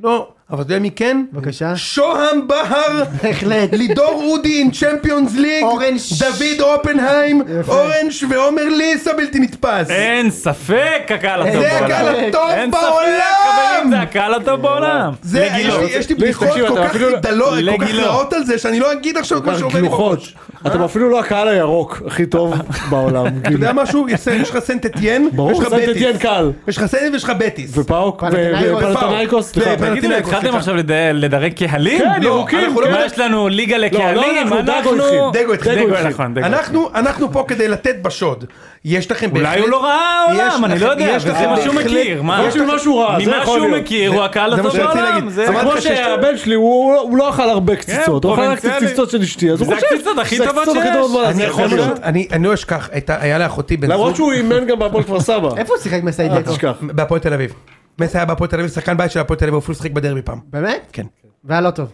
לא. אבל אתה יודע מי כן? בבקשה. שוהם בהר! בהחלט. לידור אודי עם צ'מפיונס ליג! אורן ש- דוד אופנהיים! יפה. אורנג' ועומר ליס הבלתי נתפס! אין ספק הקהל הטוב זה בעולם. הקהל הטוב אין ספק, חברים, בעולם! זה הקהל הטוב בעולם. זה, יש לי- לא, יש לי ליס, בדיחות תקשיב, כל אתה כך אפילו- דלות, כל כך לגילו. רעות על זה, שאני לא אגיד עכשיו את מה שעובר לי גלוחות. בראש. אתם אפילו לא הקהל הירוק הכי טוב בעולם. אה? כאילו. אתה יודע משהו? יש יש לך סנטטיין, ברור, ויש לך סנט אתיאן בטיס. קל. יש לך סנטטיין ויש לך בטיס. ופאוק פנתנייקוס. ופלטנייקוס. סליחה. ופנתנייקוס. תגידו, התחלתם לא, סליחה. עכשיו לד- לדרג קהלים? כן, לא, ירוקים, אנחנו כן. לא- מה יש לנו ליגה לקהלים? אנחנו, דגו אנחנו... התחיל. דגו התחיל. דגו, דגו התחיל. נכון, דגו. אנחנו, אנחנו פה כדי לתת בשוד. יש לכם אולי הוא לא ראה יש עולם, אני לכם- לא יודע, יש אבל זה לכם מה שהוא בהחלט- מכיר, מה? יש לי משהו רע, זה ממה יכול שהוא להיות. מכיר, הוא הקהל זה מה הטוב שרציתי בעולם. להגיד. זה זה כמו אמרתי לך שיש- שהבן שלי הוא הוא לא אכל הרבה קציצות, הוא אכל רק את פרובינציאלי. הקציצות של אשתי, אז הוא זה חושב הקציצות הכי שזה טובות הקציצות הכי שיש. טובות בעולם, זה אני יכול להיות. אני אני לא אשכח, הייתה- היה לאחותי בן למרות זוג שהוא אימן גם בהפועל כפר סבא. איפה הוא שיחק אה, אל מסיידקו? תשכח. בהפועל תל אביב. מסי היה בהפועל תל אביב, שחקן בית של הפועל תל אביב, הוא אפילו שיחק בדרבי פעם. באמת? כן. והיה לא טוב.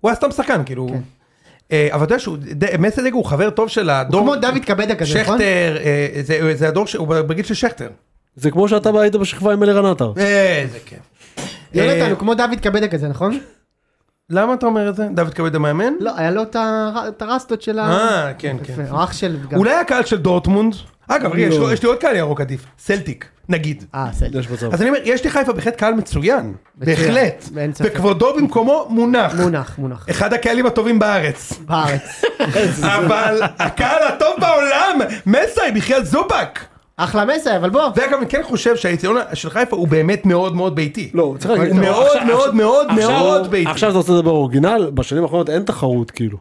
הוא היה סתם שחקן, כאילו. כן. אה, אבל אתה יודע שהוא, ד- מסי דגו הוא חבר טוב של הדור. כמו דוד קבדה כזה, נכון? שכטר, אה, זה- זה הדור, ש- הוא בגיל של שכטר. זה כמו שאתה היית בשכבה עם אלירן עטר. איזה כיף. יונתן אה, הוא כמו דוד קבדה כזה, נכון? למה אתה אומר את זה? דוד כבד המאמן? לא, היה לו את הר- את הרסטות של ה... אה, כן, יפה, כן. הוא אח של... גם- לא. אולי הקהל של דורטמונד? אגב, רגע, יש לו- יש לי עוד קהל ירוק עדיף, סלטיק, נגיד. אה, בסדר. יש מצב. אז אני אומר, יש לחיפה בהחלט קהל מצוין. בהחלט. אין ספק. וכבודו במקומו מונח. מונח, [laughs] מונח. אחד הקהלים הטובים בארץ. בארץ. אבל הקהל הטוב בעולם, מסי, בחייאת זובק. אחלה מסי, אבל בוא. ואגב, אני כן חושב שהיציאון של חיפה הוא באמת מאוד מאוד ביתי. לא, צריך להגיד, הוא מאוד מאוד מאוד מאוד ביתי. עכשיו אתה רוצה לדבר אורגינל, בשנים האחרונות אין תחרות כאילו,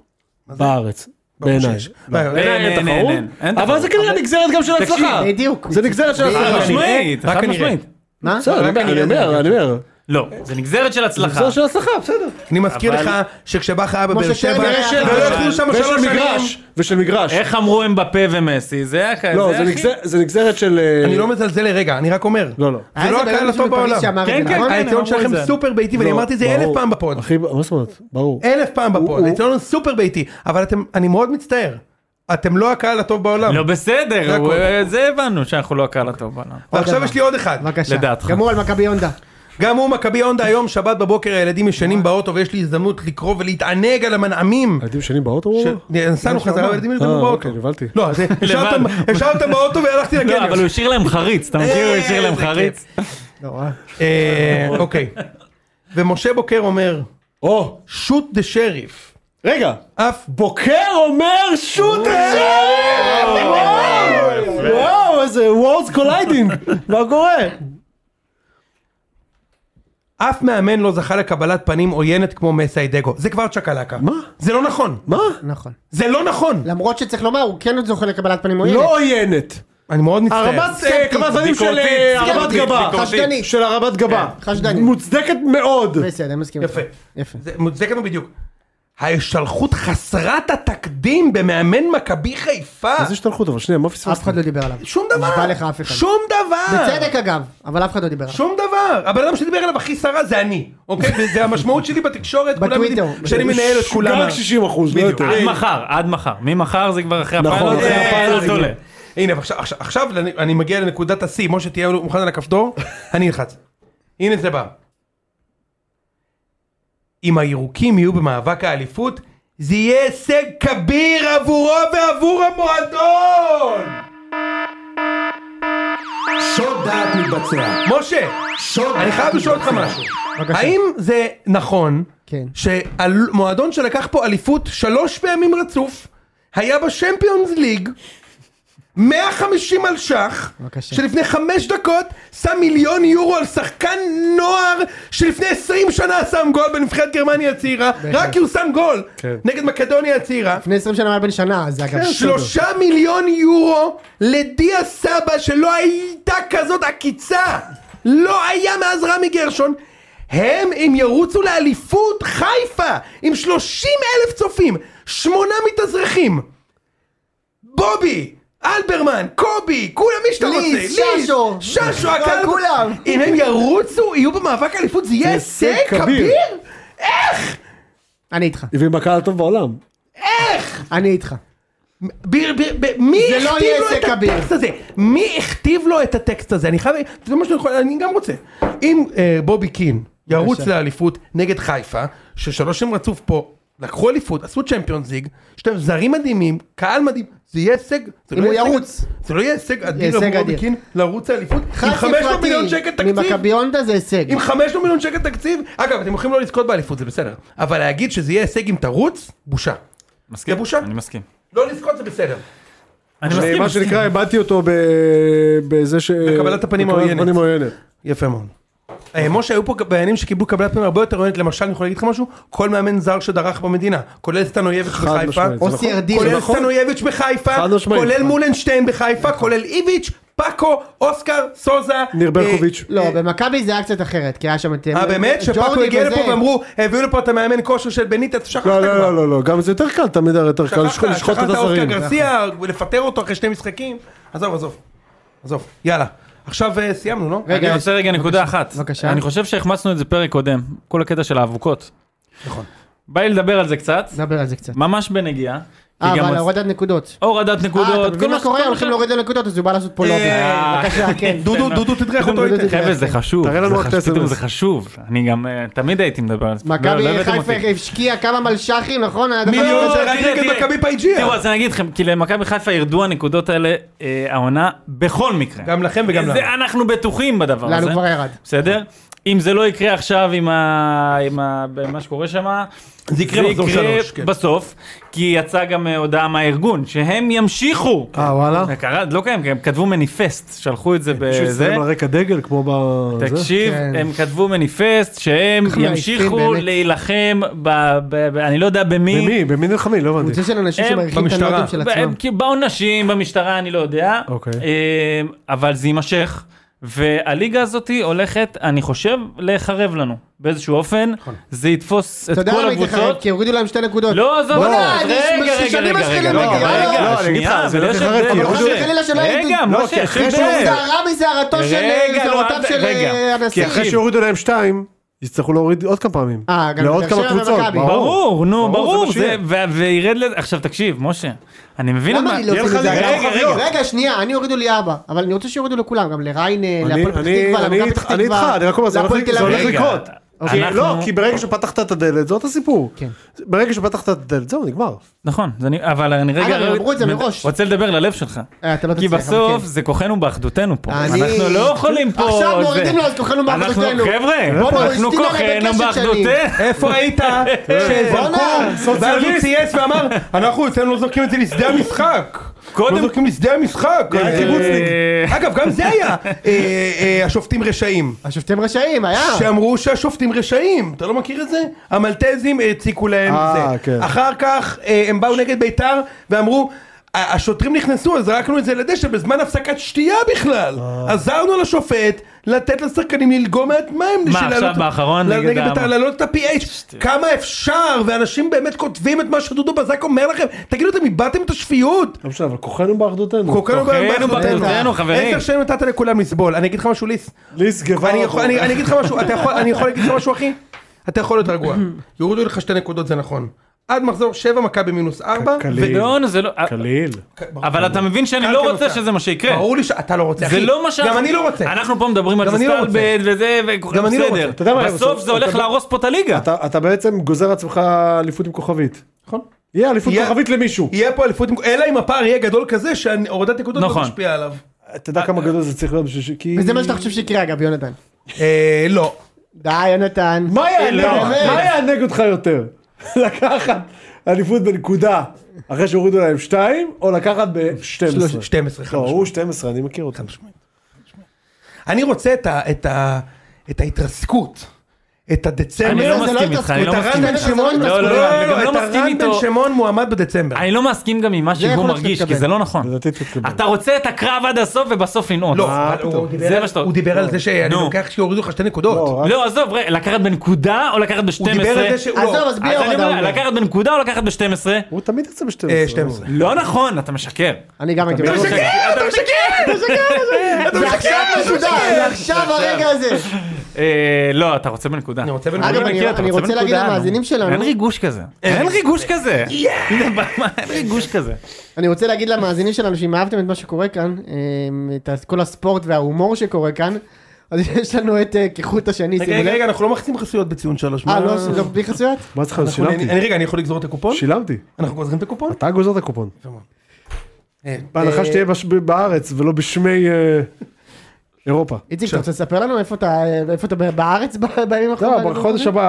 בארץ, בעיניי. שיש. לא, אין, בעיניי אין, אין, אין, אין, אין אבל תחרות. זה כנראה נגזרת גם של הצלחה. בדיוק. זה נגזרת של חד הצלחה. משמעית, רק חד לא, אני משמעית. מה? בסדר, לא, אני אני אומר, אני אומר. לא, זה נגזרת של הצלחה. נגזרת של הצלחה, בסדר. אני מזכיר לך שכשבא חיה בבאר שבע, שטרנר היה- ולא לא יחזו שם שלוש ושל שנים. מגרש, ושל מגרש. איך אמרו אמבפה ומסי? זה היה כזה, לא, זה הכי- נגזר- זה נגזרת של... אה, אני לא מזלזל לרגע, אני רק אומר. לא, לא. היה זה לא איזה הקהל בלם הטוב מפריז בעולם. שאמר את כן, זה, כן, נכון? הם היציאון אמרו את שלכם זה. סופר ביתי, ואני לא, אמרתי את זה ברור. אלף פעם בפוד. אחי, מה זאת אומרת? ברור. אלף פעם בפוד, הוא- היציאון הוא סופר ביתי, אבל אתם, אני מאוד מצטער. אתם לא הקהל הטוב בעולם. לא בסדר, זה הוא- הכל. זה הבנו שאנחנו לא הקהל הטוב בעולם. ועכשיו לא. דבר. יש לי עוד אחד. בבקשה. לדעתך. גמור על מכבי הונדה. גם הוא מכבי הונדה היום, שבת בבוקר הילדים ישנים באוטו ויש לי הזדמנות לקרוא ולהתענג על המנעמים. הילדים שנים באוטו? ש- נסענו חזרה והילדים ישנו אה, באוטו. אוקיי, נבהלתי. [laughs] לא, זה- השארתם- לבד. השארתם באוטו והלכתי לא, אבל הוא לקניון. השאיר להם חריץ, אתה מכיר? הוא השאיר להם איזה חריץ. נורא. אה, אוקיי. ומשה בוקר אומר, או, שוט דה שריף. רגע. אף בוקר אומר שוט אפשרי! וואו, וואו, איזה וורדס קוליידינג. מה קורה? אף מאמן לא זכה לקבלת פנים עוינת כמו מסי דגו. זה כבר צ'קלקה. מה? זה לא נכון. מה? נכון. זה לא נכון. למרות שצריך לומר, הוא כן עוד זוכה לקבלת פנים עוינת. לא עוינת. אני מאוד מצטער. הרמת אה, כמה זנים של אה, ביקורתית, הרמת גבה. ביקורתית. חשדנית. כן. כן. של הרמת גבה. חשדנית. מוצדקת מאוד. אה. בסדר, אני מסכים. יפה. איתך. יפה. זה מוצדק לנו בדיוק. ההשתלחות חסרת התקדים במאמן מכבי חיפה. איזה השתלחות אבל שנייה מה פספסת? אף אחד לא דיבר עליו. שום דבר. נשבע לך אף אחד. שום דבר. בצדק אגב, אבל אף אחד לא דיבר עליו. שום דבר. הבן אדם שדיבר אליו הכי סרה זה אני. אוקיי? [laughs] וזה המשמעות שלי בתקשורת. כולם בטוויטר. יודעים שאני מנהל את כולם. רק 60 אחוז, אה, לא בדיוק. יותר. עד מחר, עד מחר. ממחר זה כבר אחרי נכון, הפיילוט, אחרי זה הפיילוט הפיילוט זה עולה. כבר. הנה, ועכשיו- עכשיו- עכשיו אני- אני מגיע לנקודת השיא. משה תהיה מוכן על הכפתור. אני אלחץ. הנה זה בא. אם הירוקים יהיו במאבק האליפות, זה יהיה הישג כביר עבורו ועבור המועדון! שוד דעת מתבצע. משה, שוד אני חייב לשאול אותך משהו. בבקשה. האם זה נכון כן. שמועדון שלקח פה אליפות שלוש פעמים רצוף, היה בשמפיונס ליג 150 על שח, בבקשה. שלפני חמש דקות שם מיליון יורו על שחקן נוער שלפני 20 שנה שם גול בנבחרת גרמניה הצעירה, רק כי הוא שם גול כן. נגד מקדוניה הצעירה. לפני 20 שנה היה בן שנה, זה כן, אגב. שלושה מיליון יורו לדיה סבא שלא הייתה כזאת עקיצה לא היה מאז רמי גרשון הם אם ירוצו לאליפות חיפה עם שלושים אלף צופים שמונה מתאזרחים בובי אלברמן, קובי, כולם מי שאתה רוצה, ליס, ששו. ששו, לא, הקהל, כולם. אם הם ירוצו, יהיו במאבק אליפות, זה יהיה הישג הישג כביר. כביר? אני איתך. ועם הקהל הטוב בעולם. אני איתך. ביר, ביר, ב- מי זה לא הכתיב יהיה לו את עסק כביר. הטקסט הזה? מי הכתיב לו את הטקסט הזה? אני חייב, זה מה שאני יכול, אני גם רוצה. אם אה, בובי קין ירוץ בבקשה. לאליפות נגד חיפה, ששלוש שנים רצוף פה, לקחו אליפות, עשו צ'מפיונס ליג, שאתם זרים מדהימים, קהל מדהים, זה יהיה הישג. זה אם לא הוא יהיה הישג- ירוץ. זה לא יהיה הישג יהיה אדיר הישג עבור בובי אדיר. קין לרוץ לאליפות, עם 500 מיליון שקל תקציב. ממכבי הונדה זה הישג. עם 500 מיליון שקל תקציב, אגב אתם יכולים לא לזכות באליפות זה בסדר, אבל להגיד שזה יהיה הישג אם תרוץ, בושה. מסכים? זה בושה? אני מסכים. לא לזכות זה בסדר. אני אני, מסכים. מה שנקרא, הבעתי אותו ב- בזה ש... בקבלת הפנים בקבלת העוינת. הפנים העוינת. יפה מאוד. אה, משה, היו פה בעיינים שקיבלו קבלת פנים הרבה יותר עוינת, למשל, אני יכול להגיד לך משהו? כל מאמן זר שדרך במדינה, כולל סטנויביץ' בחיפה, משמעית, זה או CRD, זה כולל נכון? סטנויביץ' בחיפה, חד משמעית. כולל מולנשטיין בחיפה, כולל איביץ', פאקו, אוסקר, סוזה. ניר ברקוביץ'. לא, במכבי זה היה קצת אחרת, כי היה שם את... אה, באמת? שפאקו ג'ורדי הגיע וזה. לפה ואמרו, הביאו לפה את המאמן כושר של בניטה, שכחת לא, כבר. לא, לא, לא, לא, גם זה יותר קל, תמיד הרי יותר קל שכחת, לשחוט לשחוט את שכחת אוסקר הזרים. גרסיה, לפטר אותו אחרי שני משחקים. עזוב, עזוב. עזוב. יאללה. עכשיו אה, סיימנו, לא? אוקיי, אני רגע, רוצה רגע נקודה אחת. בבקשה. אני חושב שהחמצנו את זה פרק קודם, כל הקטע של האבוקות. נכון. בא לי לדבר על זה קצת, נדבר על זה קצת. ממש בנגיעה. אה, גם אבל אז- הורדת נקודות. הורדת אה, אתה נקודות, מבין מה שכל קורה? הולכים השאר. להוריד לו נקודות, אז הוא בא לעשות פה לובי. אה, בבקשה, [laughs] כן. דודו, דודו תדרך אותו דודו איתך. תדרך. חבר'ה זה חשוב, תראה לנו זה רק את חשוב, ה-SMS. פתאום זה חשוב, אני גם אה, תמיד הייתי מדבר על זה, לא, לא מכבי הבאתם חיפה אותי. השקיעה כמה מלש"חים, נכון? מיליון, זה הכי תראה, נגד תראה. מכבי פייג'יה. תראו, אז אני אגיד לכם, כי למכבי חיפה ירדו הנקודות האלה אה, העונה בכל מקרה. גם לכם וגם זה- לנו. אנחנו בטוחים בדבר הזה. לא, לנו כבר ירד. בסדר? אם זה לא יקרה עכשיו עם ה- עם ה- מה שקורה שם, זה יקרה במחזור שלוש, כן. בסוף, כי יצאה גם אה, הודעה מהארגון, שהם ימשיכו. אה, וואלה? זה קרה, לא קיים, כי הם כתבו מניפסט, שלחו את זה מישהו בזה. יסיים על רקע דגל כמו ב... זה? תקשיב, כן. הם כתבו מניפסט שהם איך מעייפים, ימשיכו באמת. להילחם ב... ב- ב- אני לא יודע במי. במי? במי נלחמים? לא הבנתי. קבוצה של אנשים הם שמעריכים את במשטרה. הנוטים של עצמם. הם כאילו בעונשים, במשטרה, אני לא יודע. אוקיי. אמ, אבל זה יימשך. והליגה הזאת הולכת, אני חושב, להיחרב לנו באיזשהו אופן. נכון. זה יתפוס את אתה יודע כל למה היא תחרב? הקבוצות. כי הורידו להם שתי נקודות. לא, עזוב, בוא'נה, עזוב, אני רגע, רגע, שנים רגע, משחילים רגע, אותי, הלו. רגע, לא, אני אגיד לך, שנייה, זה אבל לא יש תחרב, הבדל, כי אבל משה. חס וחלילה שלא ידעו. רגע, לא, משה, יש כי אחרי שהוא כן. הבדל. זערה מזערתו של רגע, לא, זערותיו אתה- של רגע. אה, כי הנשיא. אחרי שהורידו להם שתיים, יצטרכו להוריד עוד כמה פעמים. אה, גם לעוד לבאר כמה שבע קבוצות, ומכבי. ברור, נו, ברור, זה ברור, מה זה- שיהיה. ו- וירד לזה, עכשיו תקשיב, משה, אני מבין על למה מה, אני לא יהיה עושה את לך זה? ליגה, רגע, יהיה לך רגע, ליגה. רגע, שנייה, אני הורידו לי אבא, אבל אני רוצה שיורידו לכולם, גם לריינה, אני- להפועל פתח אני- תקווה, אני למכבי איתך- פתח אני איתך, תקווה, אני רק אומר, זה הולך- להפועל תל זה הולך אביב. רגע, לקרות. כי אנחנו- לא, כי ברגע שפתחת את הדלת, זה אותו סיפור. כן. ברגע שפתחת את הדלת, זהו, נגמר. נכון, זה אני- אבל אני רגע, אגב, הם אמרו את זה מראש. רוצה לדבר ללב שלך, אה, אתה לא כי תצליח, אבל בסוף כן. זה כוחנו באחדותנו פה, אני- אנחנו לא יכולים פה, עכשיו זה- מורידים לו, אז כוחנו באחדותנו. אנחנו- בואנה, חבר'ה, הוא אנחנו הסטין עליי כוחנו בקשת שנים. באחדותנו, איפה היית כן. שזרקו, בואנה, ואז הוא צייץ ואמר, אנחנו אצלנו לא זורקים את זה לשדה המשחק. לא קודם- זורקים לשדה המשחק. אה, הקיבוצניק. אה, אגב, גם זה היה אה, אה, השופטים רשעים. השופטים רשעים, היה. אה. שאמרו שהשופטים רשעים, אתה לא מכיר את זה? המלטזים הציקו להם אה, זה. כן. אחר כך אה, הם באו נגד בית"ר ואמרו, "ה- השוטרים נכנסו, אז זרקנו את זה לדשא בזמן הפסקת שתייה בכלל. אה. עזרנו לשופט לתת לשחקנים ללגום מעט מים. בשביל עכשיו לעלות- באחרון ל- נגד נגד ה- בית"ר, להעלות את ה-PH. כמה אפשר, ואנשים באמת כותבים את מה שדודו בזק אומר לכם. תגידו, אתם איבדתם את השפיות? לא משנה, אבל כוחנו באחדותנו. כוחנו כוחנו באחדותנו, חברים. עשר שנים נתת לכולם לסבול. אני אגיד לך משהו, ליס. ליס גווארה. אני יכול- אני אני אגיד לך משהו, אתה יכול- אני יכול להגיד לך משהו אחי? אתה יכול להיות רגוע. יורידו לך שתי נקודות זה נכון. עד מחזור 7 מכבי מינוס 4. קליל. ולא, זה לא, קליל. אבל אתה מבין שאני קל לא כנוסע. רוצה שזה מה שיקרה. ברור לי שאתה לא רוצה זה אחי. לא מה שאנחנו... גם אני לא רוצה. אנחנו פה מדברים על גם אני לא סטלבט וזה, גם אני לא רוצה. בסדר. אתה יודע מה, בסוף בסוף- זה הולך אתה- להרוס פה את הליגה. אתה- אתה בעצם גוזר עצמך אליפות עם כוכבית. נכון. יהיה אליפות יהיה- כוכבית למישהו. יהיה פה אליפות, עם- אלא אם הפער יהיה גדול כזה שהורדת נקודות לא נכון. תשפיע עליו. אתה יודע כמה גדול זה צריך להיות בשביל ש... כי- וזה מה שאתה חושב שיקרה, אגב, יונתן. אה, לא. די, יונתן. מה יענג- לא, מה יענג אותך יותר? [laughs] לקחת אליפות בנקודה אחרי שהורידו להם שתיים, או לקחת ב-12? 12 חד לא, משמעית. הוא 12, אני מכיר אותם. אני רוצה את ה- את ה- את ההתרסקות. את הדצמבר. אני לא זה לא מסכים איתך, אני התעסקות, לא את מסכים הרן בן איתך. זה לא שמעון. התעסקות. לא, לא, לא, אני גם לא את מסכים הרן בן איתו. שמעון מועמד בדצמבר. אני לא מסכים גם עם מה יכול שהוא להיות מרגיש, שאתה כי זה מתכוון. לא נכון. לדעתי תתקבל. אתה רוצה את הקרב עד הסוף ובסוף לנעוץ. לא, אבל הוא דיבר- זה מה שאתה... הוא דיבר על זה שאני לא. נו. לוקח שיורידו לך שתי נקודות. לא, רק- לא, עזוב, רגע, לקחת בנקודה או לקחת ב-12? הוא דיבר על זה שהוא... עזוב, לא. אז בלי אז אני הורדה. אומר, אולי. לקחת בנקודה או לקחת ב-12? הוא תמיד יוצא ב-12. אה, 12. לא נכון, אתה משקר. אני גם הייתי... אומר. אתה משקר! אתה זה עכשיו נקודה, זה עכשיו הרגע הזה. אה, לא, אתה רוצה בנקודה. אני רוצה בנקודה. אגב, אני- מכיר, אתה אני רוצה להגיד בנקודה, נו. למאזינים שלנו, אין ריגוש כזה. אין ריגוש כזה. אין ריגוש כזה. אני רוצה להגיד למאזינים שלנו שאם אהבתם את מה שקורה כאן, אמ, את ה- כל הספורט וההומור שקורה כאן, אז יש לנו את אה, כחוט השני, רגע, שימו רגע, לב. רגע, אנחנו לא מחצים חסויות בציון שלוש. אה, מה- לא, לא, בלי חסויות? מה צריך לעשות? אנחנו- שילמתי. אני- רגע, אני יכול לגזור את הקופון? שילמתי. אנחנו גוזרים את הקופון? אתה גוזר את הקופון. אה, בהנחה שתהיה בש- בארץ ולא בשמי אה, אירופה. איציק, אתה רוצה לספר לנו איפה אתה איפה אתה ב- בארץ ב- בימים נכון, האחרונים? לא, בחודש הבא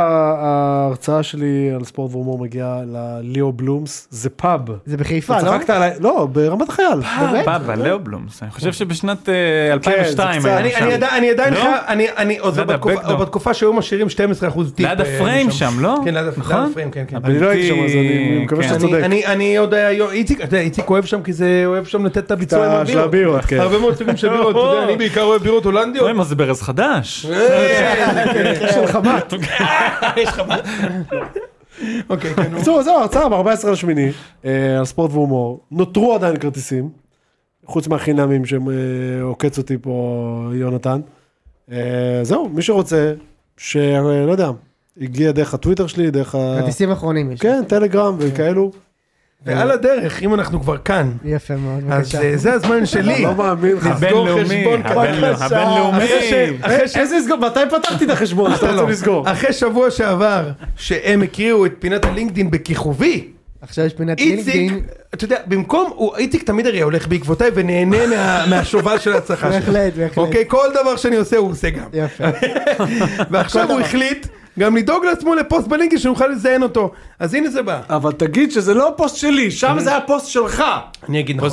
ההרצאה שלי על ספורט והומור מגיעה לליאו בלומס, זה פאב. זה בחיפה, לא? צחקת עליי, לא, ברמת חייל. אה, באמת? פאבה, לאובלומס. אני חושב שבשנת אה, 2002 קצת. היה אני- שם. אני עדיין- אני עדיין לא? חי- אני- אני עוד ליד בתקופה- הבקדור. עוד בתקופה שהיו משאירים 12% טיפ. ליד אה, הפריים שם, לא? כן, ליד הפ- ליד נכון? הפריים, כן, כן. אני לא הייתי שם, אז אני בלתי- מקווה כן. שאתה אני- צודק. אני- אני עוד היה, יו- איציק, אתה יודע, איציק אוהב שם כי זה, אוהב שם לתת את הביצוע עם של הבירות. הבירות, כן. הרבה מאוד סוגים של בירות, אתה יודע, [laughs] אני בעיקר אוהב בירות הולנדיות. אוי, מה זה לא, ברז חדש? אוקיי, כן, נו. בקיצור, זהו, הרצאה ב-14 לשמיני אה, על ספורט והומור. נותרו עדיין כרטיסים, חוץ מהחינמים שעוקץ אותי פה יונתן. אה, זהו, מי שרוצה, שלא יודע, הגיע דרך הטוויטר שלי, דרך ה... כרטיסים אחרונים יש. כן, טלגרם וכאלו. ועל הדרך, אם אנחנו כבר כאן, יפה מאוד, אז בבקשה. אה, זה הזמן שלי. לא מאמין [laughs] לך. אה, לסגור הבינלאומי, חשבון הבינלאומי, בבקשה. הבינלאומי. אחרי ש- אחרי ש- איזה סגור? מתי פתחתי את לא, החשבון שאתה רוצה לא. לסגור? אחרי שבוע שעבר, שהם הקריאו את פינת הלינקדין בכיכובי, עכשיו יש פינת איציק, לינקדאין. אתה יודע, במקום, הוא- איציק תמיד הרי הולך בעקבותיי ונהנה מה- מהשובל של ההצלחה שלי. בהחלט, בהחלט. אוקיי, כל דבר שאני עושה הוא עושה גם. יפה. ועכשיו הוא החליט גם לדאוג לעצמו לפוסט בלינקדין שנוכל לזיין אותו. אז הנה זה בא. אבל תגיד שזה לא פוסט שלי, שם זה היה פוסט שלך. אני אגיד נכון.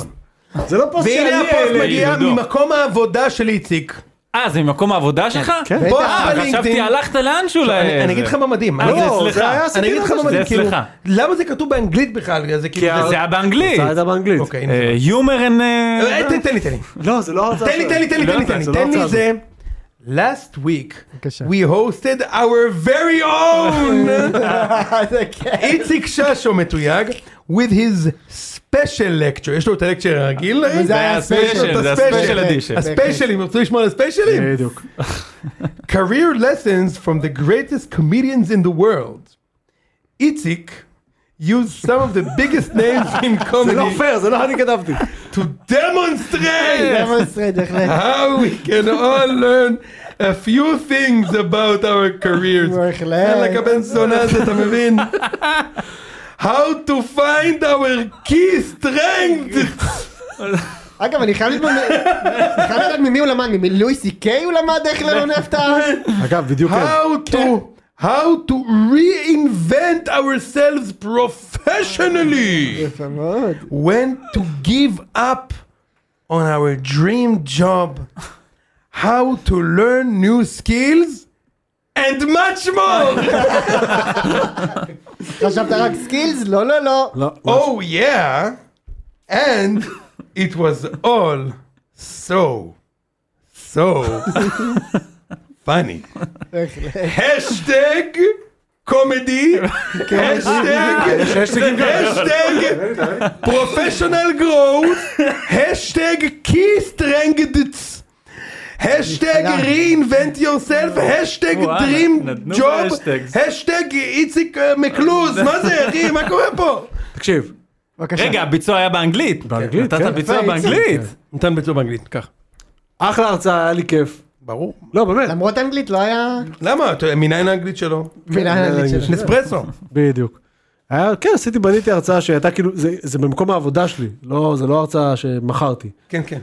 זה לא פוסט שאני והנה הפוסט העליתי. מגיע עידו. ממקום העבודה של איציק. אה, זה ממקום העבודה שלך? כן. פוסט חשבתי הלכת לאנשהו אה, ל... אני אני אגיד לך מה מדהים. אה, אני- זה לא, אצלך. זה היה אני סכין אגיד לך הזאת. מה מדהים, זה כאילו, אצלך. למה זה כתוב באנגלית בכלל? זה כאילו... זה היה באנגלית. זה היה באנגלית. אוקיי, הנה. אה, humor and... אה, אה, תן- תן לי, תן לי. לא, זה לא הרצאה תן לי, תן לי, תן לי, תן לי, תן לי, זה לא תן לי הרצאה זה. Last week, [laughs] בבקשה. we hosted our very own [laughs] זה כן. איציק ששו מתויג, with his special lecture, יש לו את הלקצ'ר הרגיל, וזה היה הספיישל, זה הספיישל אדישן. הספיישלים, ירצו לשמוע על הספיישלים? בדיוק. career lessons from the greatest comedians in the world. Itzik used some of the biggest names in זה לא comedy פייר, זה לא אני כתבתי. to demonstrate דמונסטרייט, בהחלט. how we can all learn a few things about our careers. [laughs] בהחלט. יאללה, כבן זונה הזה, אתה מבין? How to find our key strength. אגב, אני חייב ללמוד, אני חייב לדעת ממי הוא למד, ממלואי סי קיי הוא למד איך לנונף את ה... [laughs] אגב, בדיוק כן. How to... How to reinvent ourselves professionally. יפה מאוד. when to give up on our dream job, how to learn new skills, and much more. חשבת רק סקילס? לא, לא, לא. לא, oh, yeah. And it was all so, so funny. Hashtag comedy. Hashtag. [laughs] Hashtag professional growth, hashtag key strengths, hashtag reinvent yourself, hashtag וואלה, dream נתנו job, בהשטגס. hashtag איציק אה, מקלוז, מה זה אחי, מה קורה פה? תקשיב. בבקשה. רגע, הביצוע היה באנגלית. באנגלית, נתת כן. ביצוע יפה, באנגלית. נתן ביצוע באנגלית, כך. אחלה הרצאה, היה לי כיף. ברור. לא, באמת. למרות האנגלית לא היה... למה? אתה יודע, מניין האנגלית שלו? מילה לא, האנגלית שלו. נספרסו. בדיוק. היה, כן, עשיתי, בניתי הרצאה שהייתה כאילו, זה, זה במקום העבודה שלי, לא, זה לא הרצאה שמכרתי. כן, כן.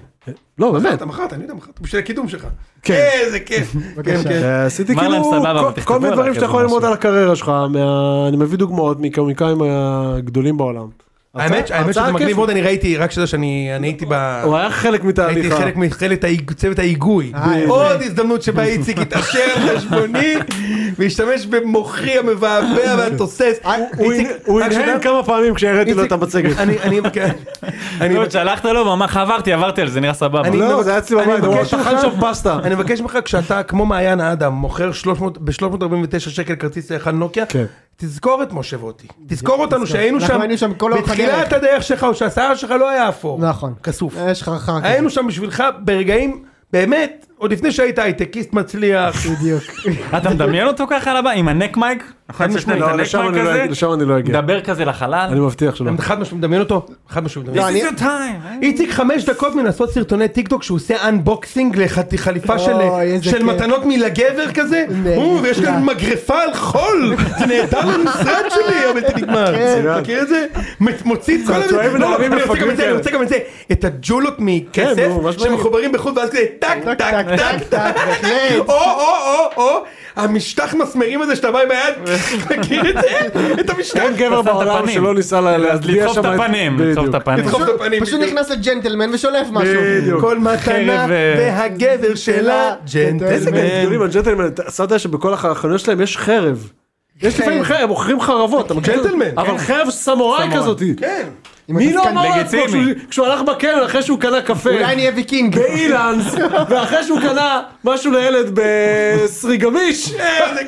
לא, באמת. אתה מכרת, אני יודע, מכרת. בשביל הקידום שלך. כן. איזה כיף. כן, כן. אה, עשיתי מה כאילו להם, סבבה, אבל כל- תכתבו כל מיני עליו דברים כזה שאתה יכול ללמוד משהו. על הקריירה שלך, מה- אני מביא דוגמאות מקומיקאים הגדולים בעולם. האמת הרצאה- האמת שזה הרצאה מגניב כיפית. מאוד, אני ראיתי, רק שאתה שאני אני הייתי ב... הוא היה חלק הייתי מתהליך. ה- חלק מחלק ההיג- צוות ההיגוי. אה, עוד הזדמנות שבה איציק התעשר על חשבוני והשתמש במוחי המבעבע והתוסס. אה, אה, הוא איציק, הנ- הוא רק שתדע- הנהן כמה פעמים כשהראיתי לו איציק, את המצגת. אני- אני מבקש- אני לא, שלחת לו והוא אמר לך עברתי, עברתי על זה, נראה סבבה. אני- לא, זה היה אצלי אני בבית, הוא מבקש טחן ממך- שם פסטה. אני מבקש ממך כשאתה כמו מעיין האדם מוכר ב-349 שקל כרטיס להיכל נוקיה. כן. תזכור את משה ואותי, תזכור אותנו שהיינו אנחנו שם, היינו שם כל אורך בתחילת הדרך. הדרך שלך, או שהשיער שלך לא היה אפור, נכון. כסוף, יש לך אחר כך. היינו שם בשבילך ברגעים, באמת, עוד לפני שהיית הייטקיסט מצליח, בדיוק. אתה מדמיין אותו ככה על הבא? עם הנק מייק? נכון, חד משמעית, לא, לשם אני לא אגיע, לשם אני לא אגיע. מדבר כזה לחלל? אני מבטיח שלא. אתה חד משמעית מדמיין אותו? חד משמעית מדמיין. לא, אני- It's your time. איציק חמש דקות מלעשות סרטוני טיק טוק שהוא עושה אנבוקסינג לחליפה של- אוי, איזה של כיף. מתנות מלגבר כזה, נהדר. או, ויש כאן מגרפה על חול, זה נהדר למשרד שלי, אבל זה נגמר, כן. מכיר את זה? מ- מוציא את כל צעצועים לא, לא, ונערים אני רוצה גם מפגרים את זה, אני כאלה. רוצה גם את זה, את הג'ולות מכסף כן, נו, ממש מדהים. שמחוברים בחוט ואז כזה טק טק, טק טק טק, בהחלט. או, או, או, או, המשטח מסמרים הזה שאתה בא עם היד, מכיר את זה? את המשטח? אין גבר אתה שם את בעולם הפנים. שלא ניסה לה- אז להטביע לדחוף שם את הפנים, לדחוף את בדיוק. הפנים. לדחוף את הפנים. פשוט בדיוק. נכנס לג'נטלמן ושולף משהו. בדיוק. כל מתנה חרב, אה, והגבר שלה איזה כאלה ג'נטלמן. גדולים, הג'נטלמן, אתה שמת לב שבכל הח- החנויות שלהם יש חרב. יש כן, לפעמים חרב, הם מוכרים חרבות, אתה מכיר? ג'נטלמן, אבל חרב סמוראי כזאת. כן. מי לא הקסקן- אמר לעצמו לגיטימי. כשהוא- כשהוא הלך בקרן אחרי שהוא קנה קפה אולי נהיה ויקינג. באילנס, ואחרי שהוא קנה משהו לילד בסרי גמיש,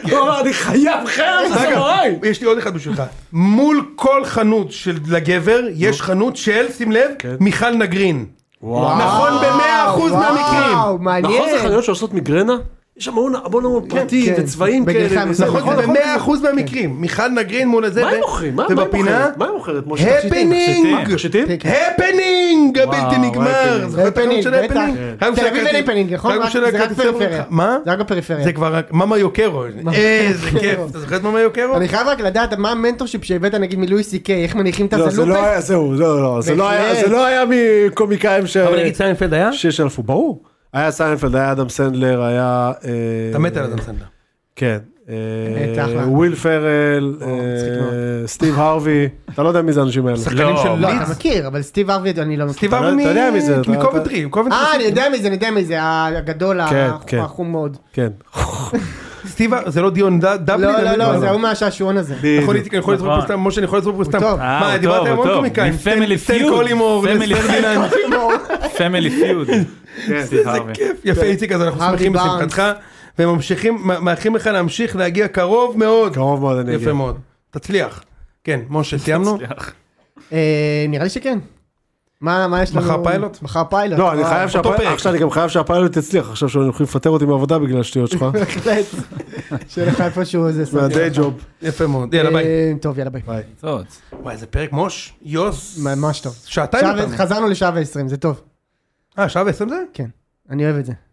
הוא אמר אני חייב חרב, זה אגב, סמוראי. יש לי עוד אחד בשבילך. מול כל חנות של לגבר, יש חנות של, שים לב, מיכל נגרין. נכון במאה אחוז וואו, מהמקרים. וואו, מעניין. נכון זה חנויות נכון, שעושות מיגרנה? יש שם המון המון המון פרטים כן. וצבעים בגילך כאלה. הם וזה. נכון, נכון, זה במאה אחוז מהמקרים. מיכל נגרין מול הזה. מה ו- הם מוכרים? מה מה היא ובפינה, מוכרת? מה היא מוכרת? משה? הפנינג! פשטים? כן, כן. הפנינג הבלתי נגמר. הפנינג. זוכר את הנאום של הפנינג, בטח. הפנינג? כן. רק בשביל תל אביב אין הכרטיס- הפנינג, נכון? רק רק- בשביל זה רק הכרטיס שלך. בפריפריה. מה? זה רק בפריפריה. זה כבר רק ממה [laughs] יוקרו. איזה כיף. אתה זוכר את ממה יוקרו? אני חייב רק לדעת מה המנטורשיפ שהבאת נגיד מלואי סי קיי, איך מניחים את לא, זה לא הזלופה? היה, זהו, לא, לא, זה לא היה- בהחלט. זה לא היה מקומיקאים ש... אבל נגיד סיינפלד היה? שיש אלפו, ברור. היה סיינפלד, היה אדם סנדלר, היה... אה, אתה מת על אדם סנדלר. כן. באמת, אה, אחלה. וויל פרל, וואו, מצחיק אה, מאוד. סטיב הרווי, אתה לא יודע מי זה האנשים האלה. שחקנים של לא, ליץ. אתה מכיר, אבל סטיב ארוויד אני לא מכיר. סטיב אבו אתה יודע מי זה, אתה- מקובנטרי. מקובנטרי. אה, אני יודע מי זה, אני יודע מי זה, הגדול, כן, הח- כן. החום מאוד. כן. סטיב אבו- זה לא דיון ד- דבלין. לא, אני לא, לא, יודע. זה ההוא מהשעשועון הזה. יכול להיות- יכול לזרוק פה נכון. סתם, משה, אני יכול לזרוק פה סתם. טוב. אה, מה, הוא דיברת טוב, עם הוא המון טוב. קומיקאים. מ-Family סטן Feud. קולימור, Family וסטרדינן. [laughs] פמילי [laughs] פיוד. כן. איזה כיף. יפה, איציק, אז אנחנו הארווי שמחים בארנס. בשמחתך, וממשיכים, מא- מאחלים לך להמשיך להגיע קרוב מאוד. קרוב מאוד אני אגיע. יפה מאוד. תצליח. כן, משה, סיימנו? אה, נראה לי שכן. מה מה יש לנו? מחר פיילוט? מחר פיילוט. לא, אני וואו. חייב פרק. שהפיילוט, עכשיו אני גם חייב שהפיילוט יצליח, עכשיו שאני הולכים לפטר אותי מהעבודה בגלל השטויות [laughs] שלך. בהחלט. שיהיה לך איפשהו איזה סרט. מהדיי ג'וב. יפה מאוד. יאללה, אה, ביי. טוב, יאללה ביי. וואי, איזה פרק מוש, יוס. ממש טוב. שעתיים שעה ו- נתנו. חזרנו לשעה ועשרים, זה טוב. אה, שעה ועשרים זה? כן. אני אוהב את זה.